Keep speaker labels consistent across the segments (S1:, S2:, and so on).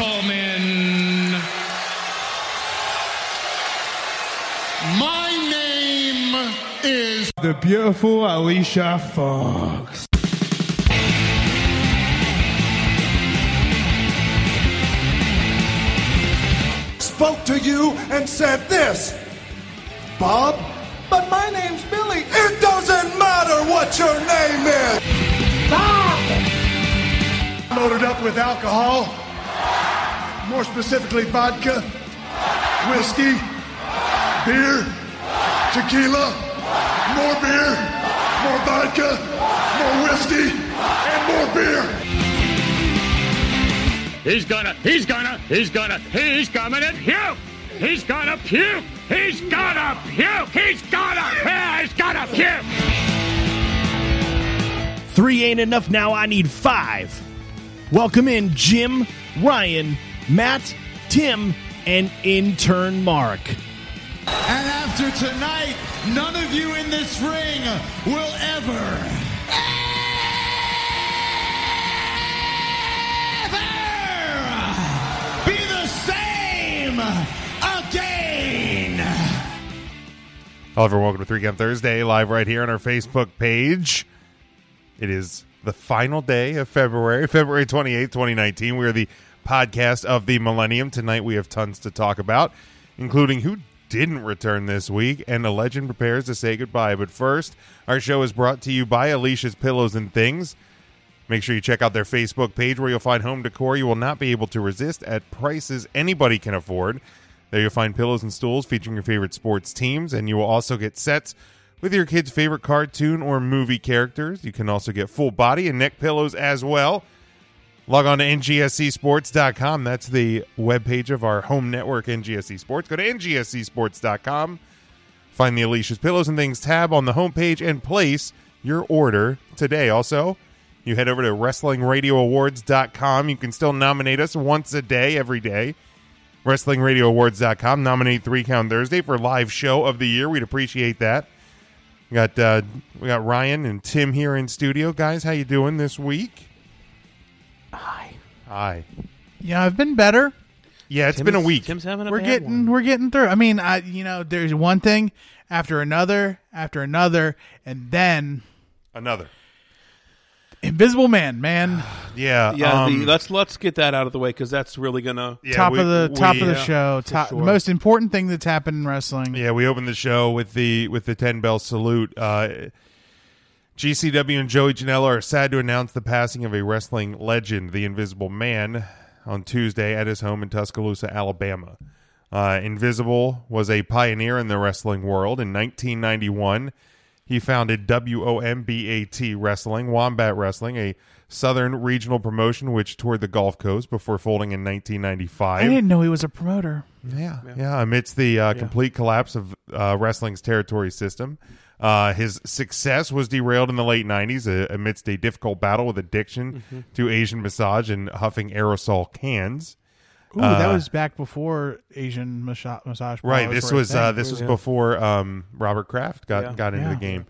S1: gentlemen, my name is the beautiful Alicia Fox.
S2: spoke to you and said this, Bob. But my name's Billy. It doesn't matter what your name is. Bob. Loaded up with alcohol, more specifically vodka, whiskey, beer, tequila, more beer, more vodka, more whiskey, and more beer.
S3: He's gonna, he's gonna, he's gonna, he's coming at puke! He's gonna puke! He's gonna puke! He's gonna, yeah, he's gonna puke!
S4: Three ain't enough now. I need five. Welcome in Jim, Ryan, Matt, Tim, and intern Mark.
S1: And after tonight, none of you in this ring will ever. ever be the same again.
S5: Oliver, welcome to Three Gun Thursday, live right here on our Facebook page. It is the final day of February, February 28th, 2019. We are the podcast of the millennium. Tonight we have tons to talk about, including who didn't return this week and a legend prepares to say goodbye. But first, our show is brought to you by Alicia's Pillows and Things. Make sure you check out their Facebook page where you'll find home decor you will not be able to resist at prices anybody can afford. There you'll find pillows and stools featuring your favorite sports teams, and you will also get sets with your kids' favorite cartoon or movie characters. You can also get full body and neck pillows as well. Log on to E ngscsports.com. That's the webpage of our home network, NGSC E Sports. Go to ngscsports.com. Find the Alicia's Pillows and Things tab on the homepage and place your order today. Also, you head over to WrestlingRadioAwards.com. You can still nominate us once a day, every day. WrestlingRadioAwards.com. Nominate Three Count Thursday for live show of the year. We'd appreciate that. We got uh, we got Ryan and Tim here in studio. Guys, how you doing this week? Hi. Hi.
S6: Yeah, I've been better.
S5: Yeah, it's been a week.
S7: Tim's having a
S6: We're
S7: bad
S6: getting
S7: one.
S6: we're getting through. I mean, I you know, there's one thing after another after another, and then
S5: Another.
S6: Invisible Man, man,
S5: Yeah.
S7: Yeah,
S5: um,
S7: the, let's let's get that out of the way because that's really gonna.
S5: yeah,
S6: top
S5: we-
S6: of the
S5: we-
S6: top of the
S7: yeah,
S6: show,
S7: for
S6: top
S7: sure.
S6: most important thing that's happened in wrestling.
S5: Yeah, we opened the show with the with the ten bell salute. Uh, GCW and Joey Janela are sad to announce the passing of a wrestling legend, the Invisible Man, on Tuesday at his home in Tuscaloosa, Alabama. Uh, Invisible was a pioneer in the wrestling world. In 1991, he founded WOMBAT Wrestling, Wombat Wrestling, a southern regional promotion which toured the Gulf Coast before folding in 1995.
S6: I didn't know he was a promoter.
S5: Yeah, yeah. Amidst the uh, complete collapse of uh, wrestling's territory system, uh, his success was derailed in the late '90s uh, amidst a difficult battle with addiction to Asian massage and huffing aerosol cans.
S6: Ooh,
S7: Uh,
S6: that was back before Asian massage. massage
S5: Right.
S6: parlors
S5: This
S6: were a
S5: was uh,
S6: thing.
S5: this was before um, Robert Kraft got
S7: Yeah.
S5: got into
S6: Yeah.
S5: the game.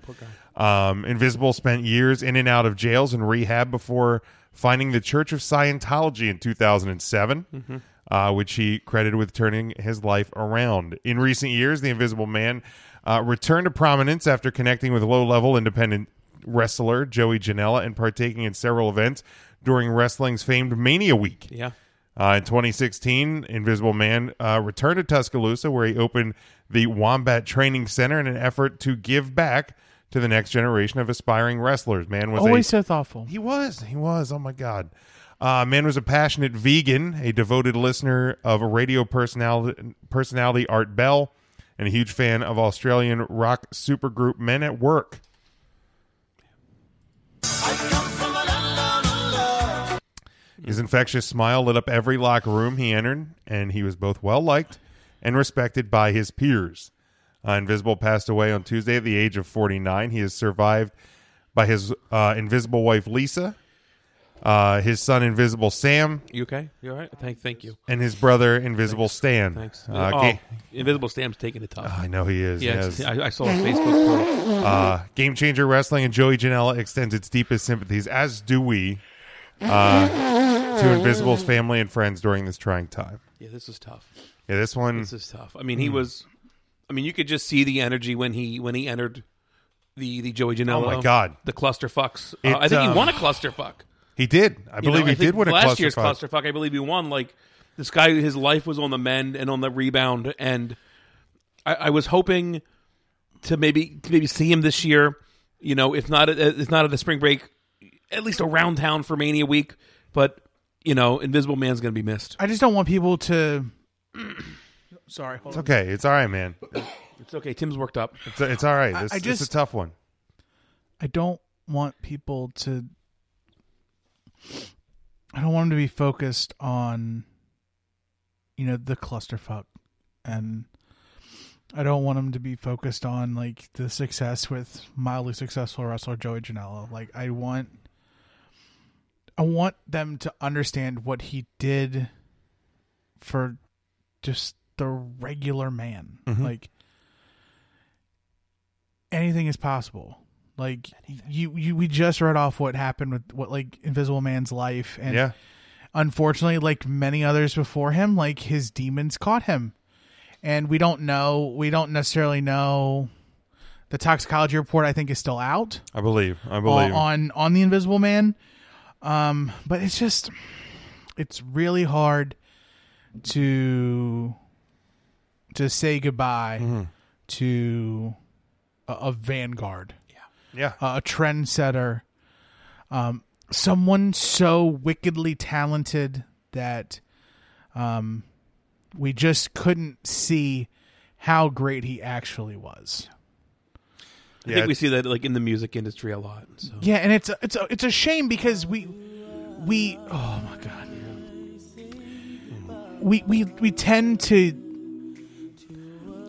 S5: Um, Invisible spent years in and out of jails and rehab before finding the Church of Scientology in 2007,
S7: Mm-hmm.
S5: uh, which he credited with turning his life around. In recent years, the Invisible Man uh, returned to prominence after connecting with low level independent wrestler Joey Janela and partaking in several events during wrestling's famed Mania Week.
S7: Yeah,
S5: Uh, in 2016, Invisible Man uh, returned to Tuscaloosa, where he opened the Wombat Training Center in an effort to give back to the next generation of aspiring wrestlers. Man was
S6: always
S5: a,
S6: so thoughtful.
S5: he was. He was. Oh my God. Uh, man was a passionate vegan, a devoted listener of radio personality, personality Art Bell, and a huge fan of Australian rock supergroup Men at Work. His infectious smile lit up every locker room he entered, and he was both well liked and respected by his peers. Uh, Invisible passed away on Tuesday at the age of 49. He is survived by his uh, invisible wife, Lisa, uh, his son, Invisible Sam,
S7: you okay? You all right? Thank, thank you.
S5: and his brother, Invisible Stan.
S7: Thanks.
S5: Uh,
S7: oh,
S5: ga-
S7: Invisible Stam's taking it tough.
S5: I know he is.
S7: yeah,
S5: yes.
S7: it's- I, I saw a Facebook post.
S5: Uh, Game Changer Wrestling and Joey Janela extends its deepest sympathies, as do we. Uh, to Invisible's family and friends during this trying time.
S7: Yeah, this was tough.
S5: Yeah, this one.
S7: This is tough. I mean,
S5: Hmm.
S7: he was. I mean, you could just see the energy when he when he entered the the Joey Janela.
S5: Oh, my God.
S7: the cluster fucks.
S5: It,
S7: Uh, I think
S5: um,
S7: he won a cluster fuck.
S5: he did. I
S7: You
S5: believe
S7: know,
S5: he
S7: I think
S5: did win a
S7: last
S5: cluster
S7: year's
S5: fuck.
S7: cluster fuck. I believe he won. Like this guy, his life was on the mend and on the rebound. And I, I was hoping to maybe to maybe see him this year. You know, if not at, if not at the spring break, at least around town for Mania week. But you know, Invisible Man's going to be missed.
S6: I just don't want people to. Sorry. Hold on.
S5: Okay, it's all right, man.
S7: It's okay. Tim's worked up.
S5: It's, it's all right. This,
S6: I
S5: this is
S6: just-
S5: a tough one.
S6: I don't want people to. I don't want them to be focused on, you know, the clusterfuck, and I don't want them to be focused on like the success with mildly successful wrestler Joey Janela. Like I want, I want them to understand what he did for just the regular man. Like anything is possible. Like you, you, we just read off what happened with what like Invisible Man's life, and
S5: Yeah.
S6: unfortunately, like many others before him, like his demons caught him, and we don't know. We don't necessarily know. The toxicology report, I think, is still out
S5: I believe. I
S6: on
S5: believe.
S6: on, on the Invisible Man. Um, but it's just, it's really hard to to say goodbye to a, a vanguard
S5: yeah.
S7: Uh,
S6: a trendsetter, um, someone so wickedly talented that um, we just couldn't see how great he actually was.
S7: I
S5: Yeah,
S7: think we
S5: it's-
S7: see that like in the music industry a lot. So.
S6: Yeah, and it's a, it's a, it's a shame because we we oh my god. We we we tend to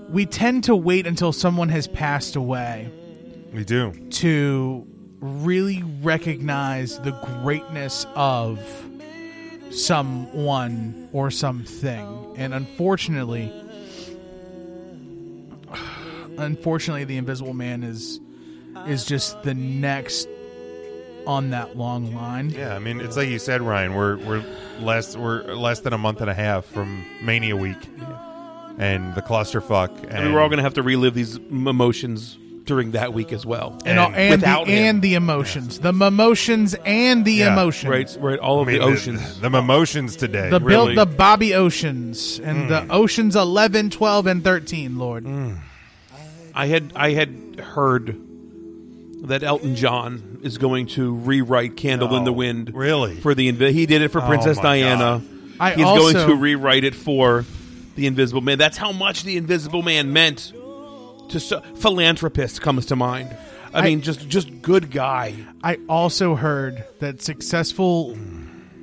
S6: we tend to wait until someone has passed away
S5: we do.
S6: to really recognize the greatness of someone or something. And unfortunately, unfortunately, the Invisible Man is is just the next on that long line.
S5: Yeah. I mean, it's like you said, Ryan. We're we're less we're less than a month and a half from Mania week, and the clusterfuck. And,
S7: And we were all going to have to relive these m- emotions during that week as well.
S6: And, all- and
S7: without
S6: the,
S7: him.
S6: and the emotions, the emotions, and the
S5: Yeah,
S6: emotions,
S7: right, right, all of
S5: I mean,
S7: the oceans.
S5: The, emotions today.
S6: The
S7: Really? Mm.
S6: built the Bobby Oceans and the Oceans 11, 12, and 13, Lord.
S7: I had I had heard that Elton John is going to rewrite "Candle in the
S5: No,
S7: Wind."
S5: Oh, really? Oh
S7: For the invi- he did it for Princess
S5: my
S7: Diana.
S5: God.
S6: I
S7: He's
S6: also-
S7: going to rewrite it for the Invisible Man. That's how much the Invisible Man meant to so- philanthropist comes to mind. I,
S6: I-
S7: mean, just just good guy.
S6: I also heard that successful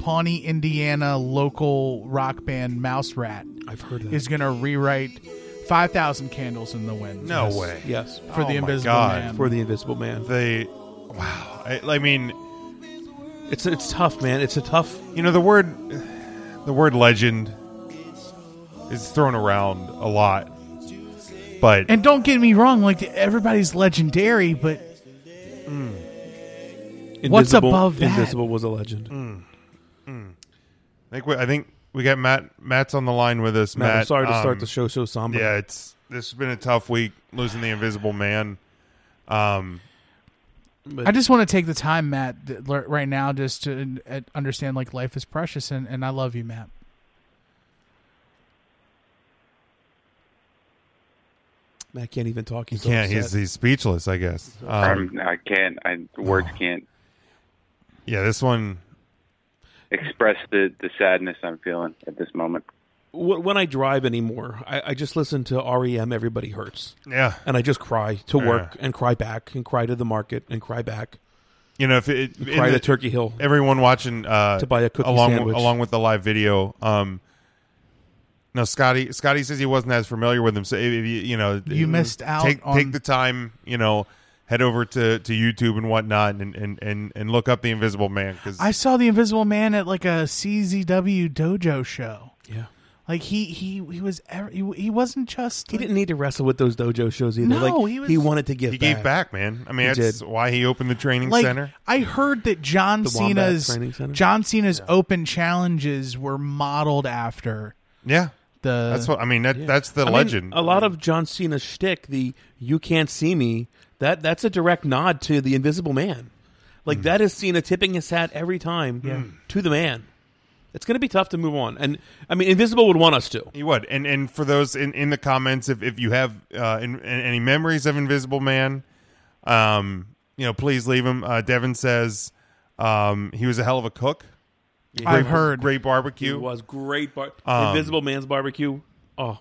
S6: Pawnee, Indiana local rock band Mouse Rat
S7: I've heard that.
S6: is going to rewrite 5,000 Candles in the Wind.
S5: no
S6: Yes.
S5: way.
S7: yes,
S6: For
S5: Oh my
S6: the Invisible
S5: God.
S6: Man.
S7: for the Invisible Man.
S5: They. Wow. I, I mean,
S7: It's it's tough, man. It's a tough.
S5: you know the word the word legend is thrown around a lot but
S6: and don't get me wrong, like everybody's legendary, but What's
S7: Invisible-
S6: above that?
S7: Invisible was a legend.
S5: Mm, I, think we, I think we got matt matt's on the line with us matt,
S7: Matt, I'm sorry to
S5: um,
S7: start the show so somber.
S5: yeah it's this has been a tough week losing the invisible man um
S6: I just want to take the time, Matt, th- l- right now, just to uh, understand like life is precious, and, and I love you, Matt.
S7: Matt can't even talk. He's so
S5: can't
S7: upset.
S5: he's, he's speechless i guess um,
S8: I'm, I can't. I words can't
S5: yeah this one
S8: express the the sadness I'm feeling at this moment.
S7: Wh- when I drive anymore, I, I just listen to REM. Everybody hurts,
S5: yeah
S7: and I just cry to
S5: Uh-huh.
S7: work and cry back and cry to the market and cry back,
S5: you know if it, in
S7: cry to
S5: the-
S7: Turkey Hill.
S5: everyone watching uh,
S7: To buy a cookie
S5: along
S7: sandwich.
S5: along with the live video. Um, no, Scotty. Scotty says he wasn't as familiar with him, so if, if you you know uh,
S6: You missed out
S5: Take
S6: on-
S5: take the time, you know, head over to, to YouTube and whatnot, and and and, and look up the Invisible Man because
S6: I saw the Invisible Man at like a CZW dojo show.
S7: Yeah,
S6: Like he he he was ever, he, he wasn't just
S7: He
S6: like-
S7: didn't need to wrestle with those dojo shows either.
S6: No,
S7: like,
S6: he was-
S7: wanted to give.
S5: He gave back, man. I mean,
S7: He
S5: that's
S7: did.
S5: why he opened the training
S6: like
S5: center.
S6: I heard that John
S7: The Wombat
S6: Cena's
S7: Training Center?
S6: John Cena's open challenges were modeled after
S5: Yeah,
S6: the
S5: that's what I mean. That that's the
S7: I mean,
S5: legend.
S7: a lot of John Cena's shtick, the "You can't see me," that that's a direct nod to the Invisible Man.
S5: Hmm.
S7: Like that is Cena tipping his hat every time to the man. It's going to be tough to move on, and I mean, Invisible would want us to.
S5: He would, and and for those in, in the comments, if if you have uh, in, in- any memories of Invisible Man, um, you know, please leave them. Uh, Devin says um, he was a hell of a cook.
S6: I've
S5: Great-
S6: heard.
S5: great
S7: It
S5: barbecue.
S7: was great. Bar-
S5: Um,
S7: Invisible Man's barbecue. Oh,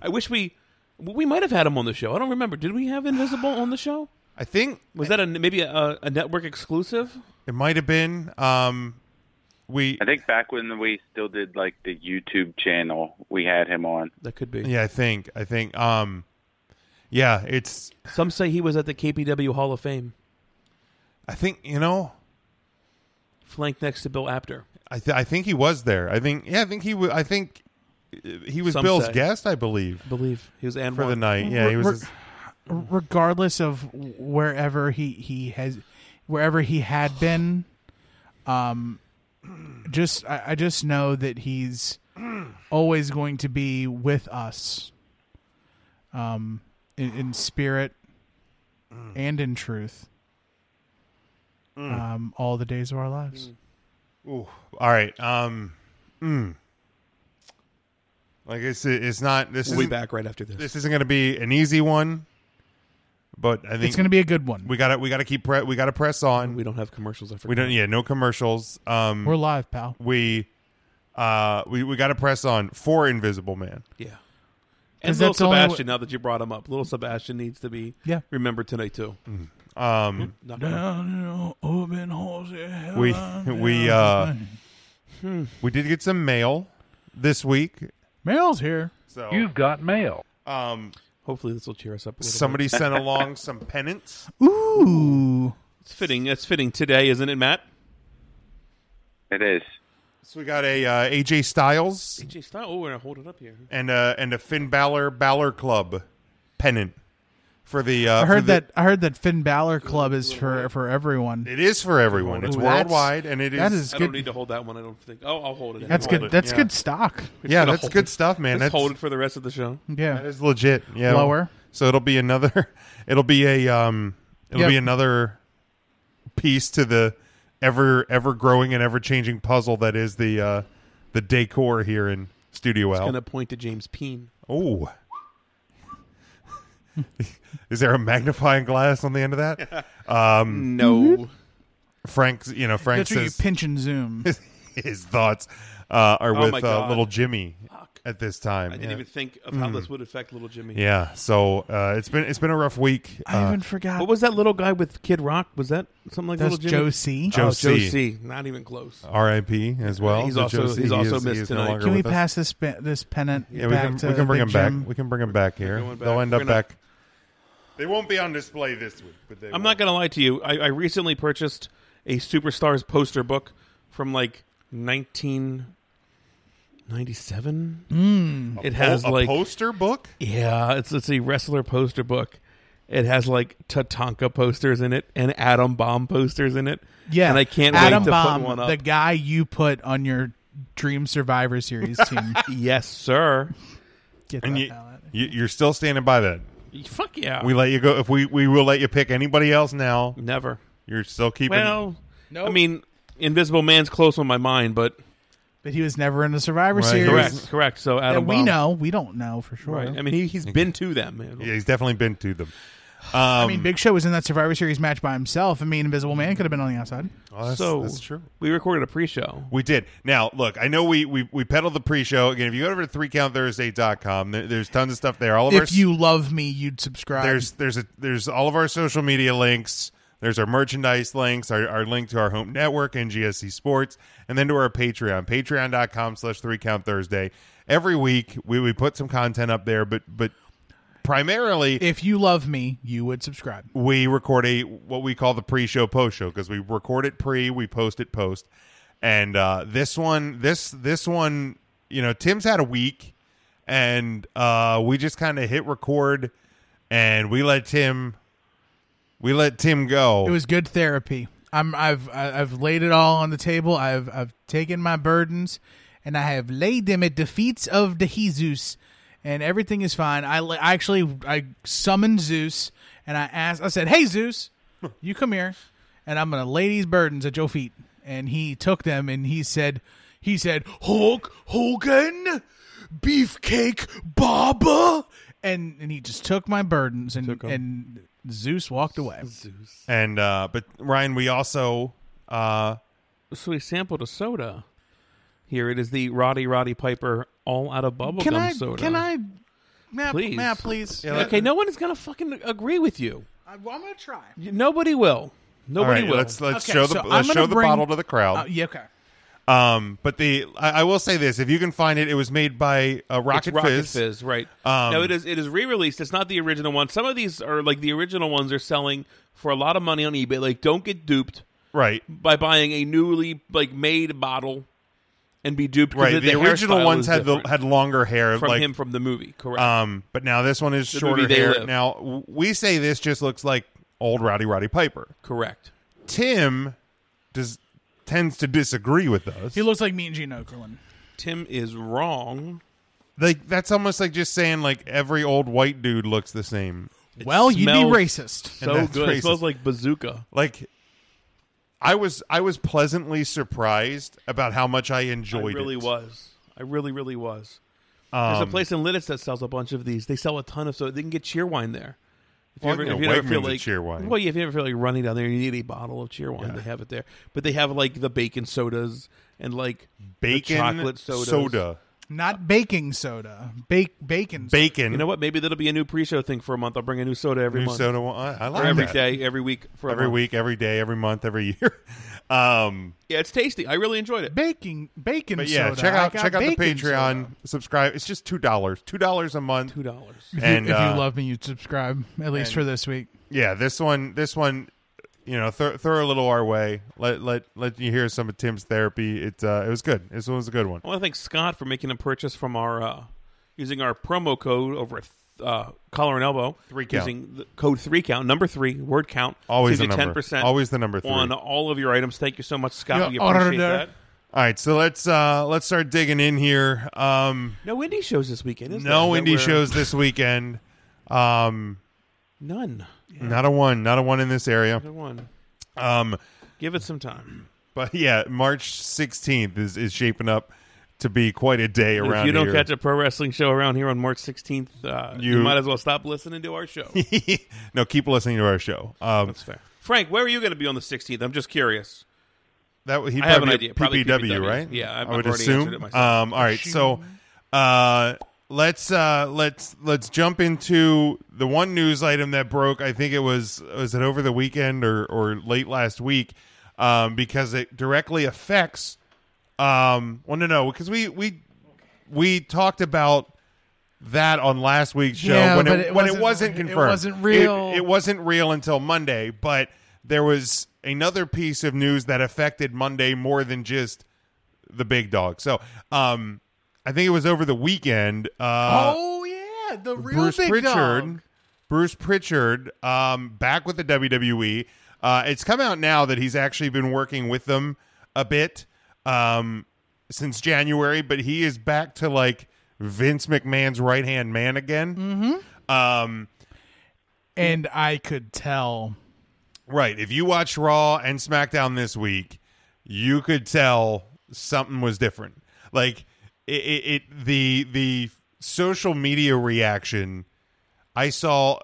S7: I wish we we might have had him on the show. I don't remember. Did we have Invisible on the show?
S5: I think
S7: Was that a maybe a, a network exclusive?
S5: it might have been. Um, we
S8: I think back when we still did like the YouTube channel, we had him on.
S7: That could be.
S5: yeah, I think I think um, yeah, it's
S7: Some say he was at the KPW Hall of Fame,
S5: I think you know.
S7: flanked next to Bill Apter.
S5: I, th- I think he was there. I think yeah. I think he was. I think uh, he was
S7: Some
S5: Bill's
S7: say.
S5: guest. I believe
S7: I believe he was and
S5: for the
S7: one.
S5: night. Yeah, he was.
S6: Re-
S5: his-
S6: regardless of wherever he he has wherever he had been um just I, I just know that he's always going to be with us um in, in spirit and in truth um all the days of our lives
S5: Ooh, all right. Um, mm. like it's it's not this
S7: We'll be
S5: is
S7: back right after this.
S5: this isn't going to be an easy one, but I think
S6: it's going to be a good one
S5: we got to we got to keep pre- we got to press on.
S7: We don't have commercials. I forgot.
S5: We don't yeah no commercials. Um,
S6: we're live pal
S5: we uh we we got to press on for Invisible Man.
S7: Yeah. And
S6: 'Cause
S7: little
S6: that's the only
S7: Sebastian.
S6: way-
S7: now that you brought him up, little Sebastian needs to be
S6: Yeah.
S7: remembered tonight too.
S5: Um,
S7: Not
S6: Oh,
S5: we we uh hmm. we did get some mail this week.
S6: Meryl's here
S5: So
S9: got mail.
S5: um
S7: Hopefully, this will cheer us up. A little
S5: somebody sent along some pennants.
S6: ooh
S7: bit. it's fitting. It's fitting today, isn't it, Matt?
S8: It is.
S5: So we got a uh, AJ Styles
S7: AJ Styles. Oh, we're gonna hold it up here.
S5: and a and a Finn Balor Balor Club pennant for the. Uh,
S6: I
S5: for
S6: heard
S5: the-
S6: that I heard that Finn Balor Club is for for everyone.
S5: it is for everyone. It's
S6: Ooh, that's-
S5: worldwide, and it is.
S6: that is
S7: I
S6: Good.
S7: don't need to hold that one. I don't think. Oh, I'll hold it.
S6: That's
S5: Hold
S6: good.
S5: it,
S6: That's
S5: yeah.
S6: good stock.
S5: yeah,
S7: gonna
S5: that's
S7: hold
S5: good
S7: it.
S5: stuff, man.
S7: Let's
S5: That's
S7: hold it for the rest of the show.
S5: That
S6: Yeah.
S5: is legit. Yeah,
S6: Lower.
S5: So it'll be another. It'll be a. Um, it'll
S6: Yep.
S5: be another piece to the ever ever growing and ever changing puzzle that is the uh, the decor here in Studio L.
S7: Gonna point to James Peen.
S5: Oh. Is there a magnifying glass on the end of that?
S7: No.
S5: Frank's, you know, Frank
S6: That's where you
S5: says
S6: pinch and zoom.
S5: his thoughts uh, are
S7: Oh my
S5: with uh,
S7: God.
S5: little Jimmy
S7: Fuck.
S5: at this time. yeah.
S7: I
S5: Hmm.
S7: didn't even think of how this would affect little Jimmy.
S5: Yeah, so uh, it's been it's been a rough week.
S6: I
S5: Uh,
S6: even forgot.
S7: What was that little guy with Kid Rock? Was that something like
S6: that's
S7: little Jimmy?
S6: Joe C.
S5: Joe
S7: oh,
S5: C.
S7: Joe C. Not even
S5: Oh,
S7: close.
S5: R.I.P. as well.
S7: He's
S5: So
S7: also-
S5: Josie,
S7: he's
S5: he
S7: also
S5: is- he
S7: missed
S5: is no
S7: tonight.
S5: longer
S6: Can we
S5: with us.
S6: pass this pe- this pennant?
S5: Yeah, we
S6: back
S5: can
S6: to
S5: we can bring
S6: the
S5: him back.
S6: gym?
S5: We can bring him back here.
S7: going back.
S5: They'll end
S7: We're
S5: up
S7: gonna-
S5: back. They won't be on display this week, but they
S7: I'm not gonna lie to you. I, I recently purchased a Superstars poster book from like 1997. It has
S5: Hmm. Oh, a
S7: like
S5: poster book.
S7: yeah, it's it's a wrestler poster book. It has like Tatanka posters in it and Adam Bomb posters in it.
S6: Yeah.
S7: and I can't
S6: Adam
S7: wait to
S6: Bomb,
S7: put one up.
S6: the guy you put on your Dream Survivor Series team.
S7: yes, sir.
S6: Get
S5: And
S6: that
S5: you,
S6: ballot.
S5: you, you're still standing by that.
S7: Fuck yeah.
S5: We let you go if we we will let you pick anybody else now.
S7: never.
S5: You're still keeping.
S7: Well, I mean, Invisible Man's close on my mind, but
S6: But he was never in the Survivor
S5: Right.
S6: Series.
S7: correct, correct. So
S6: That
S7: Adam,
S6: we
S7: Bomb.
S6: know. We don't know for sure.
S7: Right. I mean, he, he's been to them. Man.
S5: yeah, he's definitely been to them.
S6: I
S5: Um,
S6: mean, Big Show was in that Survivor Series match by himself. I mean, Invisible Man could have been on the outside.
S5: Oh, that's,
S7: so
S5: that's true.
S7: We recorded a pre-show.
S5: We did. Now, look, I know we we we pedaled the pre-show again. If you go over to 3countthursday.com, there, there's tons of stuff there. All of our
S6: If
S5: s-
S6: you love me, you'd subscribe.
S5: there's there's a there's all of our social media links. There's our merchandise links, our, our link to our home network, NGSC Sports, and then to our Patreon, patreon.com slash three count Thursday. Every week we, we put some content up there, but but primarily
S6: if you love me, you would subscribe.
S5: we record a what we call the pre-show post-show because we record it pre, we post it post, and uh, this one this this one you know, Tim's had a week, and uh, we just kind of hit record, and we let Tim, we let Tim go.
S6: It was good therapy. I'm I've I- I've laid it all on the table. I've I've taken my burdens, and I have laid them at the feet of the He Zeus, and everything is fine. I la- I actually I summoned Zeus, and I asked. I said, "Hey Zeus, you come here, and I'm gonna lay these burdens at your feet." And he took them, and he said, he said, Hulk Hogan, Beefcake Baba, and and he just took my burdens, and and Zeus walked away.
S5: and uh, but Ryan, we also uh,
S7: So we sampled a soda. Here it is the Roddy Roddy Piper all out of bubblegum
S6: can I?
S7: soda.
S6: Can I? Matt,
S7: Please.
S6: Matt, please.
S5: Yeah,
S7: Okay, no one is gonna fucking agree with you.
S6: I, am gonna try.
S7: You- Nobody will.
S5: all
S7: Nobody
S5: right,
S7: will.
S5: let's let's
S6: Okay,
S5: show the
S6: so I'm
S5: let's show
S6: gonna
S5: the
S6: bring-
S5: bottle to the crowd.
S6: Uh, yeah, okay.
S5: Um, but the I, I will say this: if you can find it, it was made by uh,
S7: It's
S5: Rocket,
S7: Rocket
S5: Fizz.
S7: right?
S5: Um,
S7: no, it is. It is re-released. It's not the original one. Some of these are like the original ones are selling for a lot of money on eBay. Like, don't get duped
S5: Right,
S7: by buying a newly like made bottle and be duped. 'cause
S5: right. The, original
S7: hairstyle
S5: ones
S7: is
S5: had the,
S7: different
S5: had longer hair,
S7: from
S5: like
S7: him from the movie, correct?
S5: um. But now this one is
S7: The
S5: shorter
S7: movie They
S5: hair.
S7: Live.
S5: Now w- we say this just looks like old Rowdy Roddy Piper.
S7: correct.
S5: Tim does tends to disagree with us.
S6: He looks like me and Gene Okerlund.
S7: Tim is wrong.
S5: like that's almost like just saying like every old white dude looks the same.
S6: Well, you'd be
S7: smells-
S6: racist.
S7: So
S5: that's
S7: good.
S5: racist.
S7: It smells like bazooka.
S5: Like I was I was pleasantly surprised about how much I
S7: I
S5: enjoyed
S7: really
S5: it. Um,
S7: was. I really, really was. There's a place in Lidditz that sells a bunch of these. They sell a ton of so they can get cheer wine there. If
S5: Well, you know, Wegmans is cheer wine.
S7: well, yeah, if you ever feel like running down there, you need a bottle of cheer wine. They have it there, but they have like the bacon sodas and like the
S5: Bacon
S7: chocolate sodas.
S5: soda.
S6: Not baking soda. Bake bacon. soda.
S5: Bacon.
S7: You know what? Maybe that'll be a new pre-show thing for a month. I'll bring a new soda every
S5: New
S7: month,
S5: soda. one. I, I like
S7: or every
S5: that.
S7: day, every week, for a
S5: every
S7: month.
S5: week, every day, every month, every year. Um,
S7: Yeah, it's tasty. I really enjoyed it.
S6: Baking bacon
S5: but yeah,
S6: soda.
S5: check
S6: I
S5: out
S6: got
S5: check out the
S6: bacon
S5: Patreon.
S6: soda.
S5: Subscribe. It's just two dollars, two dollars a month.
S7: Two dollars.
S6: If,
S5: And,
S6: you, if
S5: uh,
S6: you love me, you'd subscribe at least for this week.
S5: Yeah, this one, this one, you know, th- throw a little our way. Let let let you hear some of Tim's therapy. It uh, it was good. This one was a good one.
S7: I want to thank Scott for making a purchase from our uh, using our promo code over at uh, Collar and Elbow.
S5: Three count.
S7: Using the code three count, number three, word count.
S5: Always
S7: Saves
S5: the
S7: you
S5: number.
S7: 10%
S5: Always the number three.
S7: On all of your items. Thank you so much, Scott.
S6: Your
S7: we appreciate
S6: order.
S7: that.
S5: All right, so let's uh let's start digging in here. Um,
S7: No indie shows this weekend, is
S5: no
S7: there? That
S5: indie
S7: we're-
S5: shows this weekend. Um,
S7: None.
S5: not a one, not a one in this area.
S7: Not one.
S5: Um,
S7: Give it some time.
S5: but yeah, March sixteenth is is shaping up to be quite a day
S7: And
S5: around
S7: if you don't
S5: here.
S7: catch a pro wrestling show around here on March 16th, uh, you,
S5: You-
S7: might as well stop listening to our show.
S5: no, keep listening to our show. Um,
S7: That's fair. Frank, where are you going to be on the 16th? I'm just curious.
S5: that he
S7: I have an
S5: probably
S7: idea. Probably
S5: PPW,
S7: PPW.
S5: right?
S7: Yeah, I've-
S5: I would
S7: I've already
S5: assume.
S7: answered it myself.
S5: Um, all right, so uh, let's uh, let's let's jump into the one news item that broke. I think it was was it over the weekend or or late last week, um, because it directly affects. Um, well, no, no, because we we we talked about that on last week's show
S6: Yeah,
S5: when
S6: but
S5: it,
S6: it
S5: when it
S6: wasn't-
S5: wasn't
S6: it
S5: confirmed.
S6: wasn't real.
S5: It, it wasn't real until Monday, but there was another piece of news that affected Monday more than just the big dog. So, um, I think it was over the weekend. Uh,
S6: oh yeah, the real
S5: Bruce
S6: big
S5: Pritchard.
S6: dog.
S5: Bruce Pritchard, um, back with the WWE. Uh, it's come out now that he's actually been working with them a bit um, since January, but he is back to like Vince McMahon's right hand man again. Um,
S6: And I could tell.
S5: right. If you watch Raw and SmackDown this week, you could tell something was different. Like it, it, it the the social media reaction. I saw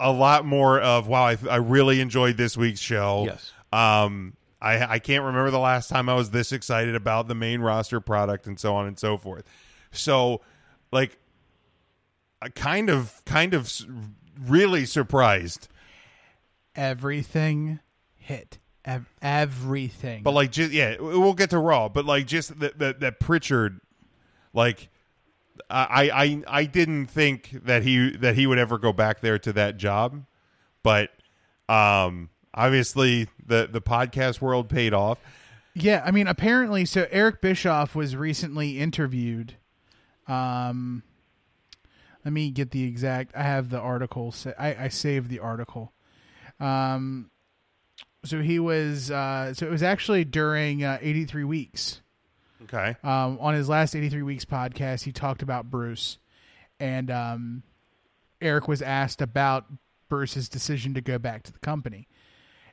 S5: a lot more of wow. I, I really enjoyed this week's show.
S7: Yes.
S5: Um. I I can't remember the last time I was this excited about the main roster product and so on and so forth. So, like, I kind of kind of s- really surprised
S6: Everything hit. Ev- everything.
S5: But like, just yeah, w- we'll get to Raw. But like, just that that, that Pritchard, like, I I I didn't think that he that he would ever go back there to that job, but um, obviously the the podcast world paid off.
S6: Yeah, I mean, apparently, so Eric Bischoff was recently interviewed. Um, let me get the exact. I have the article. sa- I I saved the article. Um, so he was. Uh, so it was actually during uh, eighty three weeks.
S5: Okay.
S6: Um, on his last eighty three weeks podcast, he talked about Bruce, and um, Eric was asked about Bruce's decision to go back to the company.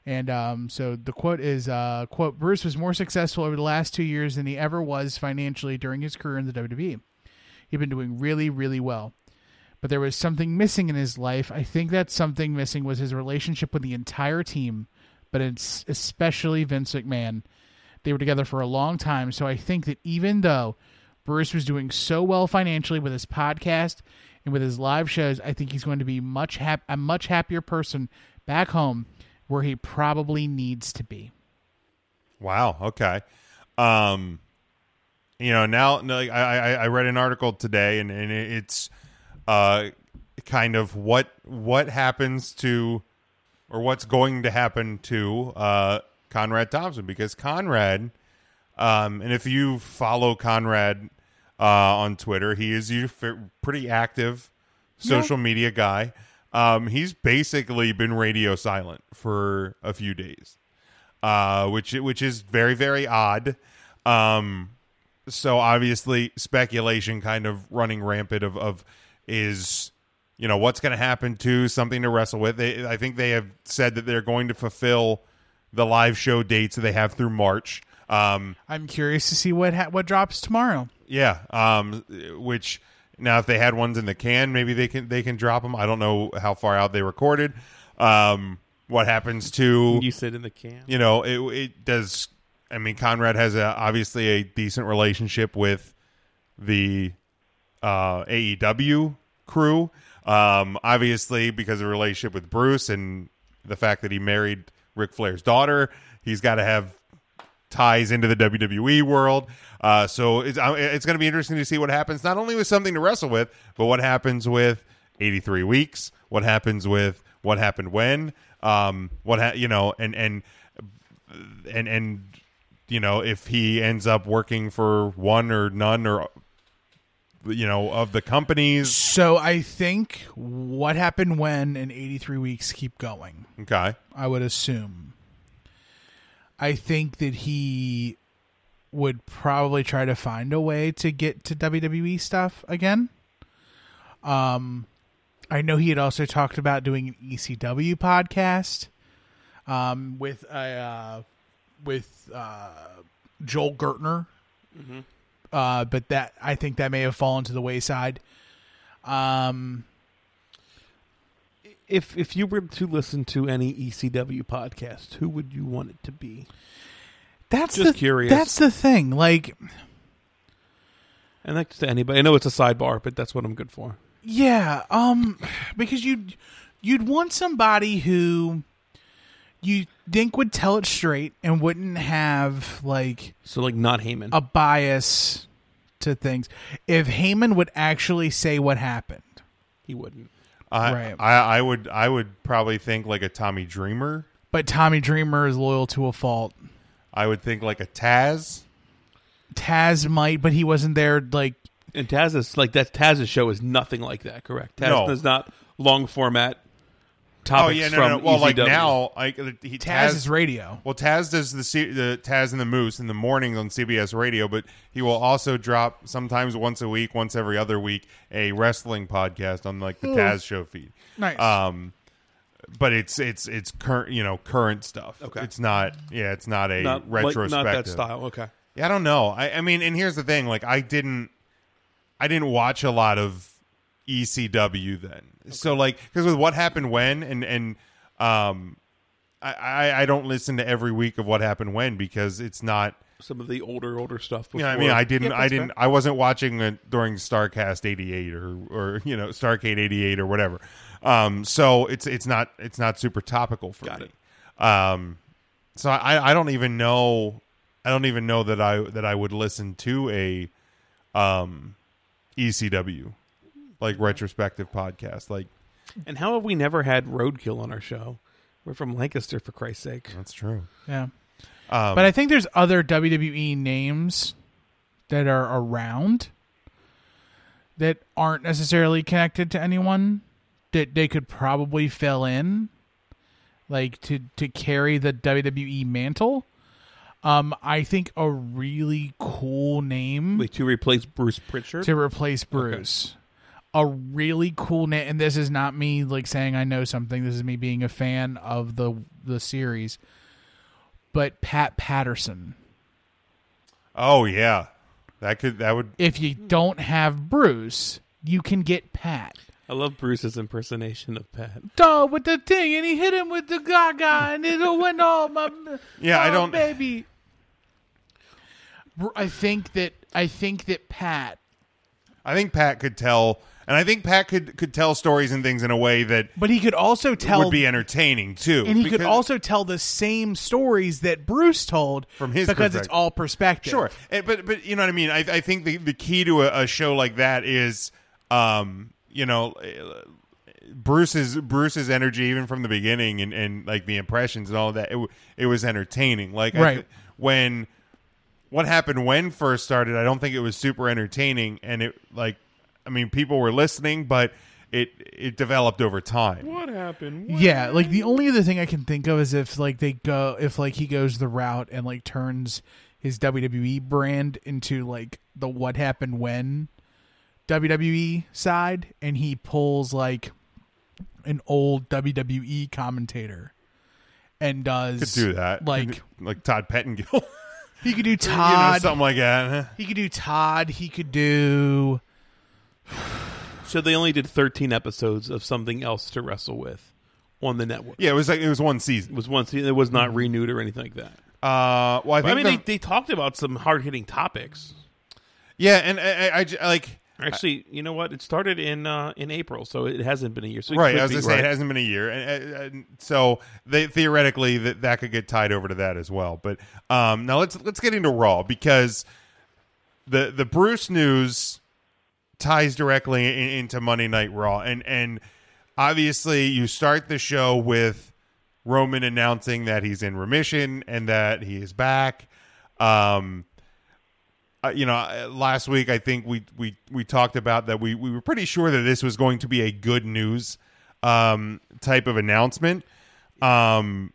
S6: And um, so the quote is uh, quote Bruce was more successful over the last two years than he ever was financially during his career in the WWE. He'd been doing really, really well. But there was something missing in his life. I think that something missing was his relationship with the entire team, but it's especially Vince McMahon. They were together for a long time, so I think that even though Bruce was doing so well financially with his podcast and with his live shows, I think he's going to be much hap- a much happier person back home where he probably needs to be.
S5: Wow. Okay. Um, you know, now no, I, I I read an article today, and, and it's uh kind of what what happens to or what's going to happen to uh Conrad Thompson because Conrad, um, and if you follow Conrad uh, on Twitter, he is a f- pretty active social media guy. Um, he's basically been radio silent for a few days uh, which which is very very odd. Um, so obviously speculation kind of running rampant of of is you know what's going to happen to something to wrestle with. They, I think they have said that they're going to fulfill the live show dates that they have through March. Um,
S6: I'm curious to see what ha- what drops tomorrow.
S5: yeah, um, which now if they had ones in the can, maybe they can they can drop them. I don't know how far out they recorded. Um, what happens to
S7: You sit in the camp.
S5: you know, it, it does. I mean, Conrad has a, obviously a decent relationship with the uh, AEW crew. Um, obviously, because of the relationship with Bruce and the fact that he married Ric Flair's daughter, he's got to have ties into the WWE world. Uh, so it's I- it's going to be interesting to see what happens. Not only with something to wrestle with, but what happens with 83 weeks. What happens with what happened when? Um, what ha- you know, and and and and you know if he ends up working for one or none or you know of the companies.
S6: So I think what happened when in 83 weeks keep going.
S5: Okay,
S6: I would assume. I think that he would probably try to find a way to get to WWE stuff again. Um, I know he had also talked about doing an ECW podcast um, with a uh, with uh, Joel Gertner,
S7: Mm-hmm.
S6: uh, but that I think that may have fallen to the wayside. Um,
S7: If if you were to listen to any ECW podcast, who would you want it to be?
S6: that's
S7: Just
S6: the,
S7: curious.
S6: That's the thing. Like,
S7: And that's to anybody. I know it's a sidebar, but that's what I'm good for.
S6: Yeah, um because you'd you'd want somebody who you think would tell it straight and wouldn't have like
S7: So like not Heyman.
S5: Um,
S6: a bias to things. If Heyman would actually say what happened.
S7: he wouldn't.
S5: I,
S6: Right.
S5: I I would I would probably think like a Tommy Dreamer.
S6: But Tommy Dreamer is loyal to a fault.
S5: I would think like a Taz.
S6: Taz might, but he wasn't there like
S7: And Taz is like that Taz's show is nothing like that, correct? Taz
S5: No.
S7: does not long format
S5: Oh
S7: topics
S5: yeah, no,
S7: from E
S5: no. no. Well, like
S7: ECW.
S5: now, like he,
S6: Taz,
S5: Taz,
S6: is radio.
S5: Well, Taz does the, C- the Taz and the Moose in the mornings on CBS Radio, but he will also drop sometimes once a week, once every other week, a wrestling podcast on like the Taz show feed.
S6: Nice.
S5: Um, but it's it's it's current, you know, current stuff.
S7: Okay.
S5: it's not. Yeah, it's not a
S7: not like-
S5: retrospective.
S7: not that style. Okay.
S5: Yeah, I don't know. I, I mean, and here's the thing: like, I didn't, I didn't watch a lot of ECW then. So, like, because with what happened when, and and um, I, I I don't listen to every week of what happened when because it's not.
S7: Some of the older older stuff. Before.
S5: You know, what I mean, I didn't,
S7: Yeah,
S5: I
S7: that's
S5: didn't, I wasn't watching it during Starcast '88 or or you know Starcade '88 or whatever. Um, so it's it's not it's not super topical for
S7: Got
S5: me. Um, so I I don't even know I don't even know that I that I would listen to a um ECW like retrospective podcast. Like
S7: fair. And how have we never had Roadkill on our show? We're from Lancaster, for Christ's sake.
S5: that's true.
S6: Yeah. but I think there's other WWE names that are around that aren't necessarily connected to anyone that they could probably fill in, like to to carry the WWE mantle. Um, I think a really cool name
S7: Like to replace Bruce Pritchard.
S6: to replace Bruce. A really cool name, and this is not me like saying I know something. This is me being a fan of the the series. But Pat Patterson,
S5: Oh yeah, that could that would
S6: if you don't have Bruce, you can get Pat.
S7: I love Bruce's impersonation of Pat.
S6: Dog with the thing, and he hit him with the gaga, and it'll win all my
S5: Yeah, I
S6: my
S5: don't-
S6: baby. Br- I think that I think that Pat
S5: I think Pat could tell, and I think Pat could could tell stories and things in a way that
S6: But he could also tell
S5: would be entertaining too.
S6: and he could
S5: because-
S6: also tell the same stories that Bruce told
S5: From his
S6: because it's
S5: perspective.
S6: all perspective.
S5: sure, And- but but you know what I mean. I, I think the the key to a, a show like that is, um, you know, uh, Bruce's Bruce's energy even from the beginning and, and like the impressions and all that. It w- it was entertaining. Like I
S6: Right.
S5: th- when what happened when first started, I don't think it was super entertaining, and it like I mean people were listening, but it it developed over time.
S7: What happened?
S6: Yeah, like the only other thing I can think of is if like they go if like he goes the route and like turns his WWE brand into like the what happened when WWE side and he pulls like an old WWE commentator and does
S5: Could do that
S6: Like
S5: like Todd Pettengill,
S6: he could do
S5: you know,
S6: Todd.
S5: something like that.
S6: he could do Todd, he could do
S7: So they only did 13 episodes of something else to wrestle with on the network.
S5: Yeah, it was like it was one
S7: It
S5: season.
S7: was once it was not renewed or anything like that.
S5: Uh, well, I think
S7: I mean,
S5: the-
S7: they, they talked about some hard hitting topics.
S5: yeah, and uh, I, I- I j- like
S7: Actually, you know what? It started in uh, in April, so it hasn't been a year. So it
S5: right.
S7: could
S5: I was
S7: be
S5: gonna say
S7: right.
S5: it hasn't been a year, and, and, and so they, theoretically that that could get tied over to that as well. But um, now let's let's get into Raw because the the Bruce news ties directly in, into Monday Night Raw, and and obviously you start the show with Roman announcing that he's in remission and that he is back. Um, uh, you know, uh, last week I think we we we talked about that we we were pretty sure that this was going to be a good news um, type of announcement. Um,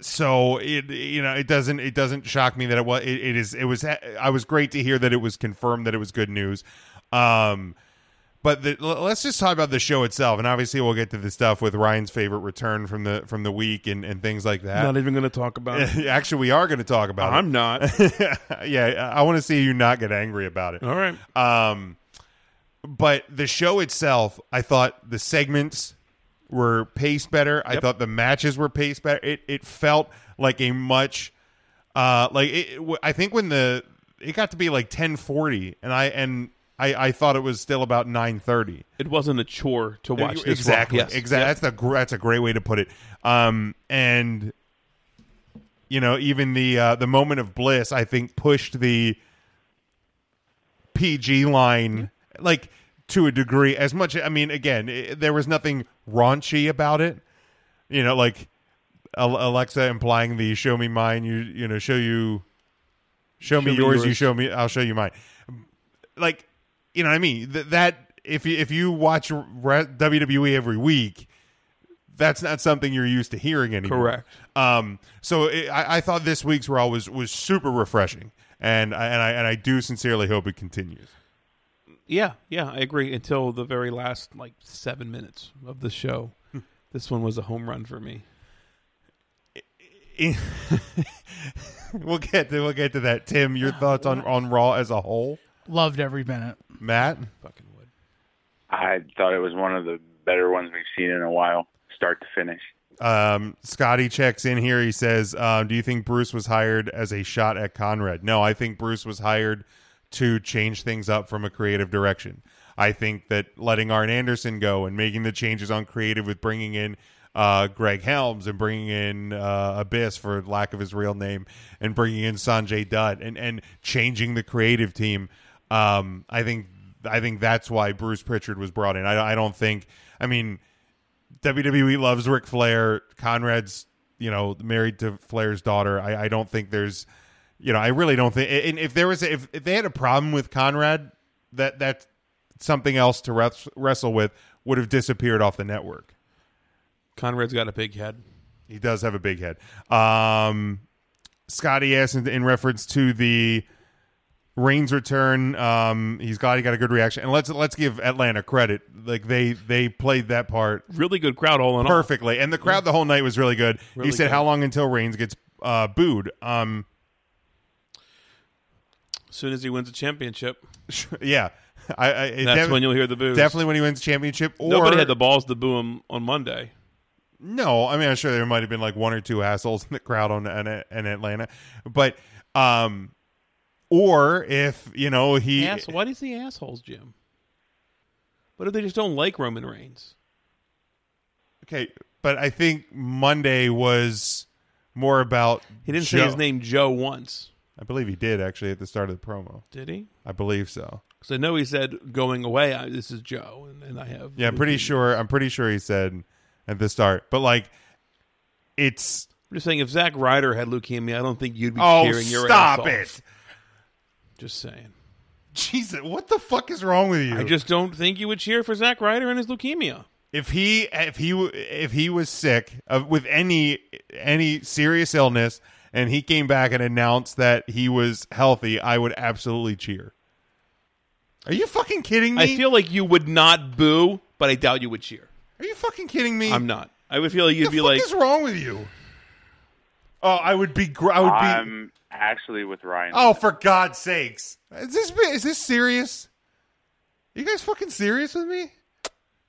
S5: so it you know it doesn't it doesn't shock me that it was it, it is it was I was great to hear that it was confirmed that it was good news. Um, but the, l- let's just talk about the show itself, and obviously we'll get to the stuff with Ryan's favorite return from the from the week and and things like that.
S7: Not even going to talk about it.
S5: Actually, we are going to talk about it
S7: I'm not.
S5: yeah, I want to see you not get angry about it.
S7: All right.
S5: Um, but the show itself, I thought the segments were paced better. I thought the matches were paced better. It it felt like a much, uh, like it, it w- I think when the it got to be like ten forty, and I and I I thought it was still about nine thirty.
S7: It wasn't a chore to watch this.
S5: Exactly.
S7: Raw. Yes.
S5: Exactly. That's the gr- that's a great way to put it. Um, and you know, even the uh, the moment of bliss, I think, pushed the PG line
S7: Mm-hmm.
S5: like to a degree. As much, I mean, again, i there was nothing raunchy about it. You know, like Al- Alexa implying the "show me mine," you you know, show you, show, me,
S7: me
S5: yours, you
S7: yours.
S5: show me, I'll show you mine. Like, you know what I mean? Th- that if you, if you watch re- WWE every week, that's not something you're used to hearing anymore.
S7: Correct.
S5: Um, so it, I, I thought this week's Raw was was super refreshing, and I, and I and I do sincerely hope it continues.
S7: Yeah, yeah, I agree. Until the very last like seven minutes of the show,
S5: Hmm.
S7: this one was a home run for me.
S5: we'll get to, we'll get to that. Tim, your thoughts on on Raw as a whole,
S6: loved every minute.
S5: Matt?
S7: Fucking wood.
S8: I thought it was one of the better ones we've seen in a while, start to finish.
S5: Um, Scotty checks in here. He says, uh, "Do you think Bruce was hired as a shot at Conrad?" No, I think Bruce was hired to change things up from a creative direction. I think that letting Arn Anderson go and making the changes on creative with bringing in uh, Greg Helms and bringing in uh, Abyss for lack of his real name and bringing in Sanjay Dutt and and changing the creative team. Um, I think I think that's why Bruce Pritchard was E brought in. I, I don't think. I mean. WWE loves Ric Flair. Conrad's you know, married to Flair's daughter. I, I don't think there's, you know, I really don't think. And if there was, if, if they had a problem with Conrad, that that's something else to wres- wrestle with would have disappeared off the network.
S7: Conrad's got a big head.
S5: He does have a big head. Um, Scotty asked in, in reference to the Reigns return. Um, he's glad he got a good reaction, and let's let's give Atlanta credit. Like they they played that part
S7: Really good crowd all in all.
S5: perfectly, and the crowd the whole night was really good.
S7: Oh, Really
S5: he said,
S7: good.
S5: "How long until Reigns gets uh, booed?" Um,
S7: As soon as he wins a championship,
S5: yeah, I, I it
S7: that's
S5: def-
S7: when you'll hear the boos.
S5: definitely when he wins championship. Or
S7: Nobody had the balls to boo him on Monday.
S5: No, I mean I'm sure there might have been like one or two assholes in the crowd on in, in Atlanta, but um, or if you know he
S7: Ass- why do you say assholes, Jim? What if they just don't like Roman Reigns?
S5: okay, but I think Monday was more about
S7: He didn't
S5: Joe.
S7: say his name Joe once,
S5: I believe he did actually at the start of the promo.
S7: did he?
S5: I believe so.
S7: Because I know he said going away. I, this is Joe, and, and I have
S5: Yeah, I'm pretty sure. I'm pretty sure he said at the start, but like it's
S7: I'm just saying, if Zack Ryder had leukemia, I don't think you'd be
S5: oh
S7: cheering your ass
S5: stop
S7: off.
S5: it,
S7: Just saying.
S5: Jesus! What the fuck is wrong with you?
S7: I just don't think you would cheer for Zack Ryder and his leukemia.
S5: if he if he if he was sick of, with any any serious illness and he came back and announced that he was healthy, I would absolutely cheer. Are you fucking kidding me?
S7: I feel like you would not boo, but I doubt you would cheer.
S5: Are you fucking kidding me?
S7: I'm not. I would feel like you'd
S5: What the
S7: be
S5: fuck
S7: like,
S5: is wrong with you? Oh, I would be. Gr- I would be.
S8: I'm actually with Ryan.
S5: oh, for God's sakes! Is this is this serious? you guys fucking serious with me?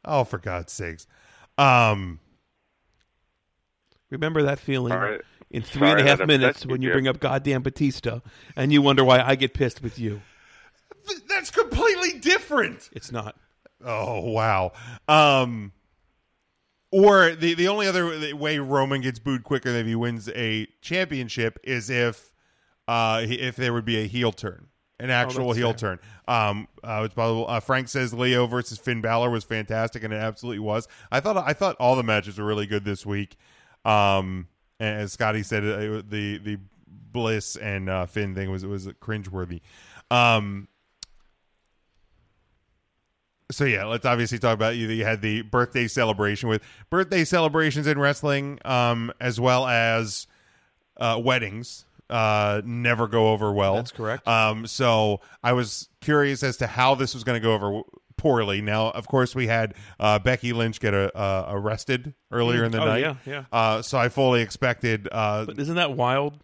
S5: Oh, for God's sakes! Um,
S7: remember that feeling
S8: Sorry.
S7: in three and a
S8: Sorry
S7: half
S8: that
S7: minutes
S8: upset you,
S7: when you
S8: Jim.
S7: bring up goddamn Batista, and you wonder why I get pissed with you.
S5: th- that's completely different.
S7: It's not.
S5: Oh wow. Um or the the only other way Roman gets booed quicker than if he wins a championship is if uh he- if there would be a heel turn. An actual heel turn. Um, uh, it's possible. Uh, Frank says Leo versus Finn Balor was fantastic, and it absolutely was. I thought I thought all the matches were really good this week. Um, and as Scotty said, uh, the the Bliss and uh, Finn thing was was cringeworthy. Um, so yeah, let's obviously talk about you. You had the birthday celebration with birthday celebrations in wrestling, um, as well as uh, weddings. Uh, never go over well.
S7: That's correct.
S5: Um, so I was curious as to how this was going to go over w- poorly. Now, of course, we had uh, Becky Lynch get uh uh, arrested earlier in the
S7: Oh,
S5: night.
S7: yeah, yeah.
S5: Uh, so I fully expected. Uh,
S7: But isn't that wild?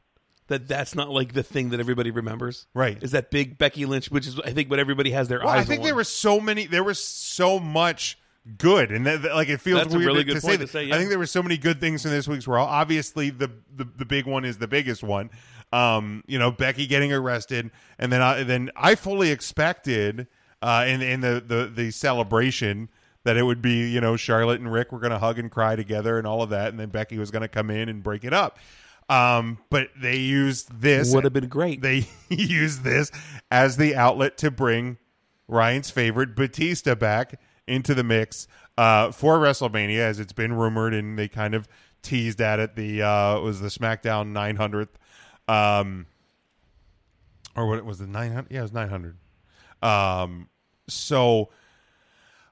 S7: That that's not like the thing that everybody remembers,
S5: Right.
S7: Is that big Becky Lynch, which is I think what everybody has their
S5: well,
S7: eyes.
S5: I think
S7: on.
S5: there was so many. There was so much good, and that, that- like it feels
S7: That's a
S5: weird
S7: really
S5: to,
S7: good
S5: say
S7: point
S5: that.
S7: to say, yeah.
S5: I think there were so many good things in this week's Raw. Obviously, the the, the big one is the biggest one. Um, you know, Becky getting arrested, and then I then I fully expected uh, in in the, the the celebration that it would be you know Charlotte and Rick were going to hug and cry together and all of that, and then Becky was going to come in and break it up. Um, but they used this
S7: would have been great.
S5: they used this as the outlet to bring Ryan's favorite Batista back into the mix uh, for WrestleMania, as it's been rumored, and they kind of teased at it. The uh, it was the SmackDown 900th, um, or what it was the 900? Yeah, it was 900. Um, so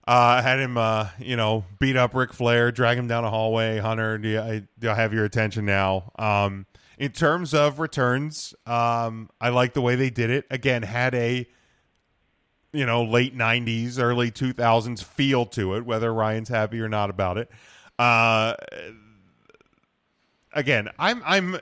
S5: uh, had him, uh, you know, beat up Ric Flair, drag him down a hallway. Hunter, do I, do I have your attention now? Um, in terms of returns, um, I like the way they did it. Again, had a you know late '90s, early 2000s feel to it, whether Ryan's happy or not about it. Uh, again, I'm I'm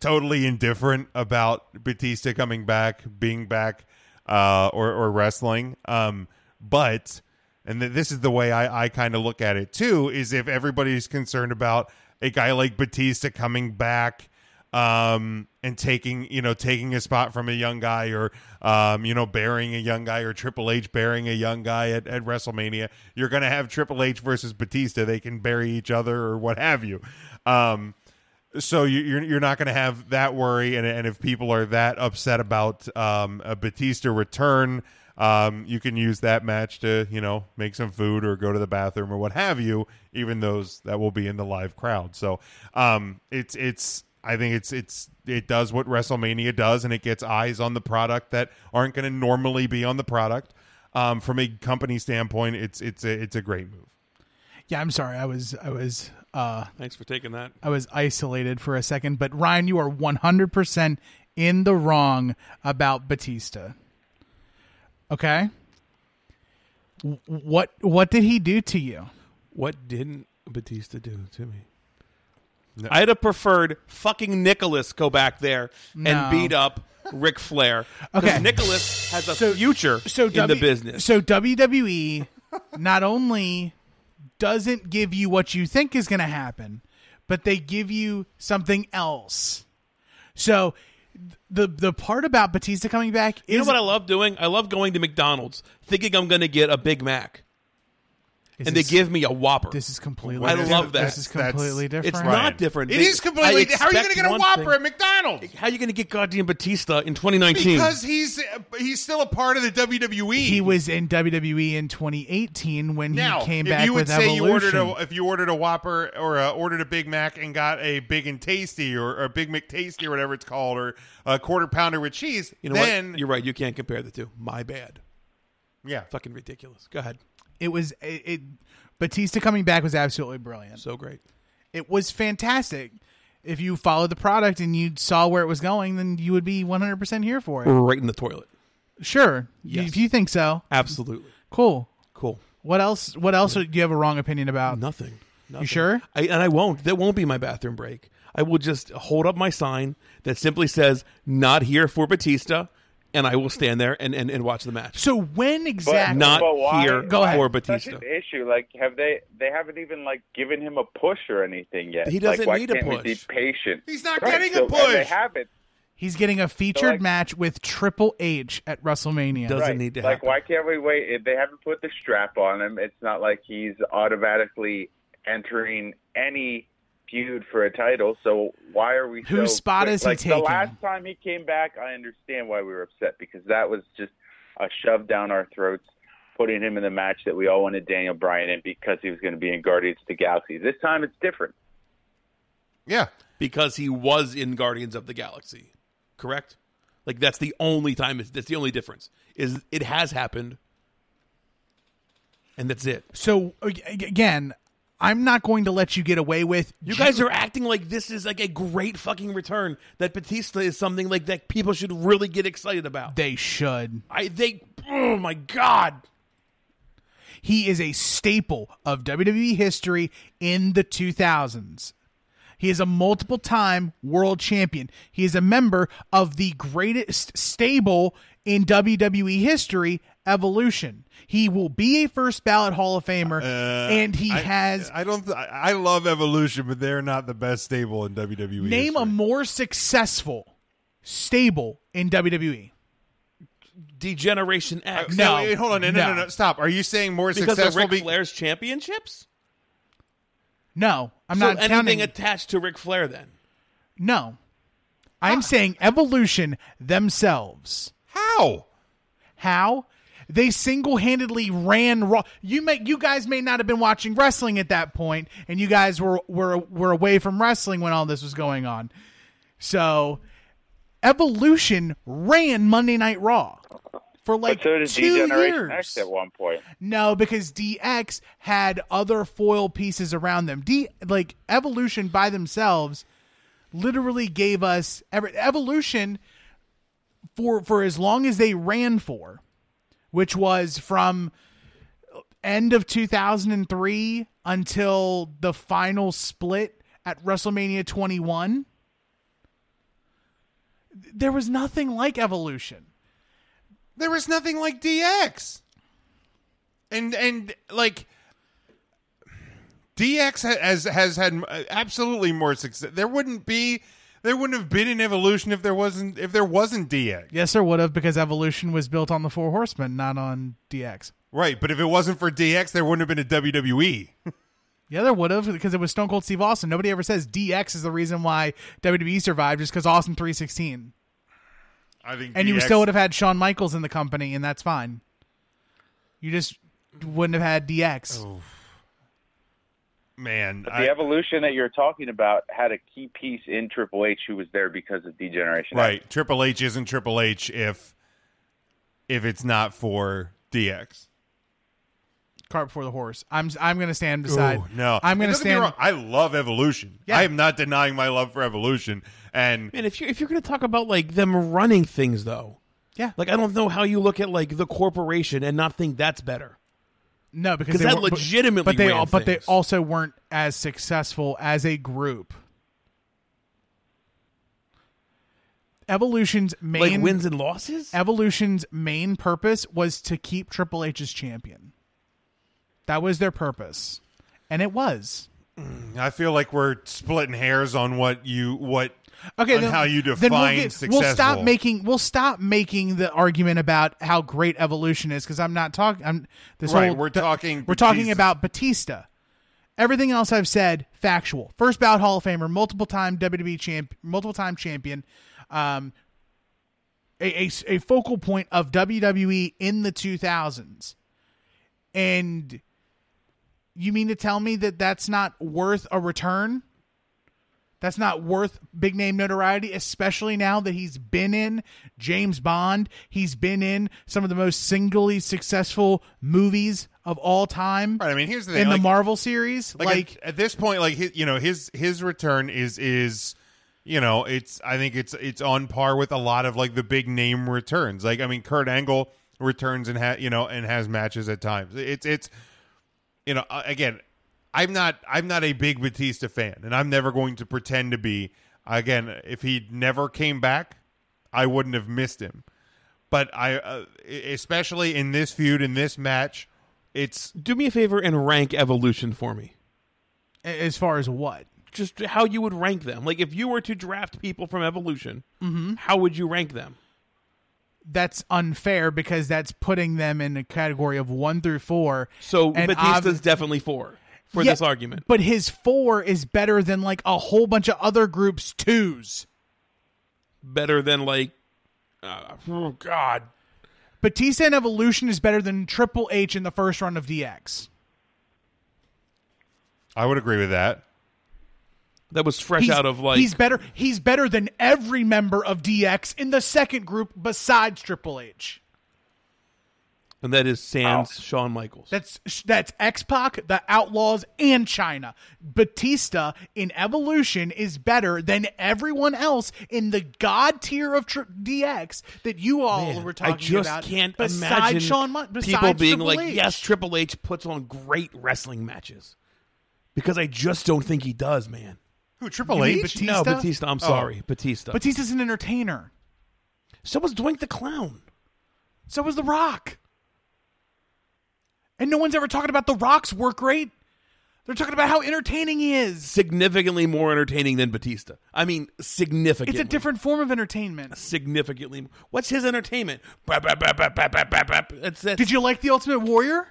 S5: totally indifferent about Batista coming back, being back, uh, or or wrestling. Um, but and th- this is the way I I kind of look at it too is if everybody's concerned about a guy like Batista coming back um and taking you know taking a spot from a young guy or um you know burying a young guy or Triple H burying a young guy at, at WrestleMania you're going to have Triple H versus Batista they can bury each other or what have you um So you- you're you're not going to have that worry, and and if people are that upset about um, a Batista return, um, you can use that match to you know make some food or go to the bathroom or what have you. Even those that will be in the live crowd. So um, it's it's I think it's it's it does what WrestleMania does, and it gets eyes on the product that aren't going to normally be on the product. Um, from a company standpoint, it's it's a, it's a great move.
S6: Yeah, I'm sorry. I was I was uh
S7: Thanks for taking that.
S6: I was isolated for a second, but Ryan, you are 100% in the wrong about Batista. Okay? W- What what did he do to you?
S7: What didn't Batista do to me? I'd have preferred fucking Nicholas go back there
S6: No.
S7: and beat up Ric Flair. 'Cause
S6: Okay.
S7: Nicholas has a future in
S6: W-
S7: the business.
S6: So WWE not only doesn't give you what you think is going to happen, but they give you something else. So th- the the part about Batista coming back is
S7: you know what I love doing? I love going to McDonald's thinking I'm going to get a Big Mac,
S6: is
S7: and they
S6: this-
S7: give me a Whopper.
S6: this is completely
S7: I
S6: different.
S7: love that.
S6: This is completely different.
S7: it's
S5: Ryan.
S7: not different.
S5: It
S7: They-
S5: is completely.
S7: I
S5: How are you going to
S7: expect
S5: get a
S7: one
S5: Whopper
S7: thing.
S5: at McDonald's?
S7: How are you going to get goddamn Batista in 2019?
S5: Because he's he's still a part of the E. WWE.
S6: He was in WWE in 2018 when
S5: now.
S6: he came
S5: if
S6: back
S5: you would
S6: with
S5: say
S6: Evolution.
S5: you ordered a if you ordered a Whopper or uh, ordered a Big Mac and got a Big and Tasty or, or a Big McTasty or whatever it's called or a quarter pounder with cheese,
S7: you know
S5: then
S7: what? You're right. You can't compare the two. My bad.
S5: yeah.
S7: Fucking ridiculous. Go ahead.
S6: it was it, it Batista coming back was absolutely brilliant.
S7: So great.
S6: It was fantastic. If you followed the product and you saw where it was going, then you would be 100% here for it.
S7: Right in the toilet.
S6: Sure.
S7: Yes.
S6: If you think so,
S7: Absolutely.
S6: cool.
S7: Cool.
S6: What else what else do you have a wrong opinion about?
S7: Nothing. Nothing.
S6: You sure?
S7: I, and I won't. That won't be my bathroom break. I will just hold up my sign that simply says "Not here for Batista," and I will stand there and, and, and watch the match.
S6: So when
S8: But-
S6: exactly
S7: Not
S8: but why-
S7: here
S6: Go ahead.
S7: for
S8: Such
S7: Batista.
S8: an issue. Like, have they? They haven't even like given him a push or anything yet.
S7: He doesn't
S8: like, why
S7: need a
S8: can't We be
S7: push.
S8: patient.
S5: He's not
S8: Right,
S5: getting
S8: so-
S5: a
S8: and They
S5: push.
S8: haven't.
S6: he's getting a featured
S8: So, like-
S6: match with Triple H at WrestleMania.
S7: Does- Doesn't
S8: Right.
S7: need to
S8: like,
S7: happen.
S8: why can't we wait? If They haven't put the strap on him. It's not like he's automatically entering any feud for a title. So why are we?
S6: Whose
S8: so
S6: spot
S8: quick?
S6: is he
S8: like,
S6: taking?
S8: The last time he came back, I understand why we were upset because that was just a shove down our throats, putting him in the match that we all wanted Daniel Bryan in because he was going to be in Guardians of the Galaxy. This time it's different.
S5: Yeah.
S7: because he was in Guardians of the Galaxy, correct? Like that's the only time. It's, that's the only difference. Is it has happened, and that's it.
S6: so ag- again, I'm not going to let you get away with
S7: You guys are acting like this is like a great fucking return. That Batista is something like that people should really get excited about.
S6: they should.
S7: I they oh my god.
S6: He is a staple of WWE history in the 2000s. He is a multiple time world champion. He is a member of the greatest stable in WWE history, Evolution. He will be a first ballot Hall of Famer, and he has.
S5: Uh, I don't. I, I love Evolution, but they're not the best stable in WWE.
S6: name a
S5: history.
S6: more successful stable in WWE.
S7: Degeneration X.
S6: Uh, no.
S5: Wait, wait, hold on. No, no, no,
S6: No.
S5: no. Stop. Are you saying more
S7: because of
S5: successful?
S7: Ric
S5: be-
S7: Flair's championships?
S6: No, I'm
S7: So
S6: not
S7: anything
S6: counting.
S7: attached to Ric Flair then.
S6: no, I'm
S7: Ah.
S6: saying Evolution themselves.
S5: How?
S6: How? They single-handedly ran Raw. You may, you guys may not have been watching wrestling at that point, and you guys were were were away from wrestling when all this was going on. So, Evolution ran Monday Night Raw for like
S8: but so did
S6: two
S8: Degeneration
S6: years.
S8: X at one point.
S6: No, because DX had other foil pieces around them. D like Evolution by themselves literally gave us every, Evolution for for as long as they ran for, which was from end of 2003 until the final split at WrestleMania 21. There was nothing like Evolution.
S5: There was nothing like DX. And and like DX ha- has has had uh, absolutely more success. There wouldn't be there wouldn't have been an evolution if there wasn't if there wasn't DX.
S6: Yes, there would have because Evolution was built on the Four Horsemen, not on DX.
S5: E. Right, but if it wasn't for DX, there wouldn't have been a WWE.
S6: Yeah, there would have because it was Stone Cold Steve Austin. Nobody ever says DX is the reason why WWE survived, just because Austin three sixteen,
S5: I think
S6: and you
S5: DX
S6: still would have had Shawn Michaels in the company, and that's fine. You just wouldn't have had DX.
S5: Oh. man.
S8: But
S5: I-
S8: the evolution that you're talking about had a key piece in Triple H who was there because of Degeneration. X.
S5: right, Triple H isn't Triple H if if it's not for DX.
S6: Cart before the horse. I'm I'm gonna stand beside.
S5: Ooh, no,
S6: I'm gonna
S5: And don't get me
S6: stand.
S5: wrong, I love Evolution.
S6: Yeah.
S5: I am not denying my love for Evolution, and
S7: Man, if you if you're going to talk about like them running things though,
S6: Yeah,
S7: like I don't know how you look at like the corporation and not think that's better.
S6: no, because
S7: 'Cause
S6: they
S7: that
S6: weren't- but-
S7: legitimately
S6: But they
S7: ran
S6: all, but they
S7: things.
S6: also weren't as successful as a group. Evolution's main
S7: Like wins and losses.
S6: Evolution's main purpose was to keep Triple H's champion. That was their purpose. And it was.
S5: I feel like we're splitting hairs on what you what
S6: Okay,
S5: on
S6: then,
S5: how you
S6: then
S5: define
S6: we'll get-
S5: successful.
S6: We'll stop making we'll stop making the argument about how great evolution is because I'm not talking. I'm this
S5: Right,
S6: whole
S5: we're talking
S6: we're talking
S5: Batista.
S6: about Batista. Everything else I've said factual. First bout Hall of Famer, multiple time WWE champ, multiple time champion, um, a, a a focal point of WWE in the 2000s, and you mean to tell me that that's not worth a return? That's not worth big name notoriety, especially now that he's been in James Bond. He's been in some of the most singly successful movies of all time.
S5: Right, I mean, here's the thing,
S6: in
S5: like-
S6: the Marvel series, like,
S5: like, at, at this point like his, you know his his return is is you know it's i think it's it's on par with a lot of like the big name returns like i mean kurt angle returns and ha- you know and has matches at times it's it's you know uh, again i'm not i'm not a big batista fan and i'm never going to pretend to be again if he never came back i wouldn't have missed him but i uh, especially in this feud in this match it's
S7: Do me a favor and rank evolution for me.
S6: a- as far as what?
S7: Just how you would rank them. Like if you were to draft people from evolution, how would you rank them?
S6: That's unfair because that's putting them in a category of one through four.
S7: So
S6: and
S7: Batista's
S6: obvi-
S7: definitely four for
S6: Yeah,
S7: this argument.
S6: But his four is better than like a whole bunch of other groups' twos.
S7: Better than like, uh, oh God,
S6: Batista and Evolution is better than Triple H in the first run of DX.
S5: i would agree with that
S7: that was fresh out of like.
S6: he's better. He's better than every member of DX in the second group besides Triple H.
S7: and that is Sans Shawn Michaels.
S6: That's that's X Pac, the Outlaws, and China. Batista in Evolution is better than everyone else in the god tier of tri- DX that you all
S7: Man,
S6: were talking
S7: I just
S6: about.
S7: can't
S6: besides
S7: imagine
S6: Shawn, Mon- besides
S7: people being
S6: Triple
S7: like,
S6: H.
S7: "Yes, Triple H puts on great wrestling matches," because I just don't think he does, man.
S5: who triple
S6: You mean
S5: h
S6: Batista? Oh.
S7: No, Batista. I'm sorry, Batista.
S6: Batista's an entertainer.
S7: so was Doink the Clown.
S6: So was The Rock. And no one's ever talking about The Rock's work rate. They're talking about how entertaining he is.
S7: Significantly more entertaining than Batista. I mean,
S6: It's
S7: significantly.
S6: a different form of entertainment.
S7: Significantly. more. What's his entertainment? Bap, bap, bap, bap, bap, bap, bap, bap. That's it.
S6: Did you like The Ultimate Warrior?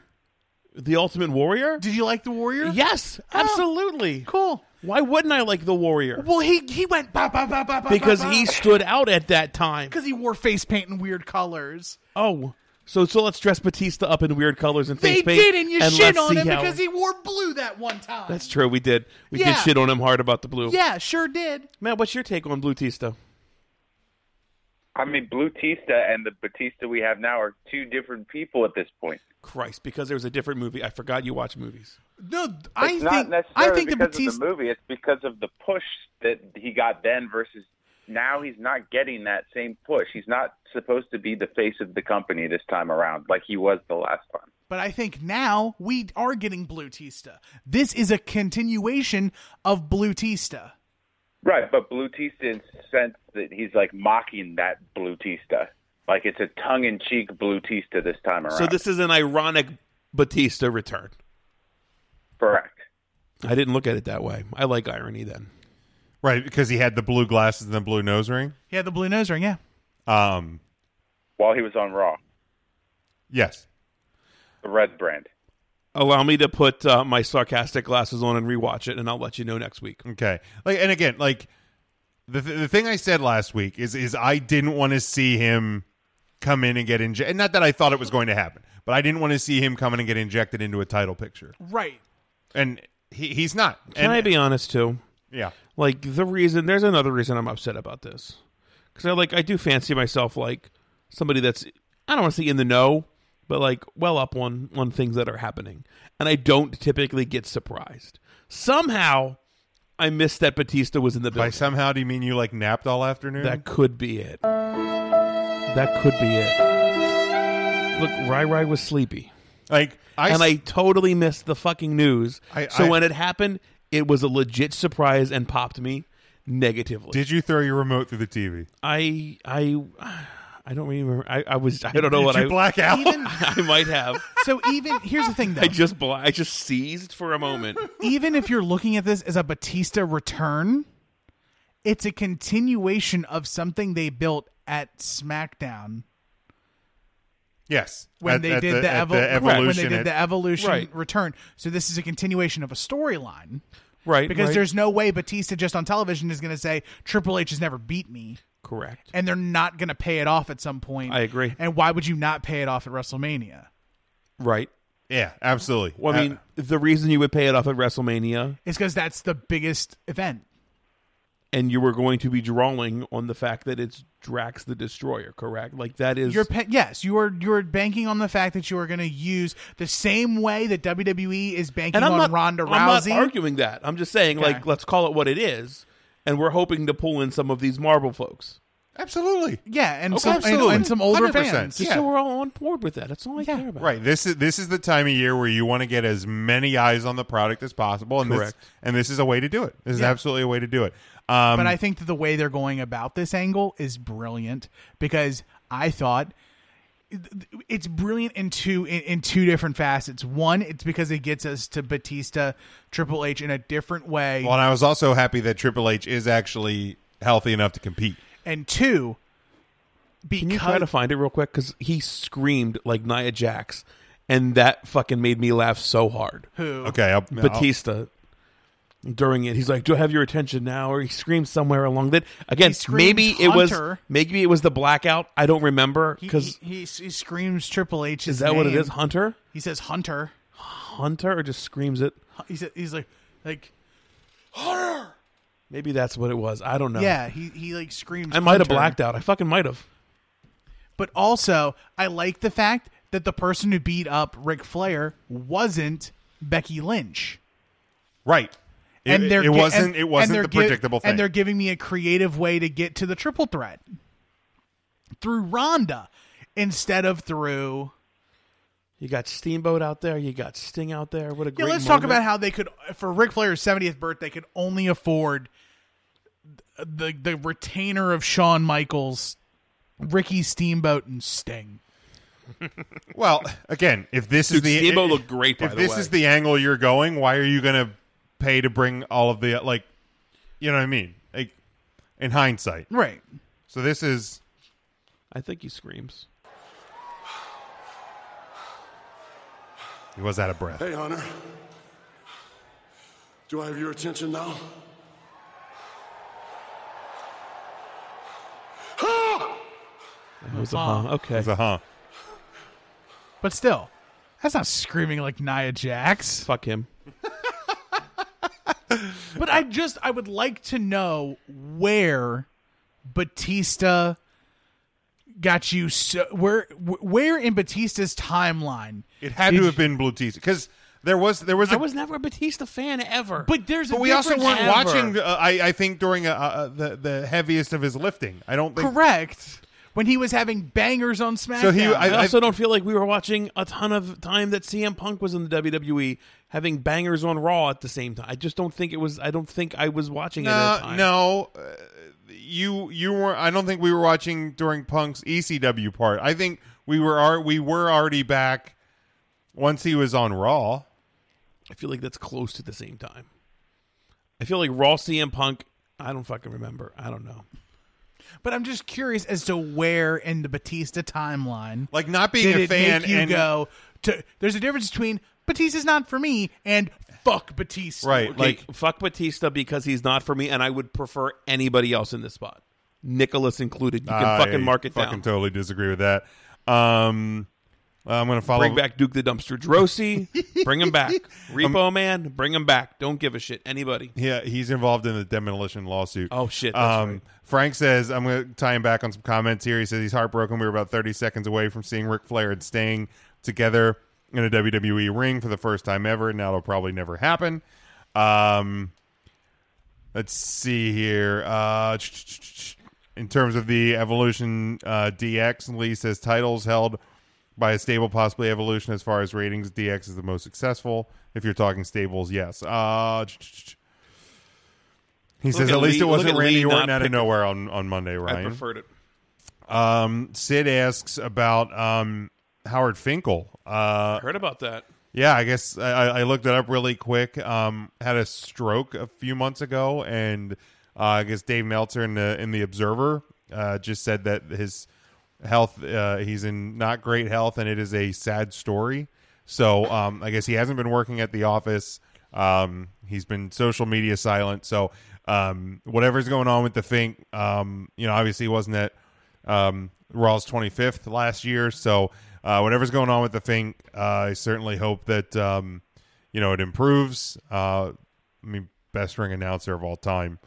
S7: the Ultimate Warrior?
S6: Did you like The Warrior?
S7: Yes,
S6: Oh,
S7: absolutely.
S6: Cool.
S7: Why wouldn't I like the Warrior?
S6: Well, he he went bah, bah, bah, bah, bah,
S7: Because
S6: bah,
S7: he
S6: bah.
S7: stood out at that time.
S6: because he wore face paint in weird colors.
S7: Oh, so so let's dress Batista up in weird colors and face
S6: they
S7: paint.
S6: did, and you shit
S7: let's
S6: on
S7: see
S6: him
S7: how-
S6: because he wore blue that one time.
S7: That's true. We did. We
S6: Yeah.
S7: did shit on him hard about the blue.
S6: yeah, sure did.
S7: Matt, what's your take on Blue Tista?
S8: I mean, Blue Tista and the Batista we have now are two different people at this point.
S7: Christ, because there was a different movie. I forgot you watch movies.
S6: No, I
S8: it's
S6: think
S8: not necessarily
S6: I think the
S8: because
S6: Batista.
S8: of the movie. It's because of the push that he got then versus now. He's not getting that same push. He's not supposed to be the face of the company this time around, like he was the last time.
S6: But I think now we are getting Blue Tista. This is a continuation of Blue Tista.
S8: Right, but Blue Tista in the sense that he's like mocking that Blue Tista, like it's a tongue-in-cheek Blue Tista this time around.
S7: So this is an ironic Batista return.
S8: correct.
S7: I didn't look at it that way. I like irony then.
S5: Right, because he had the blue glasses and the blue nose ring.
S6: Yeah, the blue nose ring. Yeah,
S5: Um,
S8: While he was on Raw,
S5: yes.
S8: the Red brand.
S7: allow me to put uh, my sarcastic glasses on and rewatch it, and I'll let you know next week.
S5: Okay. Like, and again, like the th- the thing I said last week is is I didn't want to see him come in and get injected. And not that I thought it was going to happen, but I didn't want to see him come in and get injected into a title picture.
S6: Right.
S5: And he, he's not.
S7: Can
S5: and,
S7: I be honest too?
S5: Yeah.
S7: Like the reason there's another reason I'm upset about this because I like I do fancy myself like somebody that's I don't want to say in the know, but like well up on on things that are happening, and I don't typically get surprised. Somehow, I missed that Batista was in the
S5: By
S7: building.
S5: somehow, do you mean you like napped all afternoon?
S7: That could be it. That could be it. Look, Rai Rai was sleepy.
S5: like I,
S7: and I
S5: s-
S7: totally missed the fucking news.
S5: I-
S7: so
S5: I-
S7: when it happened, it was a legit surprise and popped me negatively.
S5: did you throw your remote through the TV?
S7: I I I don't remember. I, I was I don't know
S5: did
S7: what
S5: you
S7: I
S5: black out?
S6: Even
S7: I might have.
S6: so even here's the thing though.
S7: I just bla- I just seized for a moment.
S6: even if you're looking at this as a Batista return, it's a continuation of something they built at SmackDown
S5: yes.
S6: when
S5: At-
S6: they
S5: at
S6: did the,
S5: at
S6: evol-
S5: evolution.
S6: when they did
S5: at-
S6: the evolution
S7: Right.
S6: return. So this is a continuation of a storyline
S7: Right.
S6: because
S7: right.
S6: there's no way Batista just on television is going to say Triple H has never beat me.
S7: correct.
S6: and they're not going to pay it off at some point.
S7: I agree.
S6: And why would you not pay it off at WrestleMania?
S7: Right.
S5: yeah, absolutely.
S7: Well, I
S5: Uh,
S7: mean, the reason you would pay it off at WrestleMania
S6: It's because that's the biggest event.
S7: and you were going to be drawing on the fact that it's Drax the Destroyer, correct? Like that is
S6: You're pa- yes, you are you're banking on the fact that you are going to use the same way that WWE is banking
S7: and I'm
S6: on
S7: not
S6: Ronda
S7: I'm not
S6: Rousey.
S7: arguing that. I'm just saying, like,
S6: Okay.
S7: let's call it what it is, and we're hoping to pull in some of these Marvel folks.
S5: absolutely.
S6: yeah, and
S5: Okay,
S6: some and- and,
S5: absolutely.
S6: some older
S5: 100%,
S6: fans.
S7: Just
S5: yeah.
S7: so we're all on board with that. That's all I
S6: Yeah.
S7: care about.
S5: Right. This is this is the time of year where you want to get as many eyes on the product as possible, and
S7: Correct.
S5: this and this is a way to do it. This is
S6: Yeah.
S5: absolutely a way to do it. Um,
S6: But I think that the way they're going about this angle is brilliant because I thought it's brilliant in two in, in two different facets. One, it's because it gets us to Batista, Triple H in a different way.
S5: well, and I was also happy that Triple H is actually healthy enough to compete.
S6: and two because
S7: Can you try to find it real quick? Because he screamed like Nia Jax, and that fucking made me laugh so hard.
S6: who
S5: Okay, I'll,
S7: Batista. During it, he's like, "Do I have your attention now?" Or he screams somewhere along that. Again,
S6: He screams
S7: maybe it was
S6: Hunter.
S7: maybe it was the blackout. I don't remember
S6: he,
S7: because
S6: he, he screams Triple H.
S7: is that what it is?
S6: Hunter?
S7: Hunter,
S6: He says Hunter.
S7: Hunter, or just screams it.
S6: He said, he's like like
S7: Maybe that's what it was. I don't know.
S6: yeah. He he like screams.
S7: I might have
S6: Hunter.
S7: blacked out. I fucking might have.
S6: But also, I like the fact that the person who beat up Ric Flair wasn't Becky Lynch.
S5: I'll- right. It,
S6: And they're
S5: it
S6: gi-
S5: wasn't
S6: and-
S5: it
S6: and
S5: wasn't
S6: they're
S5: the
S6: gi-
S5: predictable
S6: And
S5: thing.
S6: they're giving me a creative way to get to the triple threat through Ronda instead of through
S7: You got Steamboat out there. You got Sting out there. What a
S6: Yeah,
S7: great.
S6: let's talk
S7: moment.
S6: about how they could, for Ric Flair's 70th birthday, could only afford the the retainer of Shawn Michaels, Ricky Steamboat, and Sting.
S5: well, again, if this is
S7: Dude,
S5: the
S7: Steamboat
S5: if-
S7: looked great, by
S5: if
S7: the
S5: this
S7: way.
S5: is the angle you're going, why are you going to pay to bring all of the like? You know what I mean? Like in hindsight.
S6: Right.
S5: So this is
S7: I think he screams.
S5: he was out of breath.
S9: Hey, Hunter. Do I have your attention now? Ah!
S7: It was a huh. Okay.
S5: It's a huh.
S6: But still, that's not screaming like Nia Jax.
S7: Fuck him.
S6: But I just, I would like to know where Batista got you so where where in Batista's timeline
S5: It had
S6: Did
S5: to have been Blue because there was there was a
S7: I was never a Batista fan ever.
S6: but there's a
S5: But we also
S6: difference-
S5: weren't watching. Uh, I I think during uh, uh, the the heaviest of his lifting. I don't think.
S6: correct when he was having bangers on SmackDown.
S5: So he-
S7: I,
S5: I-
S7: also don't feel like we were watching a ton of time that CM Punk was in the WWE having bangers on Raw at the same time. I just don't think it was. I don't think I was watching it at the
S5: No,
S7: time.
S5: no. Uh, you you were. I don't think we were watching during Punk's ECW part. I think we were. Ar- we were already back once he was on Raw.
S7: I feel like that's close to the same time. I feel like Raw CM Punk. I don't fucking remember. I don't know.
S6: but I'm just curious as to where in the Batista timeline
S5: Like not being
S6: did
S5: a
S6: it
S5: fan
S6: make you
S5: and
S6: go to. There's a difference between Batista's not for me, and fuck Batista.
S5: Right,
S7: Like
S5: like
S7: fuck Batista because he's not for me, and I would prefer anybody else in this spot, Nicholas included. You can
S5: I
S7: fucking mark it
S5: fucking
S7: down.
S5: Totally disagree with that. Um, I'm gonna follow.
S7: Bring back Duke the Dumpster Drosy. bring him back. Repo Man. Bring him back. Don't give a shit. Anybody.
S5: Yeah, he's involved in the demolition lawsuit. Um,
S7: Oh, shit, that's right.
S5: Frank says I'm going to tie him back on some comments here. He says he's heartbroken. We were about 30 seconds away from seeing Ric Flair and staying together in a WWE ring for the first time ever. Now it'll probably never happen. Um, let's see here. Uh, in terms of the evolution, uh, DX Lee says titles held by a stable, possibly evolution as far as ratings. DX is the most successful. If you're talking stables, yes. Uh, he says
S7: at
S5: at least
S7: Lee-
S5: it
S7: look
S5: wasn't
S7: at Lee
S5: Randy Orton
S7: not
S5: out of
S7: picking-
S5: nowhere on, on Monday,
S7: I
S5: Ryan.
S7: preferred it.
S5: Um, Sid asks about um, Howard Finkel. Uh,
S7: I heard about that.
S5: yeah, I guess I, I I looked it up really quick. Um, had a stroke a few months ago, and uh, I guess Dave Meltzer in the in the Observer uh, just said that his health uh, he's in not great health, and it is a sad story. So um, I guess he hasn't been working at the office. Um, he's been social media silent. So um, whatever's going on with the Fink, um, you know, obviously he wasn't at um, Raw's 25th last year. So uh, whatever's going on with the thing, uh, I certainly hope that um, you know it improves. Uh, I mean, best ring announcer of all time.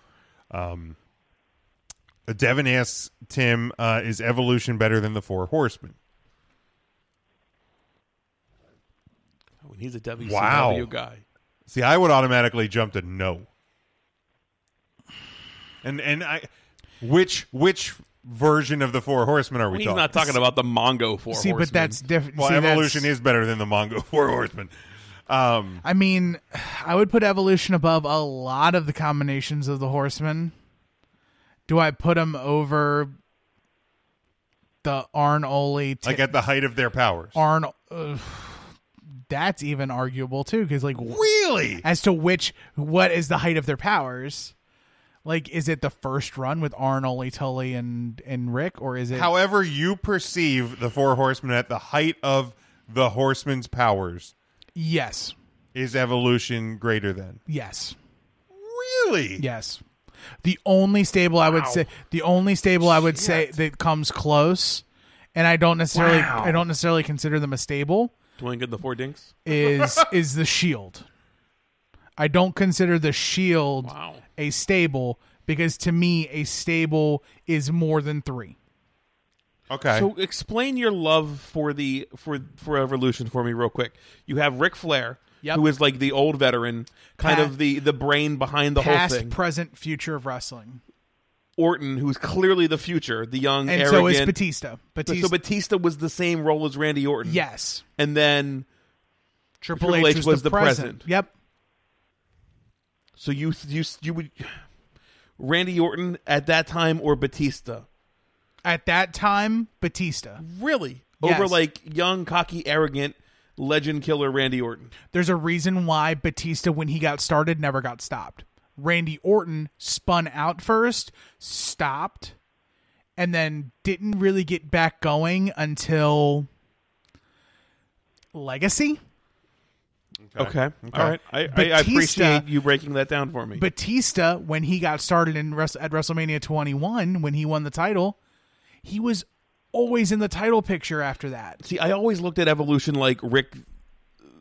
S5: Um, Devin asks Tim, uh, "Is Evolution better than the Four Horsemen?"
S7: When Oh, he's a WCW
S5: Wow.
S7: guy.
S5: See, I would automatically jump to no. And and I, which which version of the Four Horsemen are we
S7: He's
S5: talking?
S7: not talking about the Mongo four.
S6: See, but that's different.
S5: Well, Evolution is better than the Mongo Four Horsemen. Um,
S6: I mean, I would put evolution above a lot of the combinations of the horsemen. Do I put them over the Arn Oli? T-
S5: like at the height of their powers.
S6: Arn. ugh, that's even arguable too, because like
S5: Really?
S6: as to which what is the height of their powers. Like, is it the first run with Arn Oli, Tully, and and Rick, or is it?
S5: However, you perceive the four horsemen at the height of the horseman's powers
S6: yes,
S5: is evolution greater than?
S6: yes.
S5: Really?
S6: Yes. The only stable I would say the only stable I would say that comes close and I don't necessarily I don't necessarily consider them a stable
S7: doing good. The four dinks.
S6: is is the shield. I don't consider the shield
S7: Wow.
S6: a stable because to me a stable is more than 3.
S5: Okay.
S7: So explain your love for the for for evolution for me real quick. You have Ric Flair,
S6: Yep.
S7: who is like the old veteran, kind
S6: Pa-
S7: of the the brain behind the whole
S6: Past,
S7: thing.
S6: present, future of wrestling.
S7: Orton, who's clearly the future, the young
S6: And
S7: Mm, arrogant.
S6: so is Batista. Batista
S7: So Batista was the same role as Randy Orton.
S6: yes.
S7: and then
S6: Triple,
S7: Triple
S6: H,
S7: H
S6: was,
S7: was
S6: the,
S7: the
S6: present.
S7: present.
S6: Yep.
S7: so you you you would Randy Orton at that time or Batista
S6: At that time, Batista.
S7: really
S6: Yes.
S7: over like young cocky arrogant legend killer Randy Orton.
S6: There's a reason why Batista, when he got started, never got stopped. Randy Orton spun out first, stopped, and then didn't really get back going until Legacy.
S7: Okay, all right. I, I, I
S6: Batista-
S7: appreciate you breaking that down for me.
S6: Batista, when he got started in Wres- at WrestleMania 21, when he won the title, he was always in the title picture after that.
S7: See, I always looked at evolution like Rick,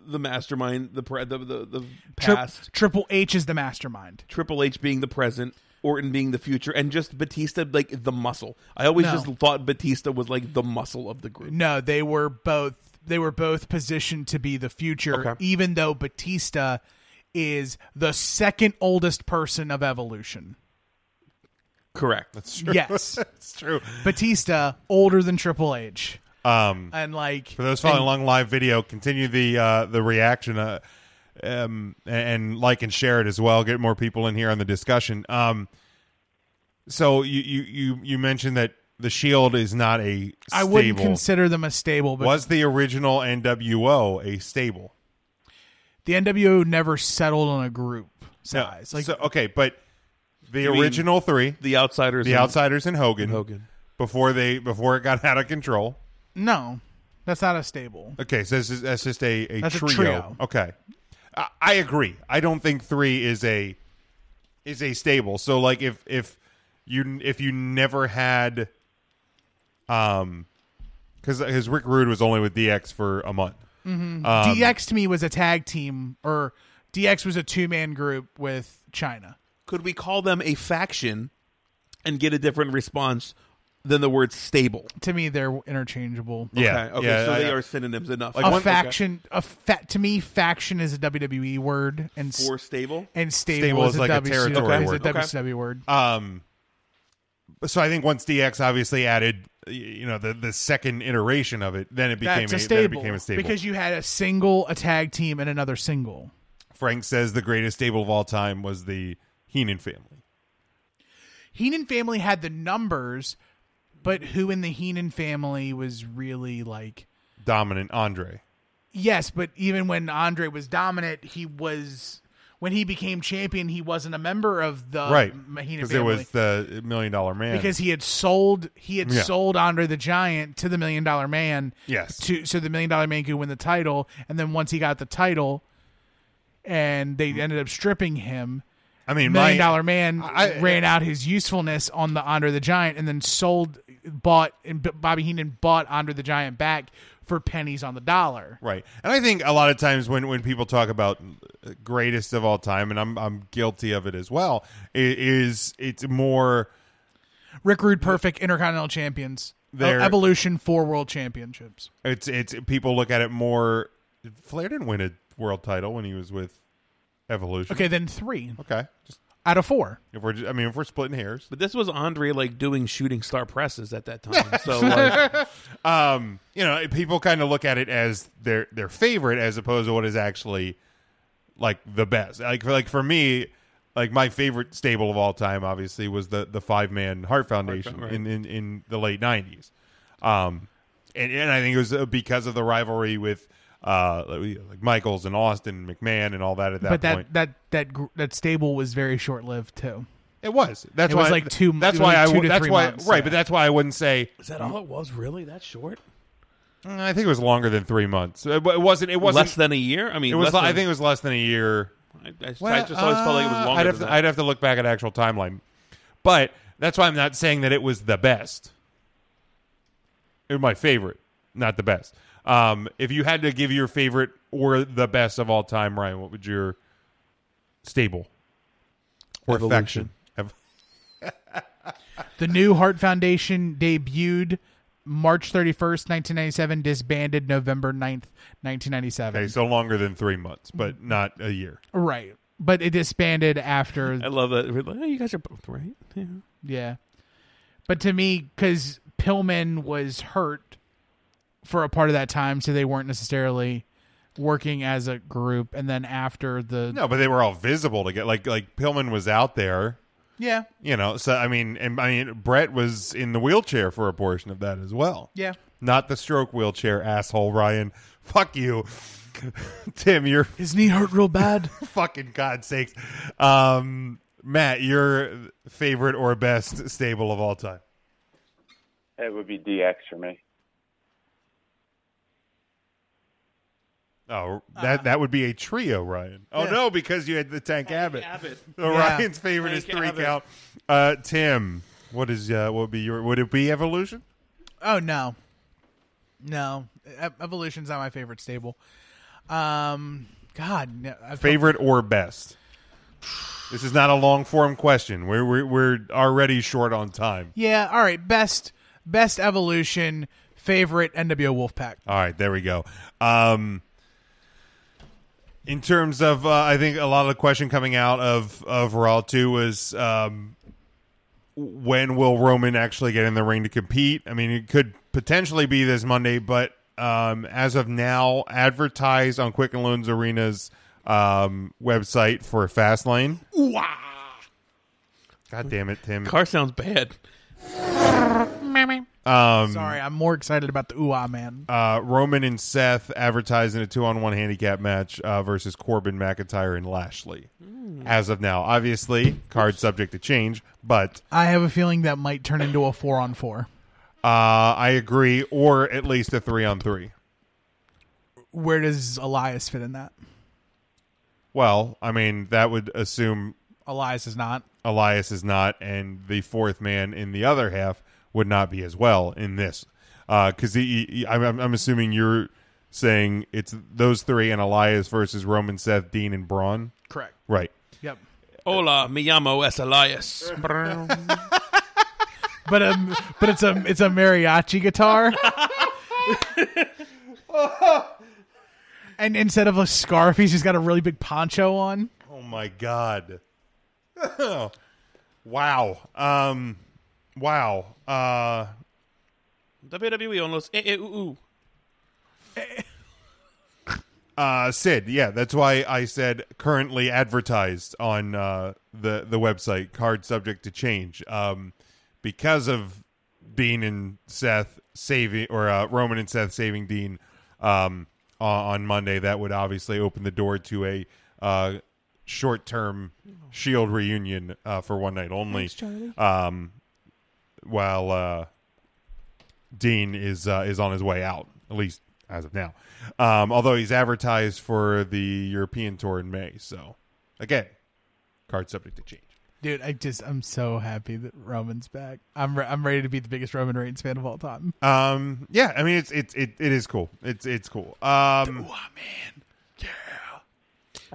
S7: the mastermind, the pre- the, the the
S6: Tri-
S7: past,
S6: Triple H is the mastermind.
S7: Triple H being the present, Orton being the future, and just Batista like the muscle. I always
S6: No.
S7: just thought Batista was like the muscle of the group.
S6: No, they were both they were both positioned to be the future,
S7: Okay.
S6: even though Batista is the second oldest person of evolution.
S7: Correct.
S6: Yes.
S5: That's true.
S6: Batista older than Triple H.
S5: Um,
S6: And like
S5: for those following along live video, continue the uh, the reaction uh, um, and, and like and share it as well. Get more people in here on the discussion. Um, so you, you you you mentioned that the Shield is not a stable.
S6: I wouldn't consider them a stable, but
S5: Was the original NWO a stable?
S6: the NWO never settled on a group
S5: No,
S6: size. Like
S5: so, okay, but the
S7: mean-
S5: original three,
S7: The outsiders.
S5: the
S7: and
S5: outsiders and Hogan,
S7: Hogan.
S5: before they before it got out of control,
S6: no. That's not a stable.
S5: Okay, so this is that's just a, a,
S6: That's a
S5: trio.
S6: trio.
S5: Okay, I, I agree. I don't think three is a is a stable. So like if if you if you never had um because his Rick Rude was only with DX for a month. Um,
S6: DX to me was a tag team, or DX was a two man group with China.
S7: Could we call them a faction and get a different response than the word stable?
S6: To me, they're interchangeable.
S5: Yeah,
S7: Okay, okay,
S5: yeah,
S7: so
S5: I-
S7: they are synonyms enough.
S5: Like
S6: A
S5: one-
S6: faction, a fa- to me, faction is a WWE word, and s-
S7: for stable.
S6: and stable,
S5: Stable
S6: is,
S5: is
S6: a
S5: like a
S6: WCW
S5: territory
S6: is a
S5: word.
S7: Okay.
S6: WCW word.
S5: Um, so I think once DX obviously added, y- you know, the the second iteration of it, then it became
S6: That's a
S5: then it
S6: stable
S5: became a stable.
S6: because you had a single, a tag team, and another single.
S5: Frank says the greatest stable of all time was the Heenan family.
S6: Heenan family had the numbers, but who in the Heenan family was really like
S5: Dominant Andre.
S6: Yes, but even when Andre was dominant, he was when he became champion, he wasn't a member of the
S5: right.
S6: Mahina
S5: Because
S6: Uh, family
S5: it was the million dollar man.
S6: because he had sold he had
S5: Yeah.
S6: sold Andre the Giant to the Million Dollar Man.
S5: Yes.
S6: to so the Million Dollar Man could win the title, and then once he got the title, and they ended up stripping him.
S5: Mm. I mean, my
S6: Million Dollar Man
S5: I-
S6: ran out his usefulness on the Andre the Giant, and then sold, bought, and B- Bobby Heenan bought Andre the Giant back for pennies on the dollar.
S5: Right. And I think a lot of times when, when people talk about uh, greatest of all time, and I'm I'm guilty of it as well, i- is it's more
S6: Rick Rude, perfect Intercontinental Champions. uh,
S5: They're-
S6: Evolution four world championships.
S5: it's it's people look at it more. Flair didn't win a world title when he was with Evolution.
S6: Okay, then three
S5: Okay. Just
S6: out of four.
S5: if we're just, I mean if we're splitting hairs,
S7: But this was Andre like doing shooting star presses at that time. So like,
S5: um, you know, people kind of look at it as their their favorite as opposed to what is actually like the best. Like for, like for me, like my favorite stable of all time, obviously, was the the five man Heart Foundation
S7: Heart Fo-
S5: in,
S7: right.
S5: in in the late nineties. Um, and and I think it was uh, because of the rivalry with uh like Michaels and Austin McMahon and all that at that
S6: but that
S5: point.
S6: that that gr- that stable was very short lived too.
S5: it was that's
S6: it
S5: why
S6: was like two-
S5: That's
S6: it was
S5: why
S6: like
S5: I
S6: two
S5: wou-
S6: to
S5: that's
S6: three
S5: why
S6: months,
S5: right,
S6: yeah.
S5: but that's why I wouldn't say
S7: is that all it was? Really, that short?
S5: mm, I think it was longer than three months. Uh, but It wasn't. It wasn't.
S7: less than a year? I mean,
S5: it was.
S7: less
S5: li- I
S7: than-
S5: think it was less than a year.
S7: I, I just,
S5: Well,
S7: I just always felt like it
S5: uh,
S7: was longer
S5: I'd have,
S7: than
S5: to,
S7: that.
S5: I'd have to look back at actual timeline, but that's why I'm not saying that it was the best. It was my favorite, not the best. Um, if you had to give your favorite or the best of all time, Ryan, what would your stable or
S7: Evolution.
S5: faction? Ev-
S6: The new Heart Foundation debuted March thirty first, nineteen ninety seven. Disbanded November 9th, nineteen ninety seven.
S5: Okay, so longer than three months, but not a year.
S6: right, but it disbanded after.
S7: I love that. We're like, oh, you guys are both right. Yeah.
S6: yeah, but to me, because Pillman was hurt for a part of that time, so they weren't necessarily working as a group. And then after the
S5: No, but they were all visible to get like like Pillman was out there.
S6: yeah
S5: You know, so I mean, and I mean, Brett was in the wheelchair for a portion of that as well.
S6: yeah
S5: Not the stroke wheelchair, asshole, Ryan. Fuck you. Tim, you're
S6: his knee hurt real bad.
S5: fucking God's sakes. Um, Matt, your favorite or best stable of all time?
S8: It would be DX for me.
S5: Oh,
S7: Uh,
S5: that that would be a trio, Ryan. Oh no, because you had the Tank Abbott.
S7: Abbott.
S5: So Ryan's favorite is
S7: Tank
S5: three
S7: Abbott.
S5: count. Uh, Tim, what is uh, what would be your? Would it be Evolution?
S6: Oh no, no. E- Evolution's not my favorite stable. Um, God, no, I felt-
S5: Favorite or best? This is not a long form question. We're, we're we're already short on time.
S6: Yeah, all right. Best, best evolution. Favorite NWO Wolfpack.
S5: All right, there we go. Um, in terms of, uh, I think a lot of the question coming out of of Raw two was um, when will Roman actually get in the ring to compete? I mean, it could potentially be this Monday, but um, as of now, advertised on Quicken Loans Arena's um, website for Fastlane. Ooh, God damn it, Tim!
S7: Car sounds bad.
S6: Sorry, I'm more excited about the ooh ah man.
S5: uh, Roman and Seth advertising a two-on-one handicap match uh, versus Corbin, McIntyre, and Lashley. As of now, obviously, card subject to change, but
S6: I have a feeling that might turn into a four on four.
S5: Uh, I agree, or at least a three on three.
S6: Where does Elias fit in that?
S5: Well, I mean, that would assume
S6: Elias is not.
S5: Elias is not, and the fourth man in the other half would not be as well in this. Uh, Because I'm, I'm- I'm assuming you're saying it's those three and Elias versus Roman, Seth, Dean, and Braun.
S6: Correct.
S5: Right.
S6: Yep.
S7: Hola, me llamo es Elias.
S6: But um, but it's a it's a mariachi guitar. and instead of a scarf, he's just got a really big poncho on.
S5: Oh my god. wow. Um. Wow. Uh.
S7: WWE on los eh, eh, ooh, ooh.
S5: Uh, Sid, yeah, that's why I said currently advertised on uh, the the website. Card subject to change um, because of Dean and Seth saving or uh, Roman and Seth saving Dean um, o- on Monday. That would obviously open the door to a uh, short term Shield reunion uh, for one night only. um, while uh, Dean is uh, is on his way out, at least as of now. Um, although he's advertised for the European tour in May, so again, card subject to change.
S6: Dude, I just I'm so happy that Roman's back. I'm re- I'm ready to be the biggest Roman Reigns fan of all time.
S5: Um, yeah, I mean it's it's it, it is cool. It's it's cool. Um, uh,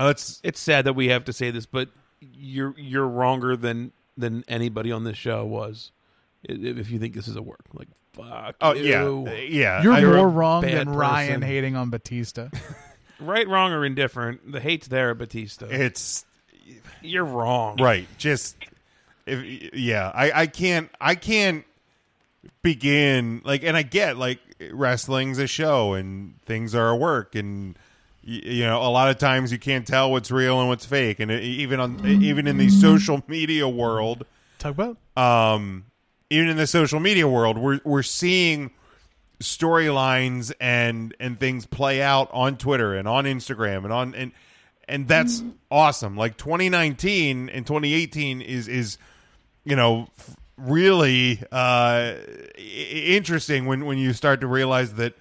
S5: let's
S7: It's sad that we have to say this, but you're you're wronger than than anybody on this show was. i- If if you think this is a work, like fuck.
S5: oh
S7: you.
S5: yeah yeah.
S6: You're
S5: I-
S6: more wrong
S7: bad
S6: than Ryan
S7: person.
S6: hating on Batista.
S7: right, wrong, or indifferent. The hate's there, Batista.
S5: it's
S7: you're wrong.
S5: right just if yeah i i can't i can't begin like and i get like wrestling's a show and things are a work and y- you know a lot of times you can't tell what's real and what's fake and uh, even on even in the social media world
S6: Tugboat.
S5: um, even in the social media world, we're we're seeing storylines and and things play out on Twitter and on Instagram and on and and that's awesome. Like 2019 and 2018 is is you know f- really uh, i- i- interesting when when you start to realize that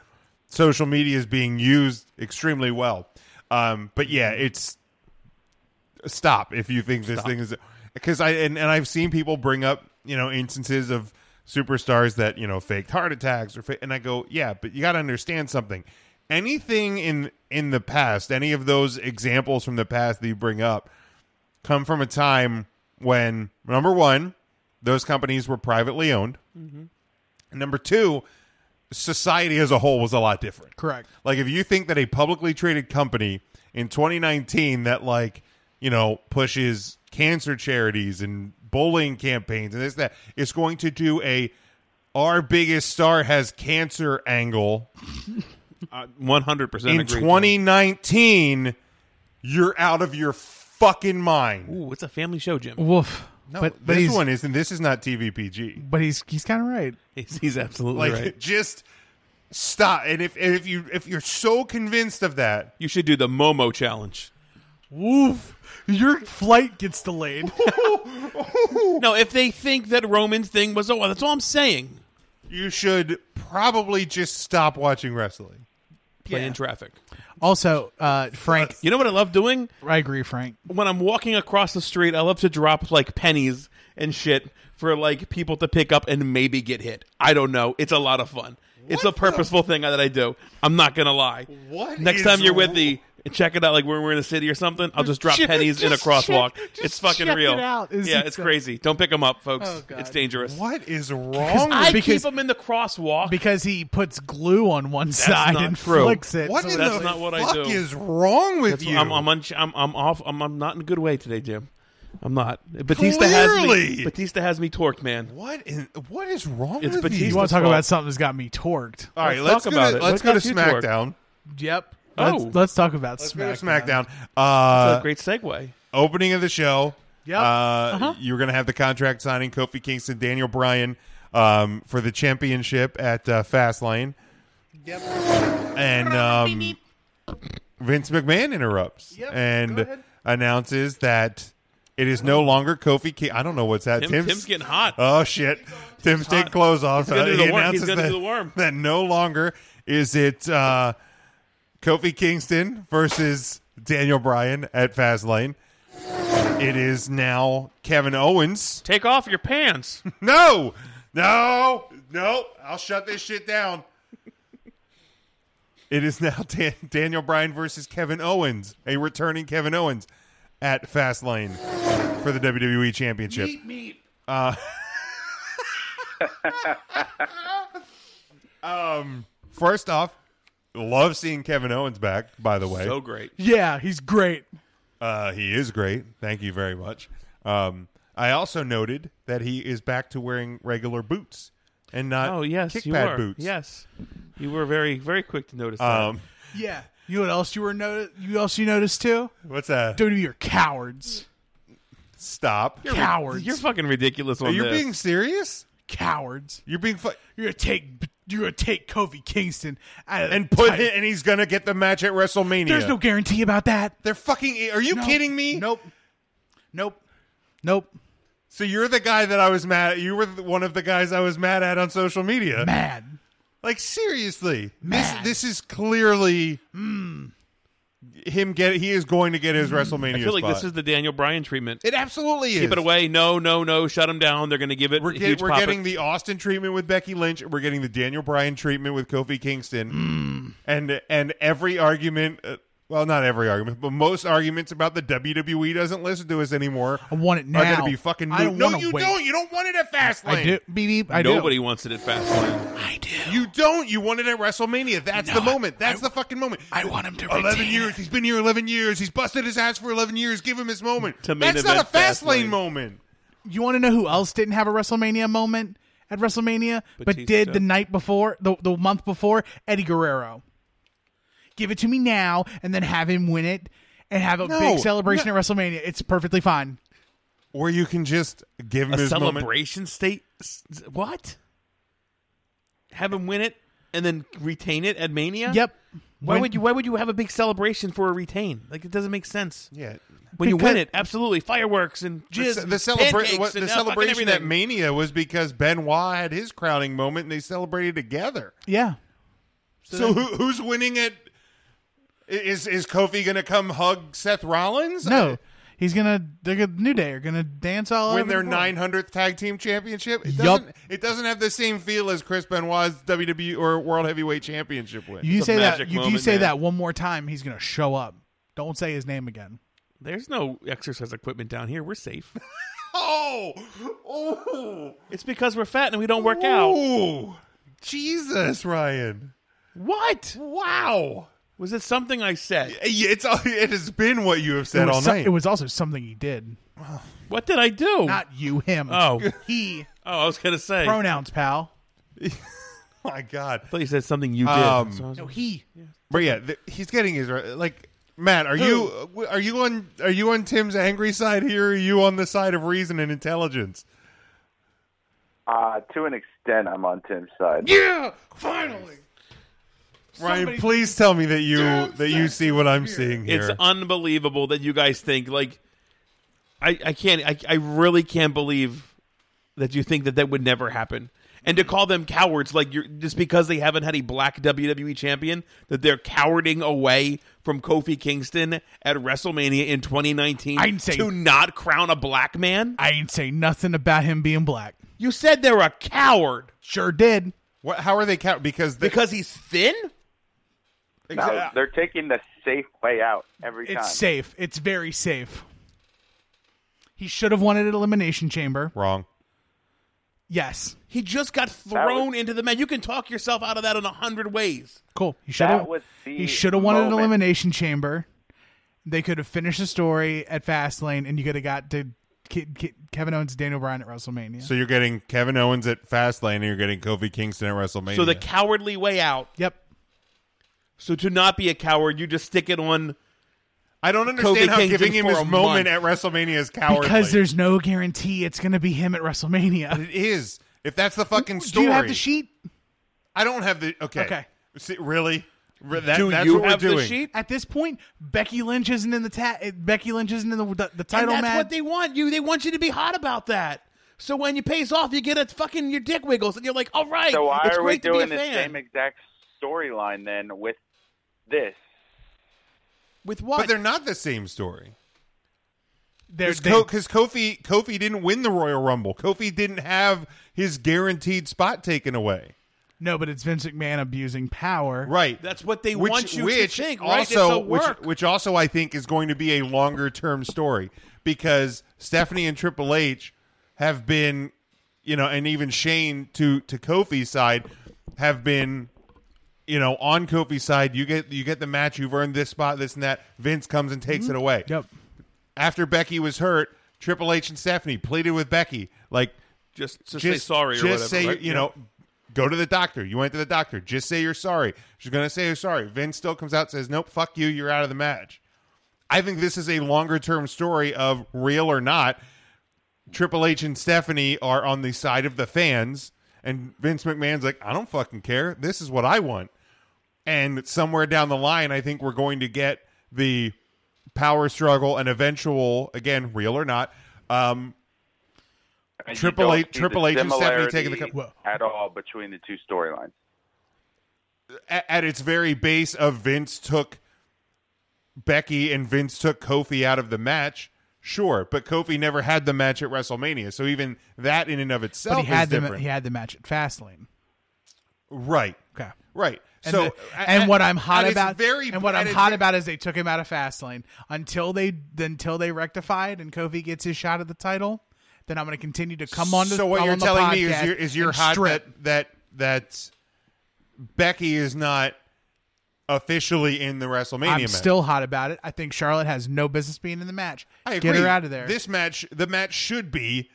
S5: social media is being used extremely well. Um, but yeah, it's stop if you think this thing is because I and, and I've seen people bring up you know instances of superstars that you know faked heart attacks or fa- and I go yeah, but you got to understand something. Anything in in the past, any of those examples from the past that you bring up, come from a time when number one, those companies were privately owned. And number two, society as a whole was a lot different.
S6: Correct.
S5: Like if you think that a publicly traded company in 2019 that like you know pushes cancer charities and bullying campaigns and this that is going to do a our biggest star has cancer angle
S7: One hundred percent.
S5: in 2019, you're out of your fucking mind.
S7: Ooh, it's a family show, Jim.
S6: Woof.
S5: No,
S6: but but
S5: this
S6: he's,
S5: one isn't. This is not TVPG.
S6: But he's he's kind of right.
S7: He's, he's absolutely
S5: Like
S7: right.
S5: just stop. And if and if you if you're so convinced of that,
S7: You should do the Momo challenge.
S6: Woof. Your flight gets delayed.
S7: No, if they think that Roman's thing was oh, that's all I'm saying.
S5: you should probably just stop watching wrestling.
S7: Play in traffic.
S6: also, uh, Frank,
S7: You know what I love doing?
S6: I agree, Frank.
S7: When I'm walking across the street, I love to drop like pennies and shit for like people to pick up and maybe get hit. I don't know. It's a lot of fun. it's a purposeful thing that I do. I'm not gonna lie.
S5: What
S7: Next
S5: is
S7: time you're with
S5: wr-
S7: the check it out like when we're in the city or something, I'll just drop
S6: Just-
S7: pennies in a
S6: just
S7: crosswalk.
S6: check- just
S7: it's fucking
S6: check
S7: real.
S6: it out. Is
S7: yeah,
S6: it
S7: it's
S6: so-
S7: crazy. Don't pick them up, folks.
S6: Oh, God.
S7: it's dangerous.
S5: What is wrong?
S7: I
S5: with
S6: Because-
S7: keep them in the crosswalk.
S6: Because he puts glue on one side
S7: not
S6: and
S7: true.
S6: flicks it.
S5: What
S6: so
S5: in
S6: that's-
S5: the
S7: not what I
S5: fuck
S7: do.
S5: is wrong with
S7: That's
S5: you?
S7: what- I'm, I'm, unch- I'm, I'm off. I'm, I'm not in a good way today, Jim. I'm not. Batista has
S5: Clearly.
S7: me. Batista has me torqued, man.
S5: what in, what is wrong
S7: It's
S5: with
S7: Batista.
S6: you
S5: you?
S6: want to talk
S7: Well-
S6: about something that's got me torqued?
S5: All right, let's,
S7: Let's talk
S5: go
S7: about
S5: to,
S7: it.
S5: let's
S7: Let's
S5: go to
S7: not do torque.
S5: SmackDown.
S6: Yep.
S7: Oh.
S6: Let's, let's talk about
S5: Let's
S6: SmackDown.
S5: go to SmackDown.
S7: That's
S5: Uh,
S7: a great segue.
S5: opening of the show.
S6: Yep.
S5: Uh, You were going to have the contract signing Kofi Kingston, Daniel Bryan um, for the championship at uh, Fastlane. Yep. And um, Vince McMahon interrupts and announces that It is no longer Kofi. Ki- I don't know what's that.
S7: Tim,
S5: Tim's,
S7: Tim's, getting hot.
S5: Oh shit! Tim's taking
S7: hot.
S5: clothes off.
S7: gonna
S5: Uh,
S7: do the
S5: he
S7: worm. He's
S5: announces
S7: gonna
S5: that,
S7: do the worm.
S5: that no longer is it uh, Kofi Kingston versus Daniel Bryan at Fastlane. It is now Kevin Owens.
S7: Take off your pants.
S5: No, no, no! I'll shut this shit down. it is now Dan- Daniel Bryan versus Kevin Owens, a returning Kevin Owens at Fastlane for the WWE Championship. Uh,
S7: meat.
S5: um, First off, love seeing Kevin Owens back. By the way,
S7: So great.
S6: Yeah, he's great.
S5: uh, he is great. Thank you very much. Um, I also noted that he is back to wearing regular boots and not
S7: Oh yes,
S5: kick
S7: you
S5: pad
S7: were.
S5: boots.
S7: Yes, you were very very quick to notice that.
S5: Um,
S6: Yeah. You know what else you were no- you else you noticed too?
S5: what's that?
S6: Don't do your cowards.
S5: Stop. You're,
S6: Cowards.
S7: You're fucking ridiculous on
S5: Are you
S7: this.
S5: being serious?
S6: cowards.
S5: You're being fu-
S6: You're gonna take you're gonna take Kofi Kingston out of the
S5: and put
S6: title.
S5: it, and he's gonna get the match at WrestleMania.
S6: There's no guarantee about that.
S5: They're fucking. Are you
S6: No.
S5: kidding me?
S6: Nope. Nope. Nope.
S5: So you're the guy that I was mad. at. You were the- one of the guys I was mad at on social media.
S6: Mad.
S5: Like seriously,
S6: Mad.
S5: this this is clearly him get. He is going to get his WrestleMania.
S7: Hmm. I feel like
S5: spot.
S7: this is the Daniel Bryan treatment.
S5: it. Absolutely is.
S7: Keep it away. No, no, no. Shut him down. They're going to give it.
S5: We're,
S7: a
S5: get-
S7: huge
S5: we're
S7: pop.
S5: getting the Austin treatment with Becky Lynch. We're getting the Daniel Bryan treatment with Kofi Kingston,
S7: Mm.
S5: and and every argument. Uh, well, not every argument, but most arguments about the WWE doesn't listen to us anymore.
S6: I want it
S5: Are going
S6: now.
S5: to be fucking?
S6: I
S5: moot.
S6: don't
S5: no,
S6: wanna
S5: you
S6: wait.
S5: don't. You don't want it at Fastlane.
S6: I do. Beep, beep, I
S7: Nobody
S6: do.
S7: wants it at Fastlane.
S6: I do.
S5: You don't. You want it at WrestleMania. That's
S6: No,
S5: the moment.
S6: I-
S5: That's
S6: I-
S5: the fucking moment.
S6: I want him to
S5: 11
S6: retain
S5: years.
S6: it.
S5: He's been here 11 years. He's busted his ass for 11 years. Give him his moment.
S7: To main
S5: That's not a
S7: event
S5: fast
S7: Fastlane.
S5: lane, moment.
S6: You want to know who else didn't have a WrestleMania moment at WrestleMania, but
S7: Batista.
S6: did the night before, the, the month before? Eddie Guerrero. Give it to me now and then have him win it and have a
S5: No,
S6: big celebration at WrestleMania. It's perfectly fine.
S5: Or you can just give him
S7: A
S5: his moment.
S7: celebration state? S- What? Have him win it and then retain it at Mania?
S6: Yep.
S7: Why
S6: When-
S7: would you? Why would you have a big celebration for a retain? Like it doesn't make sense.
S5: Yeah.
S7: When you win
S6: Because-
S7: it, absolutely fireworks and jizz.
S5: The,
S7: and
S5: the, celebra-
S7: pancakes
S5: what, the
S7: and, uh, fucking
S5: celebration at
S7: everything.
S5: Mania was because Benoit had his crowning moment and they celebrated together.
S6: Yeah.
S5: So who, who's winning it? I- Is is Kofi going to come hug Seth Rollins?
S6: No. He's gonna. They're gonna. New Day are gonna dance all over
S5: win
S6: the
S5: their
S6: floor.
S5: nine hundredth tag team championship. It
S6: Yup.
S5: doesn't it doesn't have the same feel as Chris Benoit's WWE or World Heavyweight Championship win.
S6: You
S7: a
S6: say that.
S7: magic
S6: You, you
S7: moment,
S6: say
S7: man.
S6: that one more time. He's gonna show up. Don't say his name again.
S7: There's no exercise equipment down here. We're safe.
S5: oh, oh,
S7: it's because we're fat and we don't work out.
S5: Ooh. Jesus, Ryan!
S7: What?
S5: Wow,
S7: Was it something I said?
S5: it's it has been what you have
S6: It
S5: said
S6: was
S5: all
S6: so-
S5: night.
S6: It was also something he did.
S7: What did I do?
S6: Not you. Him.
S7: oh, oh,
S6: He.
S7: I was gonna say. I
S6: Pronouns, pal.
S5: my God,
S7: thought you said something you did.
S5: Um,
S7: So I was-
S6: No, he.
S5: but yeah, th- he's getting his uh, like. Matt, are you uh, are you on are you on Tim's angry side here? Or are you on the side of reason and intelligence?
S8: Uh, to an extent, I'm on Tim's side.
S5: Yeah, finally. Ryan, please tell me that you that you see what I'm seeing here.
S7: It's unbelievable that you guys think like I, I can't I, I really can't believe that you think that that would never happen. And to call them cowards like you're just because they haven't had a black WWE champion that they're cowarding away from Kofi Kingston at WrestleMania in 2019
S6: I didn't say-
S7: to not crown a black man?
S6: I ain't say nothing about him being black.
S7: You said they're a coward
S6: Sure did.
S5: what, how are they count? Because they,
S7: because he's thin?
S8: Now, they're taking the safe way out every time.
S6: It's safe. It's very safe. He should have won it at Elimination Chamber.
S5: wrong.
S6: Yes.
S7: He just got
S8: That
S7: thrown
S8: was-
S7: into the match. You can talk yourself out of that in a hundred ways.
S6: Cool. He should
S8: That
S6: have.
S8: was the
S6: He should have won it at
S8: moment.
S6: Elimination Chamber. They could have finished the story at Fastlane, and you could have got to Ke- Ke- Kevin Owens, Daniel Bryan at WrestleMania.
S5: So you're getting Kevin Owens at Fastlane, and you're getting Kofi Kingston at WrestleMania.
S7: So the cowardly way out
S6: yep.
S7: So to not be a coward, you just stick it on.
S5: I don't understand
S7: Kofi
S5: how
S7: Kingston
S5: giving him
S7: for
S5: his
S7: a
S5: moment
S7: month.
S5: at WrestleMania is cowardly.
S6: Because there's no guarantee it's going to be him at WrestleMania.
S5: it is. If that's the fucking
S6: Do
S5: story,
S6: you have the sheet?
S5: I don't have the okay.
S6: Okay.
S5: See, really? Re- that-
S7: Do
S5: that's
S7: you
S5: what we're
S7: have the
S5: doing.
S7: sheet?
S6: At this point, Becky Lynch isn't in the ta- eh, Becky Lynch isn't in the the, the
S7: And
S6: title
S7: that's
S6: match.
S7: what they want you. They want you to be hot about that. So when you pays off, you get a fucking your dick wiggles, and you're like, all right,
S8: So why
S7: it's
S8: are we
S7: great to
S8: doing
S7: be
S8: the
S7: a fan.
S8: same exact storyline then with this?
S7: With what?
S5: But they're not the same story.
S6: They're-
S5: Because
S6: they-
S5: Kofi Kofi didn't win the Royal Rumble. Kofi didn't have his guaranteed spot taken away.
S6: no, but it's Vince McMahon abusing power.
S5: Right.
S7: That's what they
S5: which,
S7: want you to
S5: which
S7: think, right? It's
S5: Also,
S7: a work.
S5: Which, which also I think is going to be a longer term story because Stephanie and Triple H have been, you know, and even Shane to to Kofi's side have been, you know, on Kofi's side. You get you get the match. You've earned this spot, this and that. Vince comes and takes it away.
S6: Yep.
S5: After Becky was hurt, Triple H and Stephanie pleaded with Becky, like
S7: just to
S5: just
S7: say sorry or
S5: Just
S7: whatever.
S5: say
S7: right?
S5: you know, go to the doctor. You went to the doctor. Just say you're sorry. She's gonna say you're sorry. Vince still comes out and says, "Nope, fuck you. You're out of the match." I think this is a longer term story of real or not. Triple H and Stephanie are on the side of the fans, and Vince McMahon's like, "I don't fucking care. This is what I want." And somewhere down the line, I think we're going to get the power struggle and eventual, again, real or not, um,
S8: And you
S5: Triple
S8: don't
S5: H-
S8: see
S5: Triple
S8: the
S5: H and Stephanie taking the
S8: similarity
S5: co-
S8: at all between the two storylines.
S5: a- at its very base of Vince took Becky and Vince took Kofi out of the match. Sure, but Kofi never had the match at WrestleMania, so even that in and of itself
S6: But he had
S5: is
S6: the
S5: different.
S6: he had the match at Fastlane.
S5: right,
S6: Okay.
S5: right.
S6: And
S5: so,
S6: the- and what I'm hot
S5: at its
S6: about,
S5: very,
S6: and what
S5: at
S6: I'm
S5: its
S6: hot
S5: ve-
S6: about is they took him out of Fastlane until they until they rectified and Kofi gets his shot at the title. Then I'm going to continue to come on. To,
S5: So what
S6: come
S5: you're
S6: on the
S5: telling me is
S6: podcast
S5: you're, is you're
S6: and
S5: hot
S6: strip.
S5: that, that that Becky is not officially in the WrestleMania.
S6: I'm
S5: match.
S6: still hot about it. I think Charlotte has no business being in the match.
S5: I agree.
S6: Get her out of there.
S5: This match, the match should be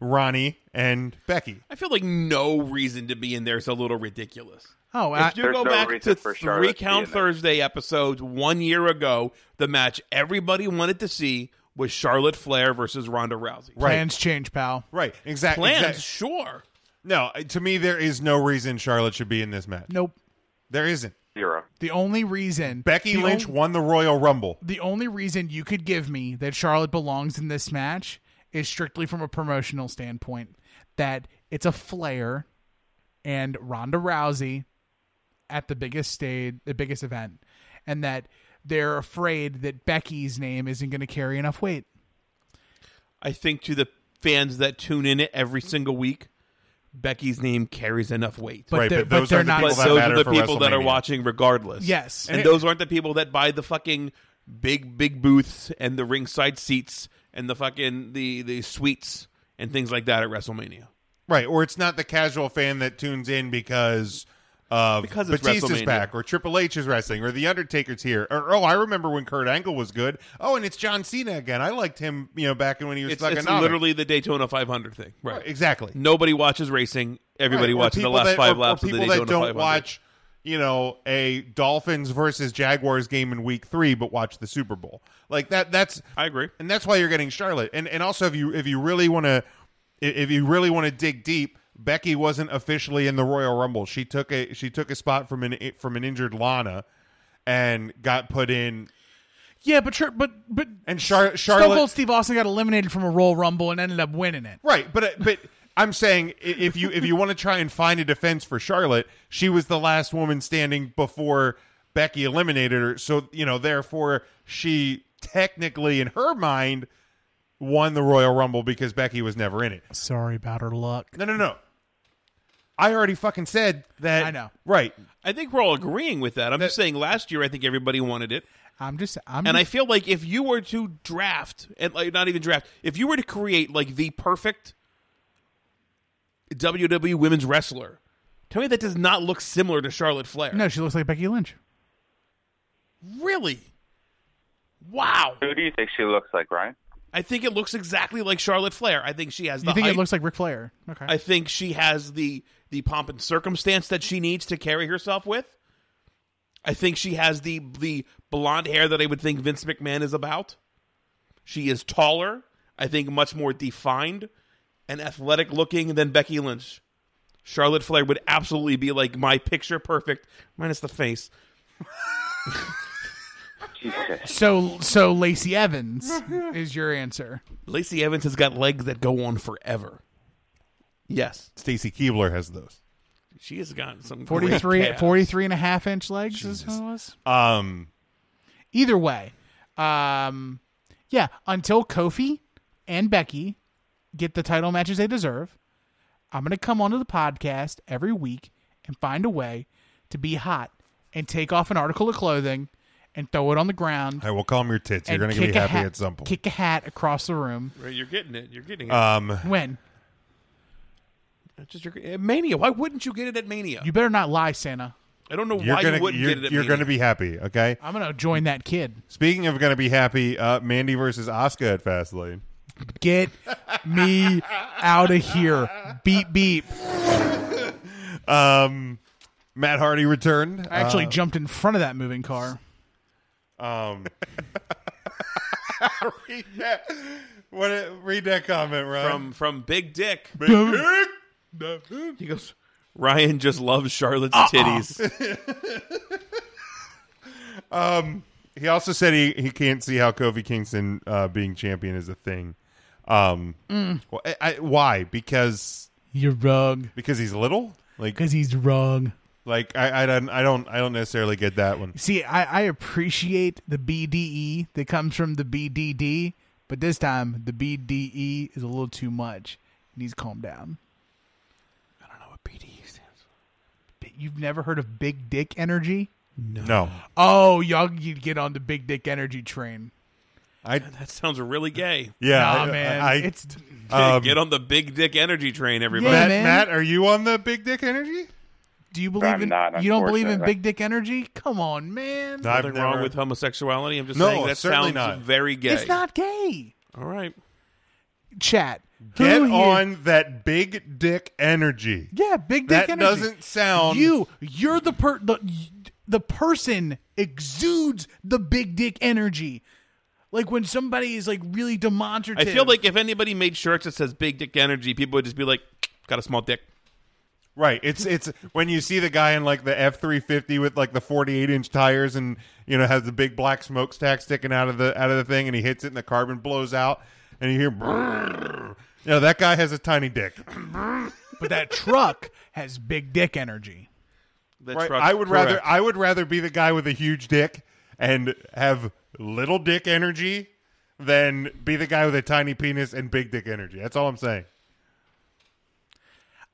S5: Ronnie and Becky.
S7: I feel like no reason to be in there is a little ridiculous.
S6: oh, I,
S7: If you
S8: There's
S7: go
S8: no
S7: back
S8: reason
S7: to
S8: for Charlotte
S7: three
S8: to be in
S7: count
S8: there.
S7: Thursday episodes one year ago, the match everybody wanted to see was Charlotte Flair versus Ronda Rousey.
S5: Right.
S6: plans change, pal.
S5: Right, exactly.
S7: Plans, sure.
S5: No, uh, to me, there is no reason Charlotte should be in this match.
S6: Nope.
S5: There isn't.
S8: Zero.
S6: The only reason
S5: Becky
S6: the
S5: Lynch
S6: on-
S5: won the Royal Rumble.
S6: the only reason you could give me that Charlotte belongs in this match is strictly from a promotional standpoint that it's a Flair and Ronda Rousey at the biggest stage, the biggest event, and that they're afraid that Becky's name isn't going to carry enough weight.
S7: I think to the fans that tune in every single week, Becky's name carries enough weight.
S6: But
S5: Right,
S6: they're,
S5: but those
S6: they're
S5: are the
S6: not.
S5: people
S7: but
S5: that
S7: those
S5: matter
S7: are the
S5: for
S7: people that are
S5: WrestleMania.
S7: watching regardless.
S6: Yes.
S7: And,
S5: And it-
S7: those aren't the people that buy the fucking big, big booths and the ringside seats and the fucking the, the suites and things like that at WrestleMania.
S5: Right, or it's not the casual fan that tunes in because of
S7: Because it's
S5: Batista's
S7: WrestleMania.
S5: back, or Triple H is wrestling, or The Undertaker's here. Or oh, I remember when Kurt Angle was good. Oh, and it's John Cena again. I liked him, you know, back when he was
S7: It's,
S5: stuck
S7: it's
S5: in
S7: literally the Daytona 500 thing. Right.
S5: exactly.
S7: Nobody watches racing. Everybody
S5: Right, or
S7: watching the
S5: people
S7: last
S5: that-
S7: five
S5: or,
S7: laps
S5: or
S7: of the
S5: people
S7: Daytona
S5: that don't
S7: 500.
S5: watch, you know, a Dolphins versus Jaguars game in Week Three, but watch the Super Bowl. Like that. That's
S7: I agree.
S5: and that's why you're getting Charlotte. And and also if you if you really want to if you really want to dig deep, Becky wasn't officially in the Royal Rumble. She took a she took a spot from an from an injured Lana and got put in.
S6: Yeah, but Char- but but
S5: And
S6: Stone
S5: Char- Charlotte
S6: Cold Steve Austin got eliminated from a Royal Rumble and ended up winning it.
S5: Right, but uh, but I'm saying i- if you if you want to try and find a defense for Charlotte, she was the last woman standing before Becky eliminated her. So you know, therefore, she technically, in her mind, won the Royal Rumble because Becky was never in it.
S6: Sorry about her luck.
S5: No, no, no. I already fucking said that.
S6: I know.
S5: Right.
S7: I think we're all agreeing with that. I'm just saying last year I think everybody wanted it.
S6: I'm just I'm
S7: And I feel like if you were to draft and like not even draft, if you were to create like the perfect WWE women's wrestler, tell me that does not look similar to Charlotte Flair.
S6: no, she looks like Becky Lynch.
S7: really. Wow.
S8: Who do you think she looks like, Ryan?
S7: I think it looks exactly like Charlotte Flair. I think she has the
S6: You think
S7: height.
S6: it looks like Ric Flair? Okay.
S7: I think she has the the pomp and circumstance that she needs to carry herself with. I think she has the the blonde hair that I would think Vince McMahon is about. She is taller, I think much more defined and athletic looking than Becky Lynch. Charlotte Flair would absolutely be like my picture perfect minus the face
S8: Jesus.
S6: So so Lacey Evans is your answer.
S7: Lacey Evans has got legs that go on forever. Yes,
S5: Stacy Keebler has those.
S7: she has got some great
S6: 43,
S7: calves.
S6: 43 and a half inch legs is what it was.
S5: Um,
S6: Either way. Um yeah, until Kofi and Becky get the title matches they deserve, I'm going to come onto the podcast every week and find a way to be hot and take off an article of clothing and throw it on the ground.
S5: I will calm your tits. You're
S6: and
S5: going to be
S6: kick a
S5: happy
S6: hat-
S5: at some point.
S6: Kick a hat across the room.
S7: Right, you're getting it. You're getting it.
S5: um,
S6: When?
S7: It's just your, at Mania. Why wouldn't you get it at Mania?
S6: You better not lie, Santa.
S7: I don't know
S5: you're
S7: why
S5: gonna
S7: you wouldn't
S5: you're,
S7: get it at
S5: you're
S7: Mania.
S5: gonna be happy. Okay.
S6: I'm going to join that kid.
S5: Speaking of gonna be happy, uh, Mandy versus Oscar at Fastlane.
S6: Get me out of here. Beep, beep.
S5: Um, Matt Hardy returned.
S6: I actually jumped in front of that moving car.
S5: Um, read that. What? it- Read that comment, right?
S7: from from Big Dick. He goes. Ryan just loves Charlotte's
S5: Uh-uh.
S7: titties.
S5: he also said he, he can't see how Kofi Kingston uh, being champion is a thing. Um, wh- I, I- why? Because
S6: You're wrong.
S5: because he's little. Like
S6: Because he's wrong.
S5: like I, I don't I don't I don't necessarily get that one.
S6: See, I, I appreciate the BDE that comes from the BDD, but this time the BDE is a little too much. He needs to calm down.
S7: I don't know what BDE stands for.
S6: You've never heard of big dick energy?
S5: No,
S6: Oh, y'all you'd get on the big dick energy train.
S5: I
S7: That sounds really gay.
S5: yeah
S6: Nah,
S5: I,
S6: man.
S5: I, I-
S6: it's
S5: um,
S7: Get on the Big Dick energy train, everybody.
S6: Yeah,
S5: Matt,
S6: man.
S5: Matt, are you on the big dick energy?
S6: do you believe
S8: I'm
S6: in
S8: not,
S6: you don't believe in
S8: unfortunately.
S6: big dick energy? Come on, man.
S5: No, I've
S7: Nothing
S5: never-
S7: wrong with homosexuality. I'm just
S5: No,
S7: saying that
S5: certainly not.
S7: sounds very gay.
S6: It's not gay.
S7: All right.
S6: Chat. who
S5: Get
S6: here-
S5: on that big dick energy.
S6: Yeah, big dick
S5: That
S6: energy.
S5: doesn't sound
S6: You, you're the per the, the person exudes the big dick energy. Like when somebody is like really
S7: I
S6: demonstrative.
S7: feel like if anybody made shirts that says Big Dick Energy, people would just be like, "Got a small dick."
S5: Right. It's it's when you see the guy in like the F three fifty with like the forty eight inch tires and you know has the big black smokestack sticking out of the out of the thing and he hits it and the carbon blows out and you hear "Brrr." you know that guy has a tiny dick.
S6: but that truck has big dick energy.
S7: The
S5: Right.
S7: truck-
S5: I would rather
S7: correct.
S5: I would rather be the guy with a huge dick and have little dick energy than be the guy with a tiny penis and big dick energy. That's all I'm saying.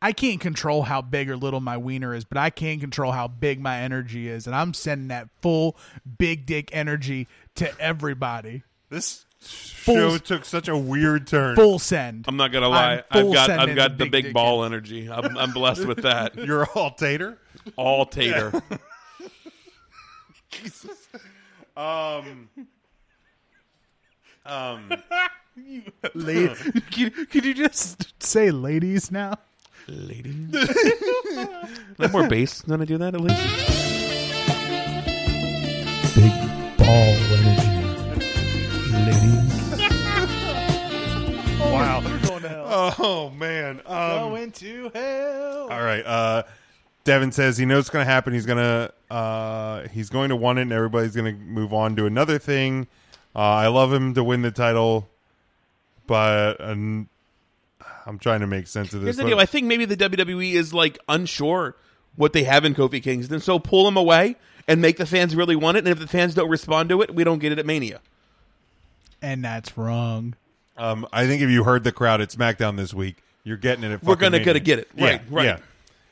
S6: I can't control how big or little my wiener is, but I can control how big my energy is, and I'm sending that full big dick energy to everybody.
S5: This
S6: Full-
S5: show took such a weird turn.
S6: Full send.
S7: I'm not gonna lie.
S6: I'm full
S7: I've got
S6: sending
S7: I've got the
S6: big
S7: big
S6: dick
S7: ball energy. I'm, I'm blessed with that.
S5: You're all tater.
S7: All tater.
S6: La- could, could you just say ladies now?
S7: Like more bass than I do that at least.
S9: Big ball energy. Ladies.
S5: Wow. Oh man. Um,
S6: Going to hell.
S5: All right. Uh, Devin says he knows what's going to happen. He's gonna uh, he's going to want it, and everybody's going to move on to another thing. Uh, I love him to win the title, but um, I'm trying to make sense of this.
S7: Here's the
S5: but-
S7: deal. I think maybe the WWE is like unsure what they have in Kofi Kingston, so pull him away and make the fans really want it. And if the fans don't respond to it, we don't get it at Mania.
S6: And that's wrong.
S5: um, I think if you heard the crowd at SmackDown this week, you're getting it. At
S7: We're
S5: fucking
S7: gonna- gonna
S5: Mania.
S7: get it. Right,
S5: Yeah,
S7: right.
S5: yeah.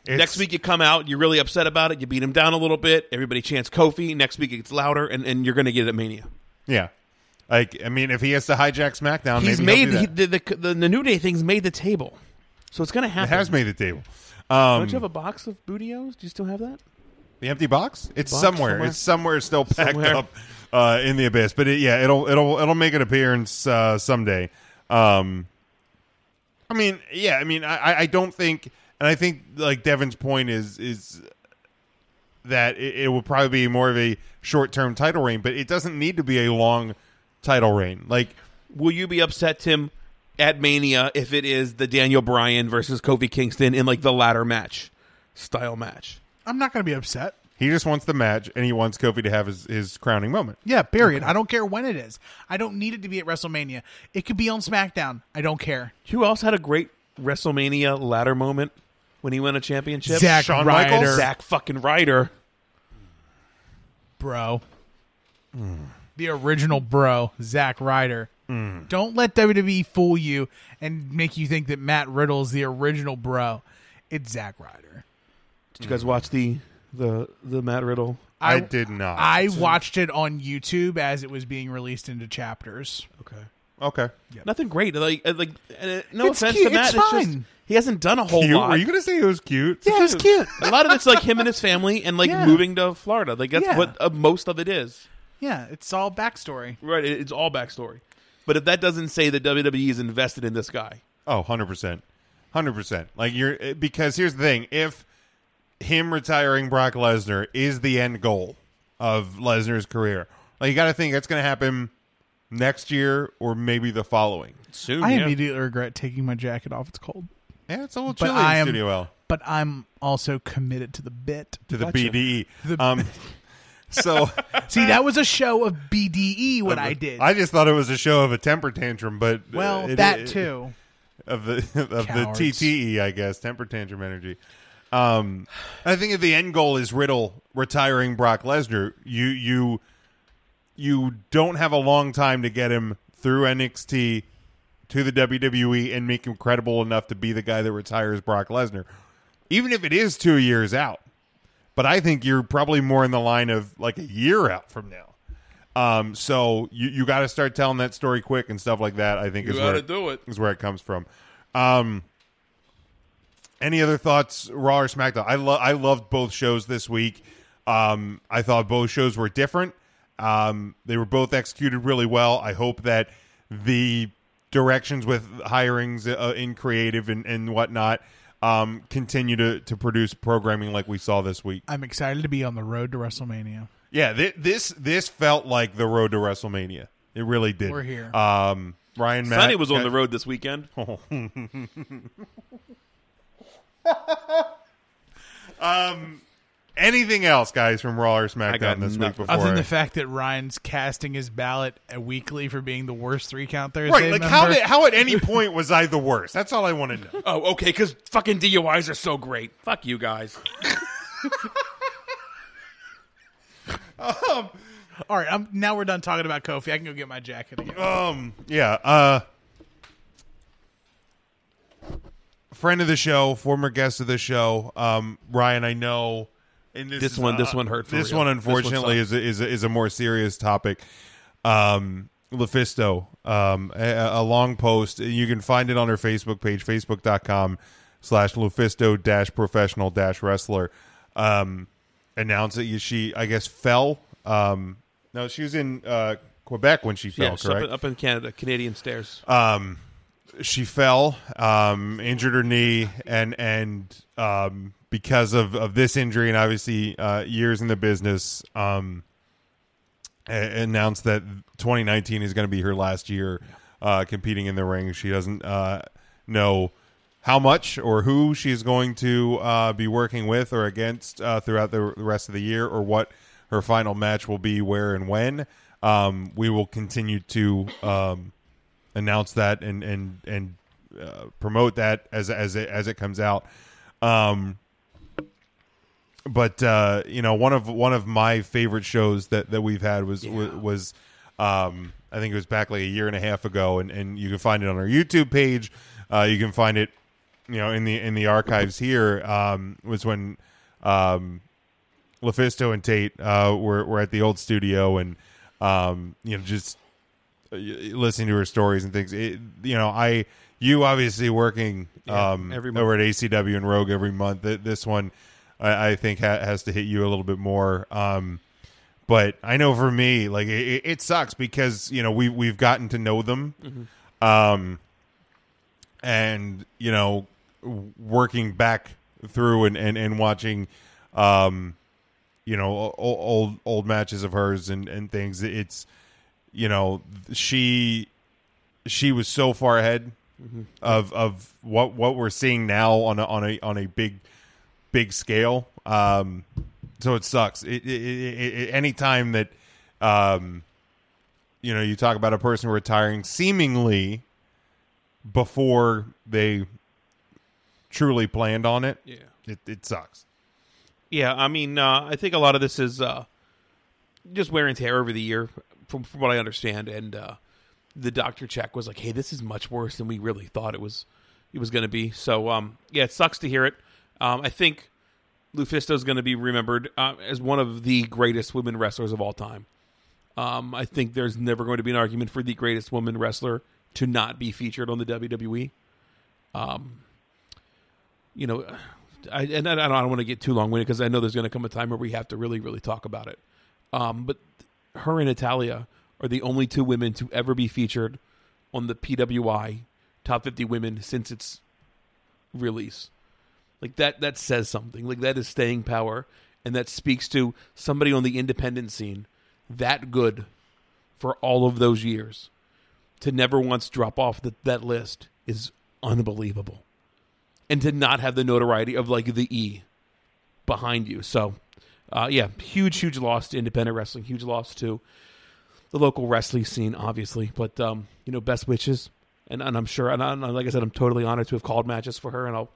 S5: It's-
S7: Next week you come out, you're really upset about it. You beat him down a little bit. Everybody chants Kofi. Next week it gets louder, and, and you're going to get it at Mania.
S5: Yeah. Like I mean, if he has to hijack SmackDown,
S7: He's
S5: maybe he'll
S7: made
S5: do
S7: he,
S5: that.
S7: the, the, the the New Day thing's made the table, so it's going to
S5: it
S7: happen.
S5: has made the table.
S7: Don't
S5: Um,
S7: you have a box of bootios? Do you still have that?
S5: The empty box? It's
S7: Box
S5: somewhere.
S7: somewhere.
S5: It's somewhere still packed
S7: Somewhere.
S5: up uh, in the abyss. But it, yeah, it'll it'll it'll make an appearance uh, someday. Um, I mean, yeah, I mean, I- I, I don't think, and I think like Devin's point is is that it, it will probably be more of a short term title reign, but it doesn't need to be a long title reign. Like
S7: Will you be upset, Tim, at Mania if it is the Daniel Bryan versus Kofi Kingston in like the latter match style match?
S6: I'm not going to be upset.
S5: He just wants the match, and he wants Kofi to have his, his crowning moment.
S6: Yeah, period. I don't care when it is. I don't need it to be at WrestleMania. It could be on SmackDown. I don't care.
S7: You also had a great WrestleMania ladder moment when he won a championship.
S6: Zack
S5: Shawn
S6: Ryder.
S5: Michaels?
S7: Zack fucking Ryder.
S6: Bro.
S7: Hmm.
S6: The original bro, Zack Ryder. Don't let WWE fool you and make you think that Matt Riddle is the original bro. It's Zack Ryder.
S7: Did you guys watch the the the Matt Riddle?
S5: I, did not.
S6: I watched it on YouTube as it was being released into chapters.
S7: Okay.
S5: okay.
S7: Nothing great. Like uh, like uh, no
S6: It's
S7: offense
S6: cute.
S7: to Matt.
S6: It's
S7: just
S6: fine.
S7: he hasn't done a whole
S5: Cute?
S7: lot.
S5: Were you going to say it was cute?
S6: Yeah, it was cute.
S7: a lot of it's like him and his family and like
S6: Yeah.
S7: moving to Florida. Like that's
S6: Yeah.
S7: what uh, most of it is.
S6: Yeah, it's all backstory.
S7: Right. It, it's all backstory. But if that doesn't say that WWE is invested in this guy,
S5: Oh, 100%. 100%. Like you're eh, because here's the thing, if him retiring Brock Lesnar is the end goal of Lesnar's career, like you got to think that's going to happen next year or maybe the following.
S7: soon
S6: I
S7: yeah.
S6: immediately regret taking my jacket off. It's cold.
S5: Yeah, it's a little
S6: But
S5: chilly
S6: I
S5: in
S6: am-
S5: Studio L
S6: But I'm also committed to the bit.
S5: to the
S7: Gotcha.
S5: BDE.
S6: The-
S5: um so
S6: See, that was a show of BDE what I did.
S5: Uh, I just thought it was a show of a temper tantrum, but uh,
S6: well,
S5: it-
S6: that
S5: it-
S6: too.
S5: of the of
S6: Cowards.
S5: the TTE, I guess, temper tantrum energy. Um, I think if the end goal is Riddle retiring Brock Lesnar, you you you don't have a long time to get him through NXT to the WWE and make him credible enough to be the guy that retires Brock Lesnar, even if it is two years out. But I think you're probably more in the line of like a year out from now. Um, so you you got to start telling that story quick and stuff like that. I think
S7: You
S5: is
S7: gotta
S5: where
S7: do it.
S5: is where it comes from. Um, any other thoughts, Raw or SmackDown? I love I loved both shows this week. Um, I thought both shows were different. Um, they were both executed really well. I hope that the directions with hirings uh, in creative and, and whatnot um, continue to, to produce programming like we saw this week.
S6: I'm excited to be on the road to WrestleMania.
S5: Yeah, thi- this this felt like the road to WrestleMania. It really did.
S6: We're here.
S5: Um, Ryan Matt,
S7: Sonny was on the road this weekend.
S5: Anything else, guys, from Raw or SmackDown
S7: got
S5: this week
S7: nothing.
S5: before?
S6: Other than
S5: I-
S6: the fact that Ryan's casting his ballot uh, weekly for being the worst three count Thursday.
S5: Right, like how
S6: member.
S5: did, how at any point was I the worst? That's all I want to know.
S7: Oh, okay, because fucking DUIs are so great. Fuck you guys.
S6: All right, I'm, now we're done talking about Kofi. I can go get my jacket again.
S5: Um, yeah. Uh, friend of the show, former guest of the show, um, Ryan. I know. And this
S7: This
S5: is,
S7: one-
S5: uh,
S7: this one hurt for
S5: this
S7: real.
S5: one,
S7: This one
S5: unfortunately, is a, is a, is a more serious topic. Um, Lefisto, um, a, a long post. You can find it on her Facebook page, facebook.com slash Lefisto dash professional dash wrestler. Um, announced that she, I guess, fell. Um, no, she was in uh, Quebec when she fell,
S7: Yeah,
S5: correct?
S7: up, up in Canada, Canadian stairs.
S5: um, she fell, um, injured her knee, and and um, because of, of this injury and obviously uh, years in the business, um, a- announced that 2019 is going to be her last year uh, competing in the ring. She doesn't uh, know how much or who she's going to uh, be working with or against uh, throughout the the rest of the year or what her final match will be, where and when. Um, we will continue to um, announce that and and and uh, promote that as as it, as it comes out. Um, but uh, you know, one of one of my favorite shows that that we've had was wa- was um, I think it was back like a year and a half ago, and and you can find it on our YouTube page. Uh, you can find it, you know, in the in the archives here. Um, was when um, Lefisto and Tate uh, were were at the old studio, and um, you know, just uh, y- listening to her stories and things. It, you know, I you obviously working um,
S7: every month.
S5: over at ACW and Rogue every month. Th- This one, I, I think, ha- has to hit you a little bit more. Um, but I know for me, like it, it- it sucks because you know we we've gotten to know them,
S7: Mm-hmm.
S5: um, and you know w- working back through and and and watching, um, you know o- o- old old matches of hers and and things. It's you know she she was so far ahead of of what what we're seeing now on a on a on a big big scale. Um, so it sucks. It, it, it, it, any time that, um, you know, you talk about a person retiring seemingly before they truly planned on it,
S7: Yeah.
S5: it, it sucks.
S7: Yeah, I mean, uh, I think a lot of this is uh, just wear and tear over the year, from, from what I understand. And uh, the doctor check was like, "Hey, this is much worse than we really thought it was. It was going to be." So, um, yeah, it sucks to hear it. Um, I think Lufisto is going to be remembered uh, as one of the greatest women wrestlers of all time. Um, I think there's never going to be an argument for the greatest woman wrestler to not be featured on the WWE. Um, you know, I, and I, I don't want to get too long winded because I know there's going to come a time where we have to really, really talk about it. Um, but her and Italia are the only two women to ever be featured on the PWI Top 50 Women since its release. Like that, that says something. Like that is staying power, and that speaks to somebody on the independent scene that good for all of those years to never once drop off the, that list is unbelievable and to not have the notoriety of like the E behind you. So, uh, yeah, huge, huge loss to independent wrestling, huge loss to the local wrestling scene, obviously. But um, you know, best wishes, and, and I'm sure, and, I, and like I said, I'm totally honored to have called matches for her, and I'll,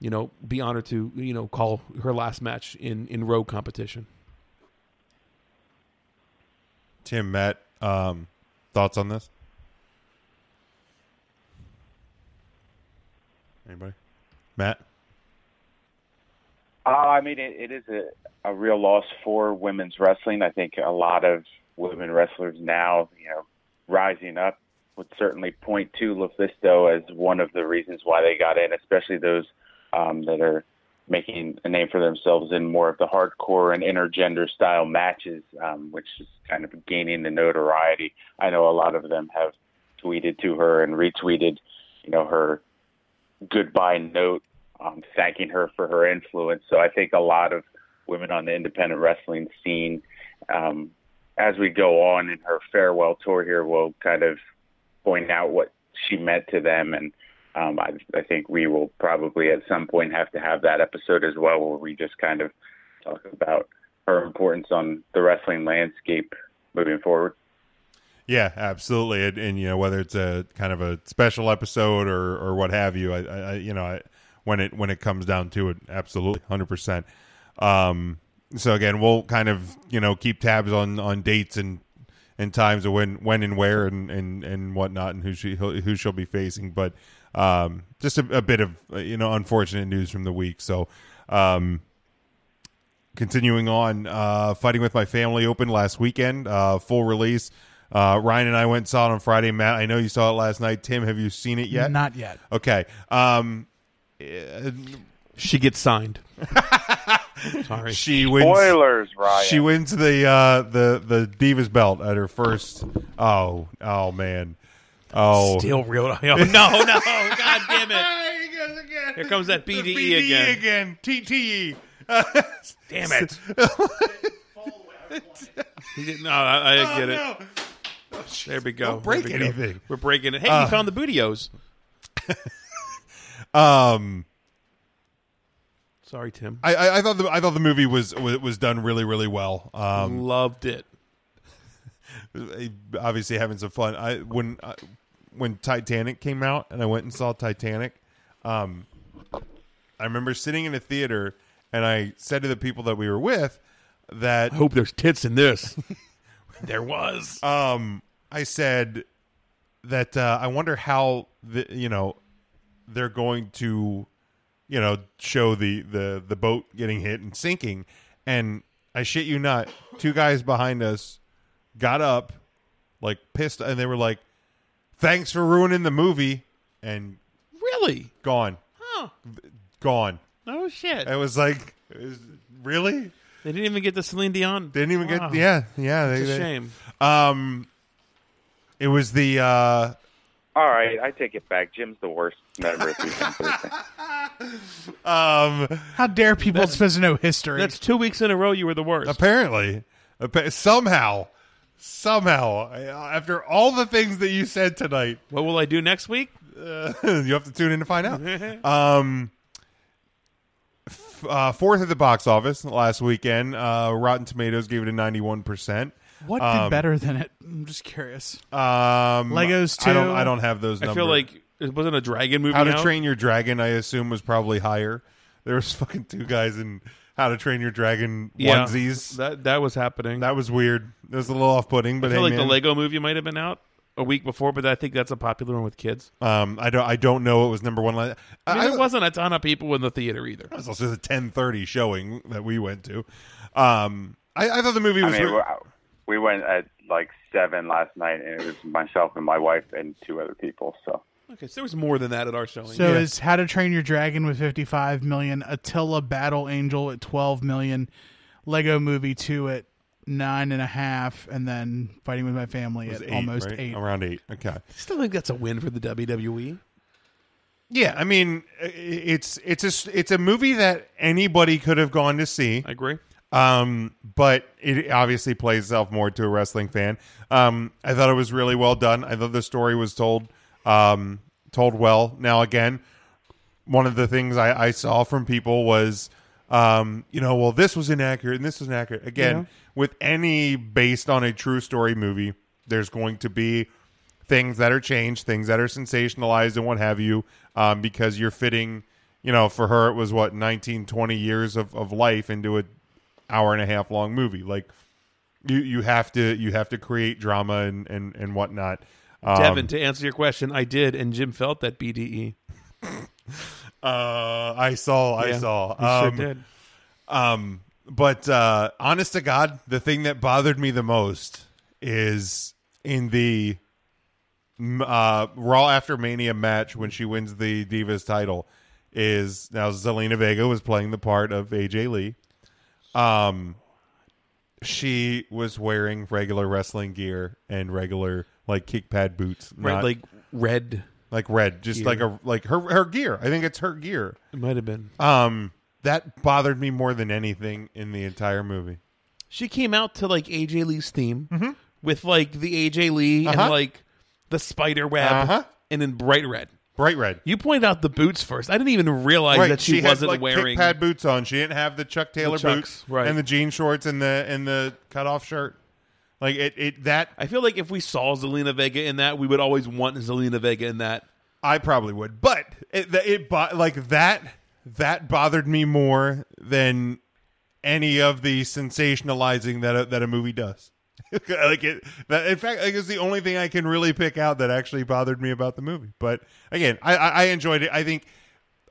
S7: you know, be honored to you know call her last match in in road competition.
S5: Tim, Matt, um, thoughts on this? Anybody? Matt?
S8: Uh, I mean, it, it is a, a real loss for women's wrestling. I think a lot of women wrestlers now, you know, rising up would certainly point to Lufisto as one of the reasons why they got in, especially those um, that are making a name for themselves in more of the hardcore and intergender style matches, um, which is kind of gaining the notoriety. I know a lot of them have tweeted to her and retweeted, you know, her goodbye note um, thanking her for her influence. So I think a lot of women on the independent wrestling scene, um, as we go on in her farewell tour here, will kind of point out what she meant to them. And um, I, I think we will probably at some point have to have that episode as well, where we just kind of talk about her importance on the wrestling landscape moving forward.
S5: Yeah, absolutely. And, and you know whether it's a kind of a special episode or or what have you, I, I I- you know I, when it when it comes down to it, absolutely, hundred percent. Um, so again, we'll kind of you know keep tabs on on dates and and times of when when and where and and and whatnot and who she who she'll be facing, but um, just a, a bit of uh, you know unfortunate news from the week. So. Um, continuing on uh, fighting with my family opened last weekend uh, full release uh, ryan and i went and saw it on friday matt i know you saw it last night tim have you seen it yet
S6: Not yet.
S5: okay um,
S7: She gets signed. Sorry.
S5: she wins
S8: Spoilers, Ryan.
S5: she wins the uh, the the divas belt at her first oh oh man oh
S7: Still real. Oh, no, no. God damn it. Here comes that BDE, again.
S5: E again E. tte
S7: Damn it. He didn't- no, I, I get it. Oh, There we go.
S5: Don't break
S7: There we go.
S5: anything.
S7: We're breaking it. Hey, we found the bootios.
S5: um
S7: Sorry, Tim.
S5: I, I, I thought the I thought the movie was was, was done really really well. Um,
S7: Loved it.
S5: obviously having some fun. I when I, when Titanic came out and I went and saw Titanic, um, I remember sitting in a theater and I said to the people that we were with that
S7: I hope there's tits in this. Uh, there was.
S5: um, I said that uh, I wonder how the you know they're going to you know show the the the boat getting hit and sinking, and I shit you not, two guys behind us got up like pissed, and they were like, "Thanks for ruining the movie," and
S7: really?
S5: gone,
S7: Huh.
S5: gone.
S7: No shit.
S5: I was like, it was- "Really?"
S7: They didn't even get the Celine Dion.
S5: Didn't even
S7: Wow.
S5: get yeah yeah. They,
S7: It's a
S5: they-
S7: shame.
S5: Um, it was the uh
S8: All right, I take it back. Jim's the worst member of the
S5: Um,
S6: How dare people supposed to know history?
S7: That's two weeks in a row you were the worst.
S5: apparently, appa- somehow, somehow, I- after all the things that you said tonight,
S7: what will I do next week?
S5: you have to tune in to find out. Um, f- uh, fourth at the box office last weekend. Uh, Rotten Tomatoes gave it a ninety-one percent.
S6: What did better than it? I'm just curious.
S5: Um,
S6: Legos
S5: I don't.
S6: 2.
S5: I don't have those.
S7: I
S5: numbers.
S7: feel like it wasn't a dragon movie.
S5: How to
S7: out?
S5: Train Your Dragon, I assume, was probably higher. There was fucking two guys in How to Train Your Dragon
S7: Yeah.
S5: onesies. That,
S7: That that was happening.
S5: was weird. It was a little off-putting, but
S7: I feel
S5: hey,
S7: like
S5: man,
S7: the Lego movie might have been out a week before, but I think that's a popular one with kids.
S5: um, I don't. I don't know. It was number one. la-
S7: I mean,
S5: I,
S7: there wasn't a ton of people in the theater either.
S5: It was also the ten thirty showing that we went to. Um, I, I thought the movie
S8: I
S5: was.
S8: mean,
S5: re-
S8: we're out- we went at like seven last night, and it was myself and my wife and two other people. So
S7: Okay, so there was more than that at our showing.
S6: So is How to Train Your Dragon with 55 million, Attila Battle Angel at 12 million, Lego Movie 2 at nine and a half, and then Fighting with My Family
S5: it was
S6: at
S5: eight,
S6: almost
S5: right?
S6: eight.
S5: around eight. Okay.
S7: I still think that's a win for the E. WWE.
S5: Yeah, I mean, i- it's it's a s- it's a movie that anybody could have gone to see.
S7: I agree.
S5: Um, but it obviously plays itself more to a wrestling fan. Um, I thought it was really well done. I thought the story was told um, told well. Now again, one of the things I, I saw from people was, um, you know, well, this was inaccurate and this was inaccurate. Again, with any based on a true story movie, there's going to be things that are changed, things that are sensationalized, and what have you, um, because you're fitting, you know, for her, it was what, 19, 20 years of, of life into a hour and a half long movie. Like, you, you have to you have to create drama and and and whatnot. Um,
S7: Devin, to answer your question, I did, and Jim felt that E. BDE.
S5: uh, I saw I
S7: Yeah,
S5: saw
S7: He
S5: um,
S7: sure did.
S5: Um, but uh, honest to God, the thing that bothered me the most is in the m- uh, Raw after Mania match when she wins the Divas title. Is now Zelina Vega was playing the part of AJ Lee. Um, she was wearing regular wrestling gear and regular like kick pad boots,
S7: Right,
S5: not-
S7: like red.
S5: like red, just
S7: Gear.
S5: like a like her her gear. I think it's her gear.
S7: It might have been.
S5: Um, that bothered me more than anything in the entire movie.
S7: she came out to like AJ Lee's theme with like the AJ Lee
S5: Mm-hmm. Uh-huh.
S7: and like the spider web
S5: Uh-huh.
S7: and in bright red.
S5: Bright red.
S7: You pointed out the boots first. I didn't even realize
S5: Right,
S7: that she, wasn't
S5: had, like, kick
S7: wearing.
S5: pad boots on. She didn't have the Chuck Taylor
S7: Chucks,
S5: boots,
S7: right.
S5: And the jean shorts and the and the cutoff shirt. Like it, it that
S7: I feel like if we saw Zelina Vega in that, we would always want Zelina Vega in that.
S5: I probably would, but it, the- it bo- like that that bothered me more than any of the sensationalizing that a, that a movie does. like it, that, in fact, like it's the only thing I can really pick out that actually bothered me about the movie. But again, I, I, I enjoyed it. I think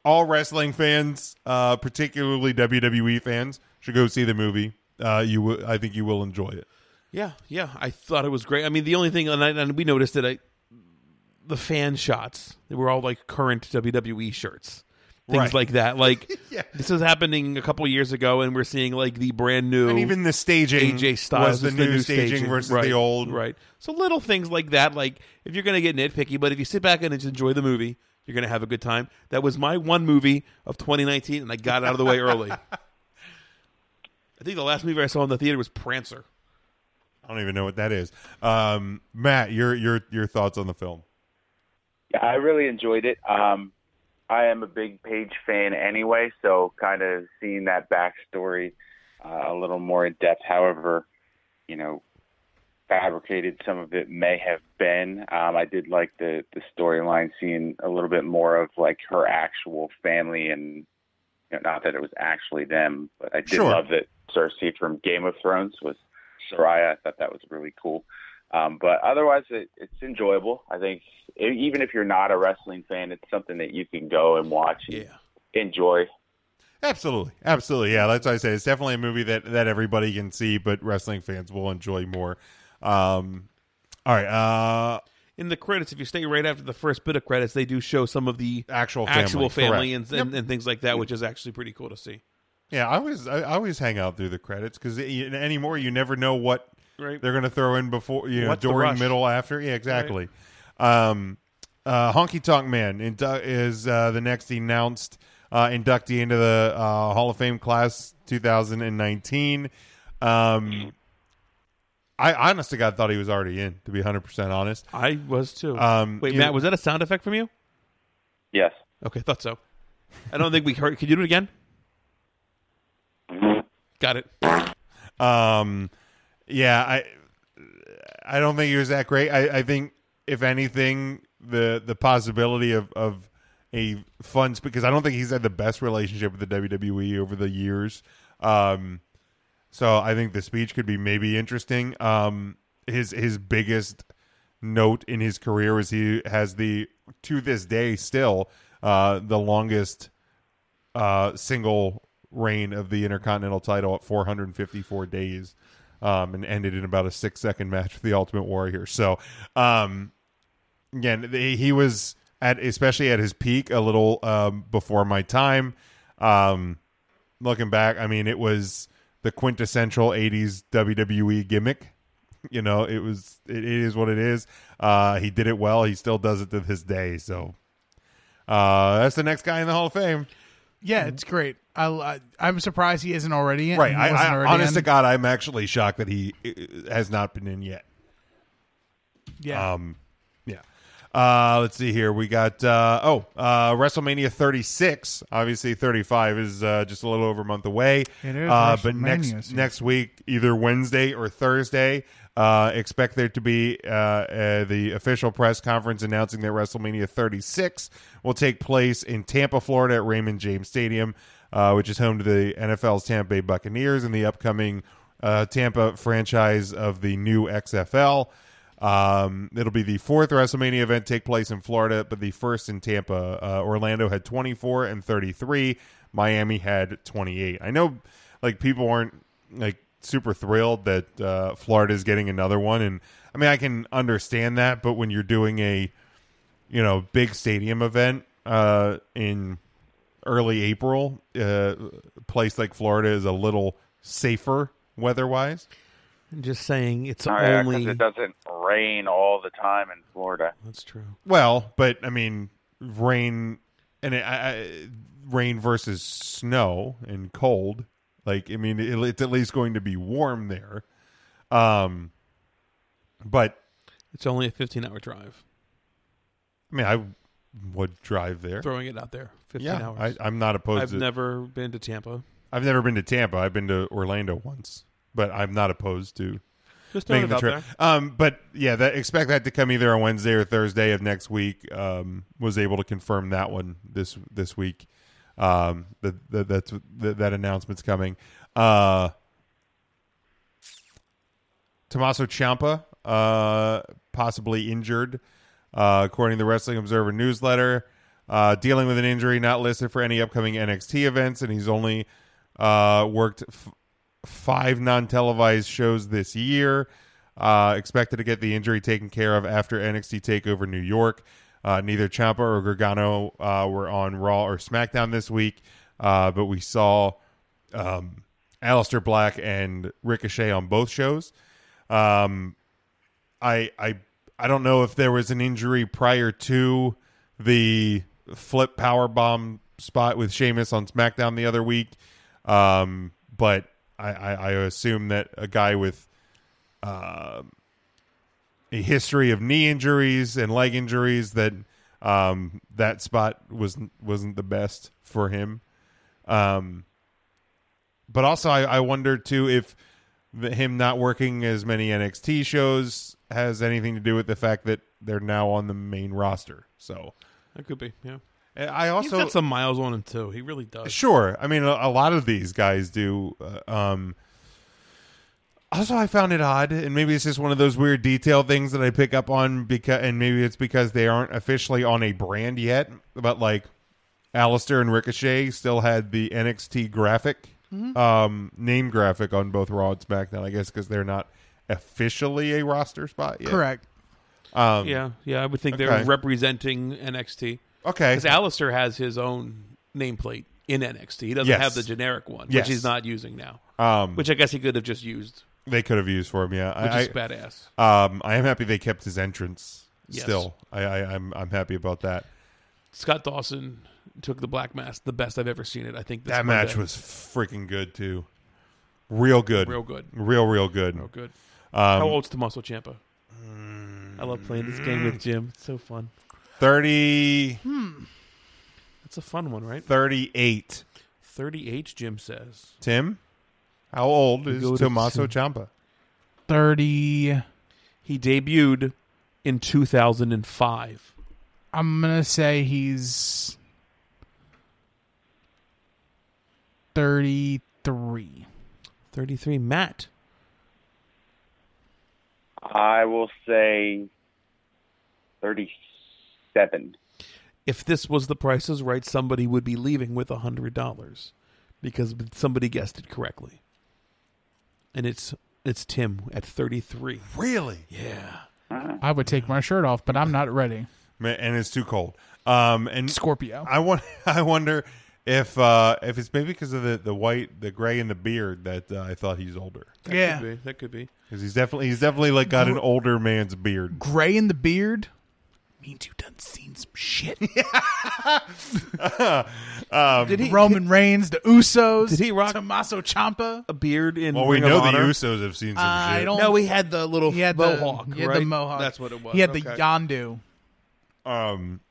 S5: all wrestling fans, uh, particularly WWE fans, should go see the movie. Uh, you, w- I think you will enjoy it.
S7: Yeah, yeah. I thought it was great. I mean, the only thing, and, I, and we noticed that I, the fan shots, they were all like current WWE shirts, things
S5: Right.
S7: like that. Like
S5: Yeah.
S7: this was happening a couple years ago, and we're seeing like the brand new
S5: And even the staging
S7: AJ
S5: was
S7: Styles
S5: the,
S7: is
S5: new, staging, versus
S7: Right,
S5: the old.
S7: right? So little things like that. Like if you're gonna get nitpicky, but if you sit back and just enjoy the movie, you're gonna have a good time. That was my one movie of 2019, and I got it out of the way early. I think the last movie I saw in the theater was Prancer.
S5: I don't even know what that is. Um, Matt, your your your thoughts on the film?
S8: yeah, I really enjoyed it. Um, I am a big Paige fan anyway, so kind of seeing that backstory uh, a little more in depth. However, you know, fabricated some of it may have been. Um, I did like the the storyline, seeing a little bit more of like her actual family, and you know, not that it was actually them, but I did
S5: Sure.
S8: love that Cersei from Game of Thrones was Soraya. I thought that was really cool. Um, but otherwise, it, it's enjoyable. I think e- even if you're not a wrestling fan, it's something that you can go and watch and
S7: Yeah.
S8: enjoy.
S5: Absolutely, absolutely. Yeah, that's what I say. It's definitely a movie that that everybody can see, but wrestling fans will enjoy more. Um, all right, uh,
S7: in the credits, if you stay right after the first bit of credits, they do show some of the
S5: actual family,
S7: actual family
S5: Correct.
S7: and, and, and things like that, which is actually pretty cool to see.
S5: yeah, I always I, I always hang out through the credits because anymore you never know what
S7: Right.
S5: they're going to throw in before you know
S7: What's the
S5: during
S7: rush?
S5: middle after. Yeah, exactly. Um, uh, Honky Tonk Man indu- is uh, the next announced uh, inductee into the uh, Hall of Fame class 2019. Um, I honest to God thought he was already in. To be 100 percent honest,
S7: I was too.
S5: Um,
S7: Wait,
S5: you-
S7: Matt, was that a sound effect from you?
S8: Yes.
S7: Okay, thought so. I don't think we heard. Could you do it again? Got it.
S5: Um, yeah, I I don't think he was that great. I, I think if anything, the the possibility of of a fun because I don't think he's had the best relationship with the WWE over the years. Um, so I think the speech could be maybe interesting. Um, his his biggest note in his career is he has the to this day still uh, the longest uh, single reign of the Intercontinental title at 454 days, um, and ended in about a six second match with the Ultimate Warrior. So, um, again, the, he was at especially at his peak a little um, before my time. Um, looking back, I mean, it was the quintessential 80s WWE E gimmick. You know, it was it, it is what it is. Uh, he did it well. He still does it to this day. So uh, that's the next guy in the Hall of Fame.
S6: Yeah, it's great. I, I I'm surprised he isn't already in.
S5: Right.
S6: he
S5: I,
S6: wasn't
S5: I
S6: already
S5: honest
S6: in.
S5: to God, I'm actually shocked that he uh, has not been in yet.
S6: Yeah.
S5: Um, yeah. Uh, let's see here. We got uh, oh uh, WrestleMania 36. Obviously, 35 is uh, just a little over a month away.
S6: It is
S5: Uh, but
S6: WrestleMania
S5: next
S6: season.
S5: next week, either Wednesday or Thursday, uh, expect there to be uh, uh, the official press conference announcing that WrestleMania 36 will take place in Tampa, Florida, at Raymond James Stadium, uh, which is home to the NFL's Tampa Bay Buccaneers and the upcoming uh, Tampa franchise of the new XFL. Um, it'll be the fourth WrestleMania event take place in Florida, but the first in Tampa. Uh, Orlando had 24 and 33. Miami had 28. I know, like people aren't like super thrilled that uh, Florida is getting another one, and I mean I can understand that, but when you're doing a you know big stadium event uh, in early April, uh, a place like Florida is a little safer weather-wise.
S7: Just saying, it's
S8: Oh, yeah, 'cause
S7: only.
S8: it doesn't rain all the time in Florida.
S7: That's true.
S5: Well, but I mean, rain and it, I, I, rain versus snow and cold. Like, I mean, it, it's at least going to be warm there. Um, but
S7: It's only a 15 hour drive.
S5: I mean, I would drive there.
S7: Throwing it out there. 15
S5: yeah,
S7: hours.
S5: I, I'm not opposed.
S7: I've
S5: to,
S7: never been to Tampa.
S5: I've never been to Tampa. I've been to Orlando once, but I'm not opposed to
S7: Just throwing
S5: making
S7: it
S5: the
S7: out
S5: trip.
S7: there.
S5: Um, but yeah, that expect that to come either on Wednesday or Thursday of next week. Um, was able to confirm that one this this week. Um, the, the, that's the, that announcement's coming. Uh, Tommaso Ciampa, uh, possibly injured, uh, according to the Wrestling Observer newsletter. Uh, dealing with an injury, not listed for any upcoming NXT events, and he's only uh, worked f- five non televised shows this year. Uh, expected to get the injury taken care of after NXT Takeover New York. Uh, neither Ciampa or Gargano uh, were on Raw or SmackDown this week, uh, but we saw um, Aleister Black and Ricochet on both shows. Um, I I I don't know if there was an injury prior to the flip power bomb spot with Sheamus on SmackDown the other week, um, but I, I, I assume that a guy with um a history of knee injuries and leg injuries that um, that spot was wasn't the best for him. Um, but also, I, I wonder too if the, him not working as many NXT shows has anything to do with the fact that they're now on the main roster. So
S7: That could be, yeah.
S5: and I
S7: He's
S5: also
S7: got some miles on him, too. He really does.
S5: sure. I mean, a, a lot of these guys do. Uh, um, also, I found it odd, and maybe it's just one of those weird detail things that I pick up on because, and maybe it's because they aren't officially on a brand yet. But like, Alistair and Ricochet still had the NXT graphic, um, name graphic on both Raw and SmackDown. I guess because they're not officially a roster spot yet.
S6: Correct.
S5: Um,
S7: Yeah, yeah. I would think
S5: Okay.
S7: they're representing NXT.
S5: Okay.
S7: Because Alistair has his own nameplate in NXT. He doesn't
S5: Yes.
S7: have the generic one,
S5: Yes.
S7: which he's not using now.
S5: Um,
S7: Which I guess he could have just used,
S5: they could have used for him. Yeah.
S7: which
S5: I,
S7: is
S5: I-
S7: badass.
S5: Um, I am happy they kept his entrance.
S7: Yes.
S5: Still, I, I, I'm I'm happy about that.
S7: Scott Dawson took the black mask, the best I've ever seen it. I think this
S5: that match
S7: Monday.
S5: was freaking good too. Real good.
S7: real good.
S5: Real real good.
S7: Real good.
S5: Um,
S7: How old's Tommaso Champa? I love playing this game
S5: Mm.
S7: with Jim. It's so fun.
S5: 30,
S7: That's a fun one, right?
S5: 38.
S7: 38, Jim says.
S5: Tim, How old is
S6: go to
S5: Tommaso Ciampa?
S6: 30.
S7: He debuted in 2005.
S6: I'm going to say he's 33.
S7: 33. Matt.
S8: I will say 37.
S7: If this was the price is right, somebody would be leaving with $100 because somebody guessed it correctly. And it's it's Tim at 33.
S5: Really?
S7: Yeah.
S6: I would take my shirt off, but I'm not ready.
S5: And it's too cold. Um, and
S6: Scorpio.
S5: I want. I wonder if uh, if it's maybe because of the, the white, the gray, and the beard that uh, I thought he's older.
S6: yeah.
S7: Could be. That could be.
S5: Because he's definitely he's definitely like got an older man's beard.
S6: Gray in the beard means you done seen some shit.
S7: Did he
S6: Roman Reigns, the Usos.
S7: Did he rock-
S6: Tommaso Ciampa?
S7: a beard in
S5: Well, we
S7: Ring of
S5: know the
S7: Honor?
S5: Usos have seen some
S6: I
S5: shit.
S6: don't.
S7: No, he had the little
S6: He had
S7: mohawk,
S6: The, he had
S7: right?
S6: the mohawk.
S7: That's what it was.
S6: He had the
S7: Okay.
S6: Yondu.
S5: um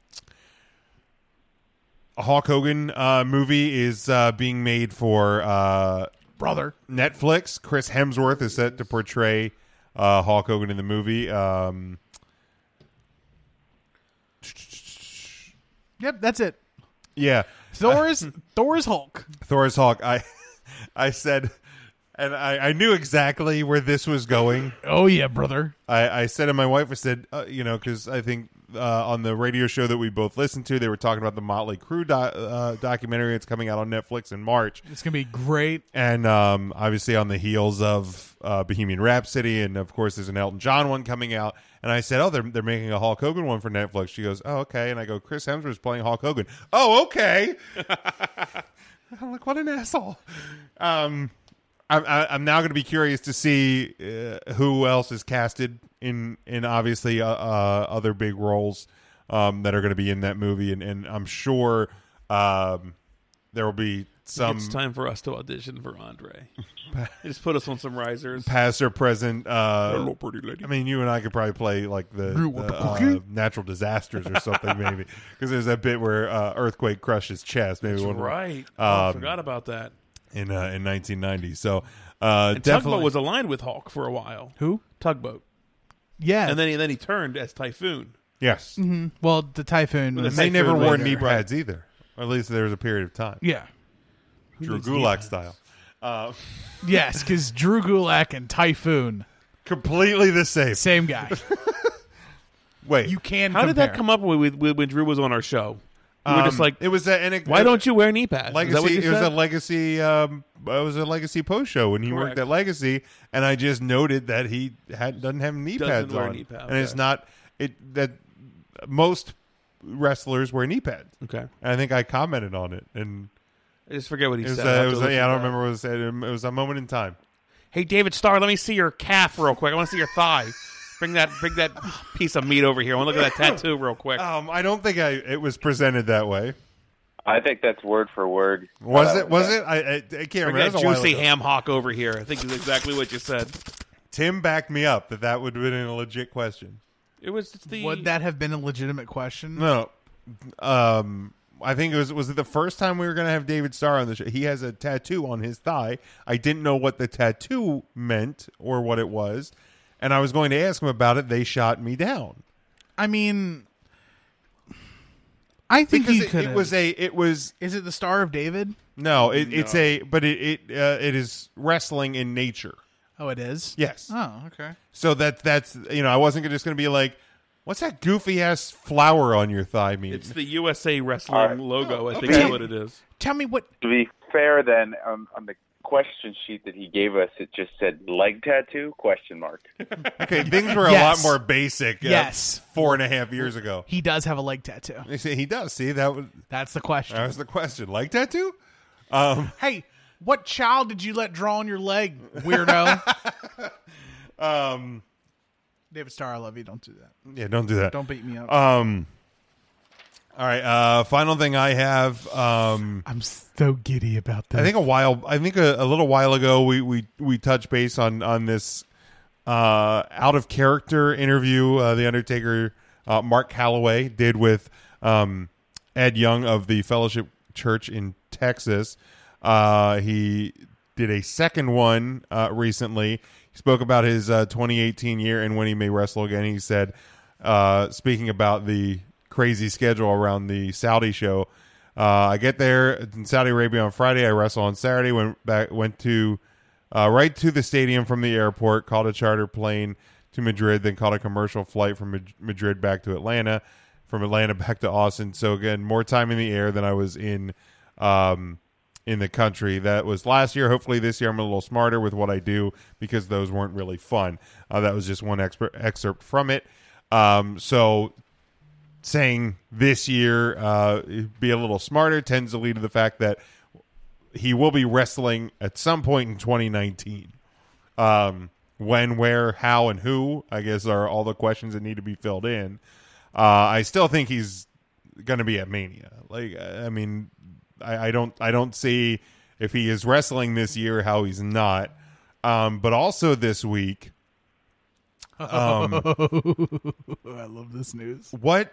S5: a Hulk Hogan uh, movie is uh, being made for uh,
S6: brother.
S5: Netflix. Chris Hemsworth is set to portray uh, Hulk Hogan in the movie. Um,
S6: Yep, that's it.
S5: yeah,
S6: Thor's Thor's Hulk.
S5: Thor's Hulk. I I said, and I, I knew exactly where this was going.
S6: Oh yeah, brother.
S5: I, I said to my wife, I said, uh, you know, because I think uh, on the radio show that we both listened to, they were talking about the Motley Crue do- uh, documentary. It's coming out on Netflix in March.
S6: It's gonna be great.
S5: and um, obviously on the heels of uh, Bohemian Rhapsody, and of course there's an Elton John one coming out. And I said, "Oh, they're they're making a Hulk Hogan one for Netflix." She goes, "Oh, okay." And I go, "Chris Hemsworth's playing Hulk Hogan." Oh, okay. I'm like, "What an asshole." Um, I'm I- I'm now going to be curious to see uh, who else is casted in in obviously uh, uh, other big roles um, that are going to be in that movie, and and I'm sure um, there will be some
S7: it's time for us to audition for Andre. They just put us on some risers.
S5: past or present. Uh,
S7: pretty lady.
S5: I mean, you and I could probably play like the,
S6: You want
S5: the,
S6: the
S5: uh,
S6: cookie?
S5: natural disasters or something, maybe because there's that bit where uh, earthquake crushes chest, maybe one
S7: right. Oh, I
S5: Um,
S7: forgot about that.
S5: in uh, in 1990. So uh,
S7: And
S5: definitely
S7: Tugboat was aligned with Hawk for a while.
S6: Who?
S7: Tugboat.
S6: Yeah.
S7: And then he, then he turned as Typhoon.
S5: yes,
S7: Mhm.
S6: well, the typhoon.
S7: With
S6: was-
S7: the
S5: they
S7: Typhoon
S5: never wore
S7: later.
S5: knee pads either. Or at least there was a period of time,
S6: yeah.
S5: Drew Gulak style. Uh,
S6: Yes, because Drew Gulak and Typhoon,
S5: completely the same.
S6: same guy.
S5: Wait,
S6: You can.
S7: How did that
S6: compare.
S7: come up when, we, when when Drew was on our show? We were
S5: um,
S7: just like,
S5: it was a, and it,
S7: why don't you wear knee pads? Is
S5: Legacy.
S7: that what you
S5: it was
S7: said?
S5: a legacy. Um, it was a legacy post show when he worked
S7: Correct.
S5: at Legacy, and I just noted that he had, doesn't have knee
S7: Doesn't
S5: pads
S7: wear
S5: on,
S7: knee pads,
S5: and it's
S7: yeah.
S5: not it that most wrestlers wear knee pads.
S7: okay.
S5: And I think I commented on it, and
S7: I just forget what he
S5: it was,
S7: said.
S5: uh,
S7: I'll have
S5: it
S7: to
S5: was
S7: listen
S5: yeah, I don't
S7: back.
S5: remember what it was. It was a moment in time.
S7: Hey, David Starr, let me see your calf real quick. I want to see your thigh. bring that bring that piece of meat over here. I want to look at that tattoo real quick.
S5: Um, I don't think I it was presented that way.
S8: I think that's word for word.
S5: Was
S8: Uh,
S5: it? Was it? I, I, I can't
S7: Bring
S5: remember.
S7: that
S5: That was a while
S7: juicy
S5: ago.
S7: ham hock over here. I think is exactly what you said.
S5: Tim backed me up that that would have been a legit question.
S7: It was the
S6: Would that have been a legitimate question?
S5: No. Um I think it was was it the first time we were going to have David Starr on the show. He has a tattoo on his thigh. I didn't know what the tattoo meant or what it was, and I was going to ask him about it. They shot me down
S6: I mean, I think
S5: because
S6: he
S5: it,
S6: could.
S5: it was a it was
S6: Is it the Star of David?
S5: no, it, it's a but it it uh, it is wrestling in nature.
S6: Oh, it is.
S5: Yes.
S6: Oh, okay.
S5: So that that's you know I wasn't just going to be like, what's that goofy ass flower on your thigh mean?
S7: It's the USA Wrestling
S8: All right.
S7: logo. I think
S5: okay.
S7: is what it is.
S6: Tell me what.
S8: To be fair, then um, on the question sheet that he gave us, it just said leg tattoo question mark.
S5: okay, things were
S6: Yes.
S5: a lot more basic. uh,
S6: Yes.
S5: four and a half years ago.
S6: He does have a leg tattoo.
S5: You see, he does. See, that was
S6: That's the question.
S5: that was the question. Like tattoo?
S6: hey, what child did you let draw on your leg, weirdo? um, David Starr, I love you. Don't do that.
S5: Yeah, don't do that.
S6: Don't beat me up.
S5: Um. All right. Uh, final thing I have. Um,
S6: I'm so giddy about this.
S5: I think a while. I think a, a little while ago we we we touched base on on this uh, out of character interview uh, the Undertaker uh, Mark Calloway did with um, Ed Young of the Fellowship Church in Texas. Uh, he did a second one uh, recently. He spoke about his uh, 2018 year and when he may wrestle again. He said, uh, speaking about the crazy schedule around the Saudi show, uh, I get there in Saudi Arabia on Friday. I wrestle on Saturday. Went back, went to uh, right to the stadium from the airport. Called a charter plane to Madrid, then caught a commercial flight from Mad- Madrid back to Atlanta, from Atlanta back to Austin. So again, more time in the air than I was in um, in the country. That was last year. Hopefully this year I'm a little smarter with what I do because those weren't really fun. Uh, that was just one exper- excerpt from it. Um, so saying this year uh, be a little smarter tends to lead to the fact that he will be wrestling at some point in 2019. Um, when, where, how, and who, I guess, are all the questions that need to be filled in. Uh, I still think he's going to be at Mania. Like, I I mean, I, I don't, I don't see if he is wrestling this year how he's not. Um, but also this week,
S6: I love this news.
S5: What?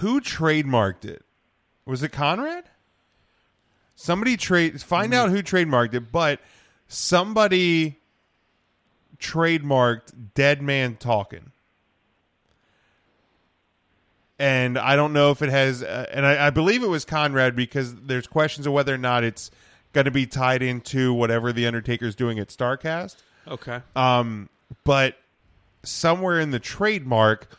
S5: Who trademarked it? Was it Conrad? Somebody trade. Find out who trademarked it, but somebody trademarked "Dead Man Talking." And I don't know if it has, uh, and I, I believe it was Conrad because there's questions of whether or not it's going to be tied into whatever the Undertaker's doing at Starcast
S7: Okay.
S5: Uh, but somewhere in the trademark,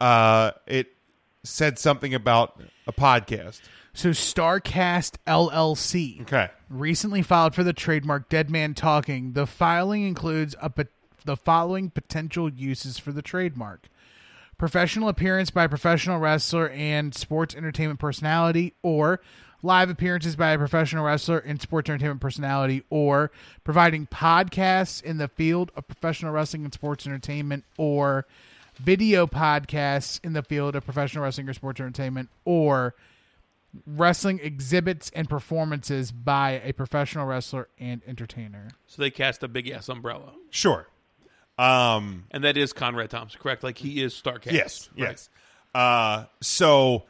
S5: uh, it said something about a podcast.
S6: So Starcast LLC
S5: Okay.
S6: recently filed for the trademark Dead Man Talking. The filing includes a pot- the following potential uses for the trademark. Professional appearance by a professional wrestler and sports entertainment personality or live appearances by a professional wrestler and sports entertainment personality or providing podcasts in the field of professional wrestling and sports entertainment or video podcasts in the field of professional wrestling or sports entertainment or wrestling exhibits and performances by a professional wrestler and entertainer.
S7: so they cast a big ass umbrella,
S5: Sure. Um,
S7: and that is Conrad Thompson, correct? Like he is Starcast.
S5: Yes, yes. Uh, so,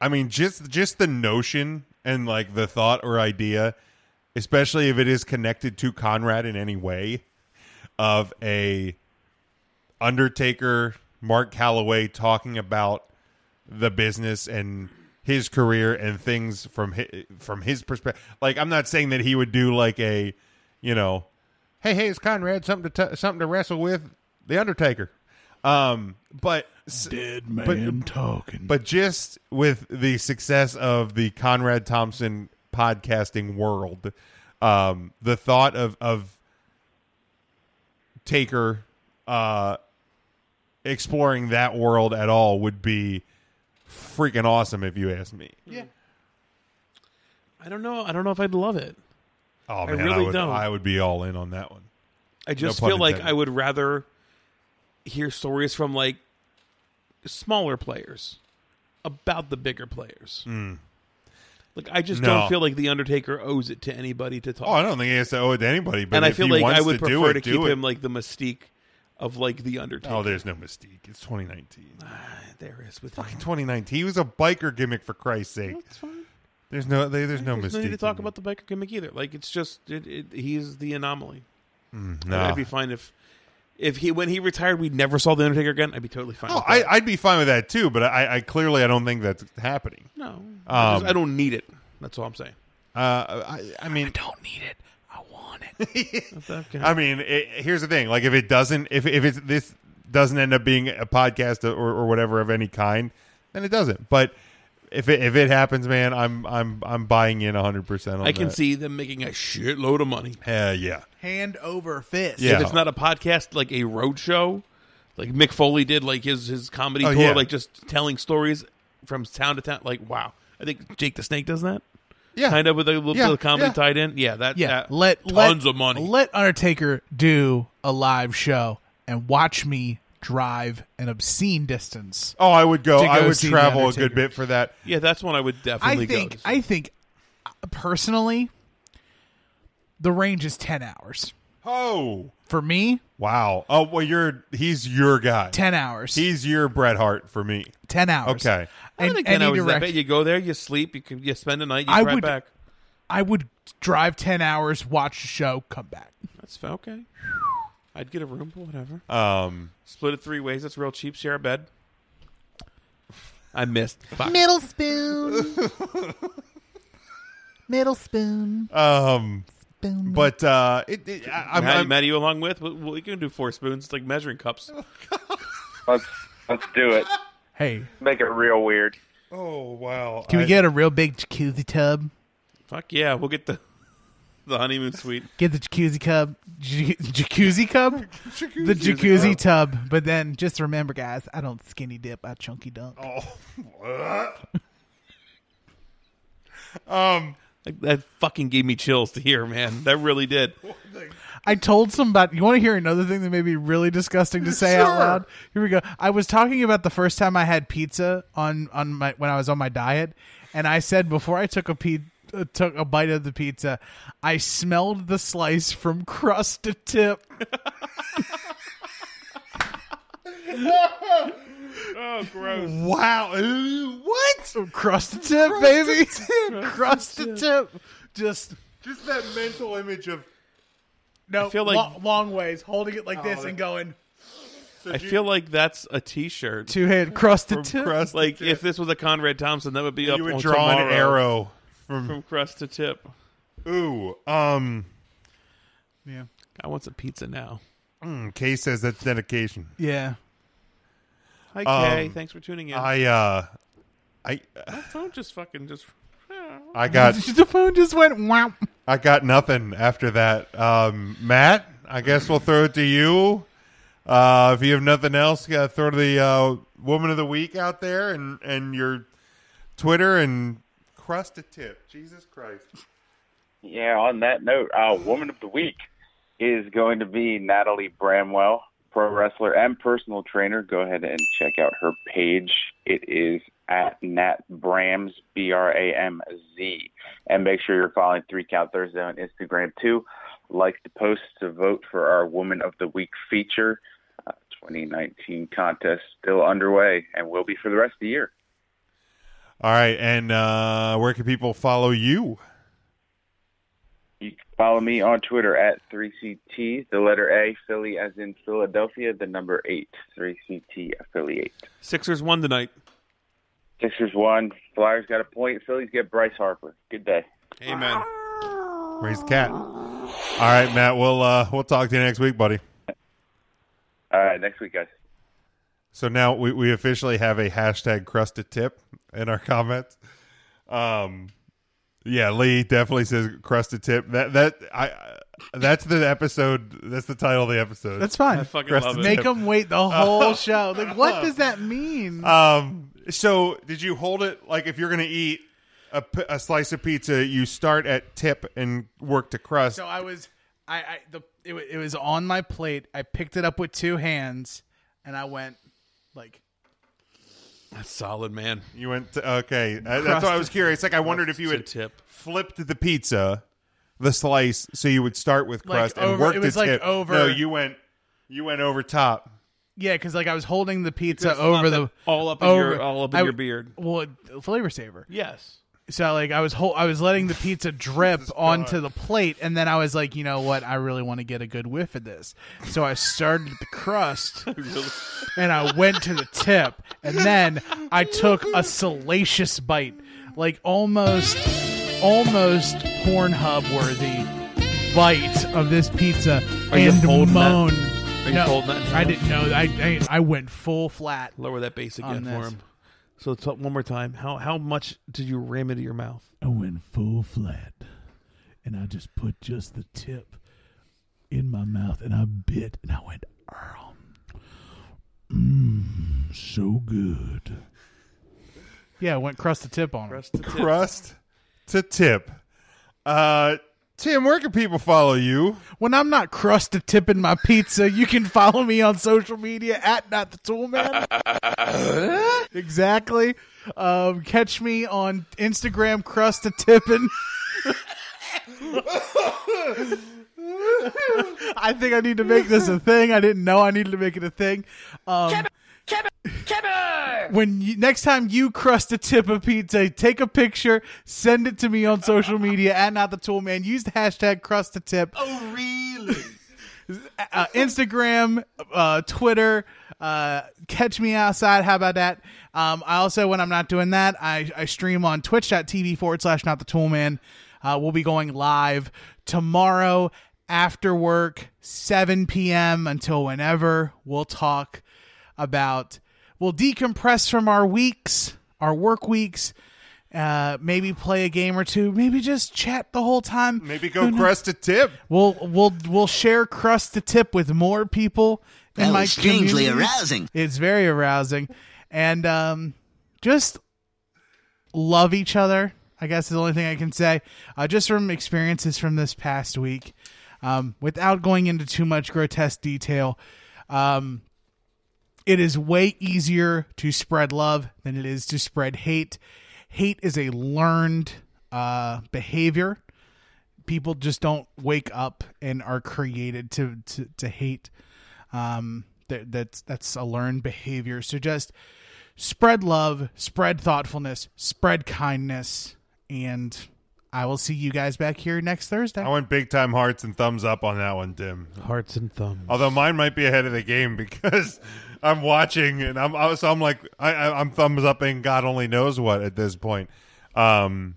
S5: I mean, just just the notion and like the thought or idea, especially if it is connected to Conrad in any way, of a Undertaker Mark Calloway talking about the business and his career and things from his, from his perspective. Like, I'm not saying that he would do like a, you know, hey, hey, it's Conrad, something to t- something to wrestle with, the Undertaker. Um, but s-
S6: Dead man talking.
S5: but just with the success of the Conrad Thompson podcasting world, um, the thought of of Taker uh, exploring that world at all would be freaking awesome if you ask me.
S7: I don't know. I don't know if I'd love it.
S5: Oh
S7: I
S5: man, I,
S7: really
S5: would,
S7: don't.
S5: I would be all in on that one.
S7: I just
S5: pun
S7: feel like
S5: intended.
S7: I would rather hear stories from like smaller players about the bigger players. Like I just
S5: Hmm. No.
S7: don't feel like the Undertaker owes it to anybody to talk.
S5: Oh, I don't think he has to owe it to anybody. But
S7: and I
S5: if
S7: feel
S5: he
S7: like
S5: wants
S7: I
S5: to
S7: would
S5: do
S7: prefer
S5: it,
S7: to
S5: do
S7: keep
S5: it.
S7: him like the mystique of like the Undertaker. Ah,
S5: Oh, there's no mystique. It's 2019.
S7: there is with
S5: Fucking 2019. He was a biker gimmick for Christ's sake.
S7: It's fine.
S5: There's no, there- there's no
S7: There's
S5: mystique.
S7: no need to talk
S5: in-
S7: about the biker gimmick either. Like it's just it, it, he's the anomaly.
S5: no.
S7: I'd be fine if if he when he retired we never saw the Undertaker again. I'd be totally fine.
S5: Oh,
S7: with that.
S5: I, I'd be fine with that too, but I, I clearly I don't think that's happening.
S7: no, I, just-
S5: Um,
S7: I don't need it. That's all I'm saying.
S5: Uh, I, I mean,
S6: don't need it. I want it.
S7: Okay.
S5: I mean, it, here's the thing: like, if it doesn't, if if it's this doesn't end up being a podcast or, or whatever of any kind, then it doesn't. But if it, if it happens, man, I'm I'm I'm buying in 100. percent
S7: I can see them making a shitload of money.
S5: Uh, yeah,
S6: Hand over fist.
S5: yeah.
S7: If it's not a podcast, like a road show, like Mick Foley did, like his his comedy
S5: Oh,
S7: tour,
S5: yeah.
S7: like just telling stories from town to town. Like wow, I think Jake the Snake does that.
S5: yeah,
S7: Kind of with a little
S5: Yeah,
S7: bit of comedy
S5: yeah.
S7: tied in. Yeah, that
S6: Yeah.
S7: that-
S6: let
S7: tons
S6: let,
S7: of money.
S6: Let Undertaker do a live show and watch me drive an obscene distance.
S5: Oh, I would go.
S6: To go
S5: I would
S6: see The
S5: travel a good
S6: Undertaker.
S5: bit for that.
S7: yeah, that's one I would definitely
S6: I
S7: go.
S6: think
S7: to.
S6: I think uh, personally the range is 10 hours.
S5: Oh,
S6: For me,
S5: wow. Oh, well, you're he's your guy.
S6: 10 hours.
S5: He's your Bret Hart for me.
S6: 10 hours.
S5: Okay.
S7: I don't
S6: And
S7: think
S6: any
S7: ten hours is that
S6: direct-
S7: bad. You go there, you sleep, you can, you spend a night, you
S6: I
S7: drive
S6: would-
S7: back.
S6: I would drive ten hours, watch the show, come back.
S7: That's fa- okay. I'd get a room, but whatever.
S5: Um,
S7: Split it three ways. That's real cheap. Share a bed. I missed. Fuck.
S10: Middle spoon. Middle spoon.
S5: um,
S10: Spoon.
S5: but uh, it, it, I, I'm,
S7: Matt,
S5: I'm-
S7: Matt, you along with? Well, We can do four spoons. It's like measuring cups.
S8: Let's let's do it.
S6: Hey,
S8: Make it real weird.
S5: oh wow.
S6: can
S5: I-
S6: we get a real big jacuzzi tub?
S7: Fuck yeah, we'll get the the honeymoon suite.
S6: Get the jacuzzi cub, j- jacuzzi cub, the jacuzzi tub. But then just remember, guys, I don't skinny dip. I chunky dunk.
S5: uh, um,
S7: Like, that fucking gave me chills to hear, man. That really did.
S6: I told somebody. You want to hear another thing that may be really disgusting to say out loud? Here we go. I was talking about the first time I had pizza on on my when I was on my diet, and I said before I took a pizza. Took a bite of the pizza. I smelled the slice from crust to tip.
S5: wow. Ooh, what?
S6: From crust to tip, baby. crust to tip. Just
S5: Just that mental image of.
S6: no.
S7: feel like-
S6: lo- long ways, holding it like this and going
S7: I feel like that's a T-shirt.
S6: two hand crust to tip.
S5: Crust,
S7: like if this was a Conrad Thompson, that would be up
S5: you would
S7: on
S5: draw
S7: tomorrow.
S5: an arrow from
S7: from crust to tip.
S5: ooh. Um,
S6: yeah,
S7: I want some pizza now.
S5: Kay says that's dedication.
S6: yeah.
S7: Hi Kay,
S5: Um,
S7: thanks for tuning in.
S5: I uh, I
S7: My phone just fucking just.
S5: I got
S6: The phone just went wow.
S5: I got nothing after that. Um, Matt, I guess we'll throw it to you. Uh, if you have nothing else, you gotta throw to the uh, woman of the week out there and, and your Twitter and crust a tip. Jesus Christ.
S8: Yeah, on that note, uh, Woman of the Week is going to be Natalie Bramwell, pro wrestler and personal trainer. Go ahead and check out her page. It is at Nat Brams, B R A M Z. And make sure you're following Three Count Thursday on Instagram too. Like the post to vote for our Woman of the Week feature. Uh, 2019 contest still underway and will be for the rest of the year.
S5: All right, and uh, where can people follow you?
S8: You can follow me on Twitter at 3CT, the letter A, Philly as in Philadelphia, the number 8, 3CT affiliate.
S7: Sixers won tonight.
S8: Sixers won, Flyers got a point, Phillies get Bryce Harper. Good day.
S7: Amen.
S5: Raise the cat. All right, Matt. We'll uh, we'll talk to you next week, buddy.
S8: All right, next week, guys.
S5: So now we, we officially have a hashtag crusted tip in our comments. Um, yeah, Lee definitely says crusted tip. That that I I- that's the episode. That's the title of the episode.
S6: That's fine.
S7: I fucking
S5: Crust
S7: love
S5: to
S7: it.
S5: tip.
S6: Make them wait the whole show. Like, what does that mean?
S5: um. So did you hold it like if you're gonna eat a, p- a slice of pizza, you start at tip and work to crust?
S6: so I was, I, I the it, wa- it was on my plate. I picked it up with two hands, and I went like,
S7: That's solid, man.
S5: You went to, okay. Uh, that's why I was curious. Like I wondered if you
S7: to
S5: had
S7: tip.
S5: flipped the pizza, the slice, so you would start with
S6: Like
S5: crust and
S6: over-
S5: work
S6: it was
S5: to
S6: like
S5: tip.
S6: over-
S5: No, you went you went over top.
S6: yeah, because like I was holding the pizza over the
S7: all up in
S6: over-
S7: your- all up in
S6: I-
S7: your beard.
S6: Well, it- flavor saver.
S7: Yes.
S6: So like I was whole, I was letting the pizza drip onto the plate, and then I was like, you know what? I really want to get a good whiff of this. So I started with the crust, and I went to the tip, and then I took a salacious bite, like almost, almost Pornhub worthy bite of this pizza,
S7: Are you
S6: and
S7: holding that?
S6: moan.
S7: Are you
S6: no,
S7: holding that?
S6: I didn't know. I, I I went full flat.
S7: Lower that base
S6: On
S7: again for
S6: this.
S7: him. So t- one more time. How how much did you ram into your mouth?
S9: I went full flat, and I just put just the tip in my mouth, and I bit, and I went, "Earl, mmm, so good."
S6: Yeah, I went crust to tip on. it.
S5: Crust to tip. Uh Tim, where can people follow you?
S6: When I'm not crust to tipping my pizza, you can follow me on social media at not the tool man. exactly. Um, catch me on Instagram, crust to tipping. I think I need to make this a thing. I didn't know I needed to make it a thing. Um, When you, next time you crust a tip of pizza, take a picture, send it to me on social media at not the tool man. Use the hashtag crust a tip.
S10: Oh, really?
S6: uh, Instagram, uh, Twitter. Uh, catch me outside. How about that? Um, I also, when I'm not doing that, I, I stream on twitch.tv forward slash not the tool man. Uh, we'll be going live tomorrow after work, 7 p.m. until whenever. We'll talk about, we'll decompress from our weeks, our work weeks. Uh, maybe play a game or two. Maybe just chat the whole time.
S5: Maybe go crust a tip.
S6: We'll we'll we'll share crust to tip with more people. in
S10: That
S6: my
S10: was strangely
S6: community.
S10: arousing.
S6: It's very arousing, and um, just love each other. I guess is the only thing I can say. Uh, just from experiences from this past week, um, without going into too much grotesque detail, um, it is way easier to spread love than it is to spread hate. Hate is a learned uh, behavior people just don't wake up and are created to to, to hate. Um, that, that's that's a learned behavior. So just spread love, spread thoughtfulness, spread kindness, and I will see you guys back here next Thursday.
S5: I went big time hearts and thumbs up on that one, Tim.
S7: Hearts and thumbs.
S5: Although mine might be ahead of the game because I'm watching and I'm I was- so I'm like I, I, I'm thumbs upping God only knows what at this point. Um,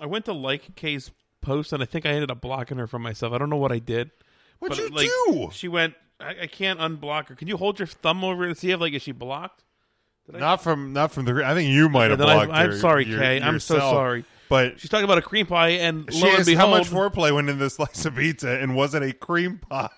S7: I went to like Kay's post and I think I ended up blocking her from myself. I don't know what I did.
S5: What'd
S7: but,
S5: you
S7: like,
S5: do?
S7: She went. I, I can't unblock her. Can you hold your thumb over and see if like is she blocked?
S5: not from not from the. I think you might have
S7: then I-
S5: blocked.
S7: I'm
S5: your-
S7: sorry,
S5: your-
S7: Kay. I'm so
S5: yourself.
S7: sorry.
S5: But
S7: She's talking about a cream pie and
S5: she
S7: lo and
S5: asked how
S7: behold,
S5: much foreplay went into this slice of pizza, and was it a cream pie?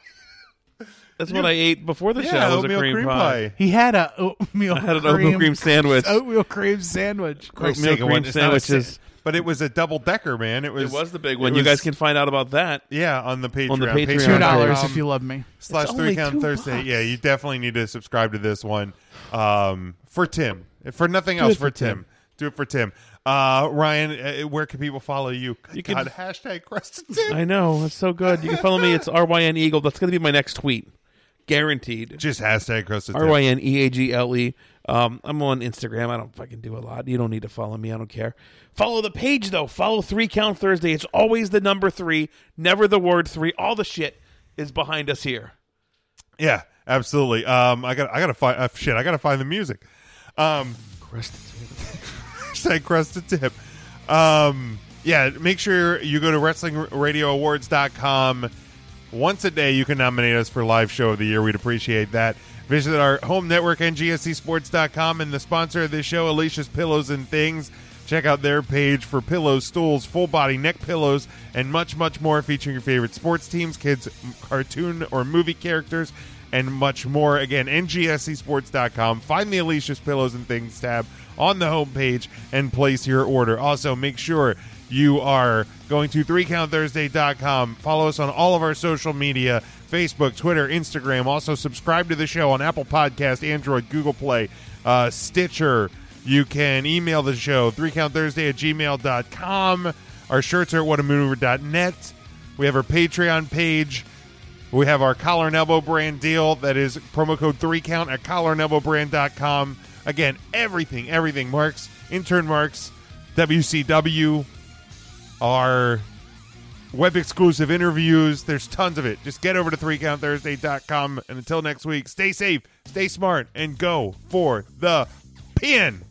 S7: that's what I ate before the
S5: yeah,
S7: show. Was
S5: oatmeal
S7: a cream, pie.
S6: he had a oatmeal.
S7: I had an
S6: cream,
S7: oatmeal cream sandwich.
S6: oatmeal cream sandwich.
S5: Christ's
S7: Oatmeal
S5: sake, it
S7: cream
S5: wasn't- it's not a sa-
S7: sandwiches.
S5: but it was a double decker, man. It was
S7: It was the
S5: it
S7: big one. You
S5: was-
S7: guys can find out about that.
S5: yeah on the Patreon. Um,
S7: On the Patreon.
S6: Two dollars
S5: patreon.com
S6: if you love me.
S5: slash
S7: It's
S5: three
S7: only
S5: count
S7: two
S5: Thursday.
S7: bucks.
S5: Yeah, you definitely need to subscribe to this one. Um, for Tim, for nothing else, for Tim. do it for Tim. Uh, Ryan, uh, where can people follow you? Good
S7: You can-
S5: God, hashtag crusted Tim.
S7: I know it's so good. You can follow me. It's R Y N Eagle. That's going to be my next tweet, guaranteed.
S5: Just hashtag crusted
S7: R
S5: Tim.
S7: Y N E A G L E. Um, I'm on Instagram. I don't fucking do a lot. You don't need to follow me. I don't care. Follow the page though. Follow Three Count Thursday. It's always the number three, never the word three. All the shit is behind us here.
S5: Yeah, absolutely. Um, I got, I got to find uh, shit. I got to find the music. Um, hashtag crusted tip. Um, yeah, make sure you go to WrestlingRadioAwards.com. Once a day, you can nominate us for Live Show of the Year. We'd appreciate that. Visit our home network, NGSCSports.com, and the sponsor of this show, Alicia's Pillows and Things. Check out their page for pillows, stools, full body neck pillows, and much, much more featuring your favorite sports teams, kids, m- cartoon, or movie characters and much more. Again, E ngscsports.com. Find the Alicia's Pillows and Things tab on the homepage and place your order. Also, make sure you are going to 3countthursday.com. Follow us on all of our social media Facebook, Twitter, Instagram. Also, subscribe to the show on Apple Podcast, Android, Google Play, uh, Stitcher. You can email the show, 3countthursday at gmail.com. Our shirts are at whatamaneuver.net. We have our Patreon page. We have our collar and elbow brand deal that is promo code 3count at collarandelbowbrand.com. Again, everything, everything. Marks, intern marks, WCW, our web exclusive interviews. There's tons of it. Just get over to 3countthursday.com. And until next week, stay safe, stay smart, and go for the pin.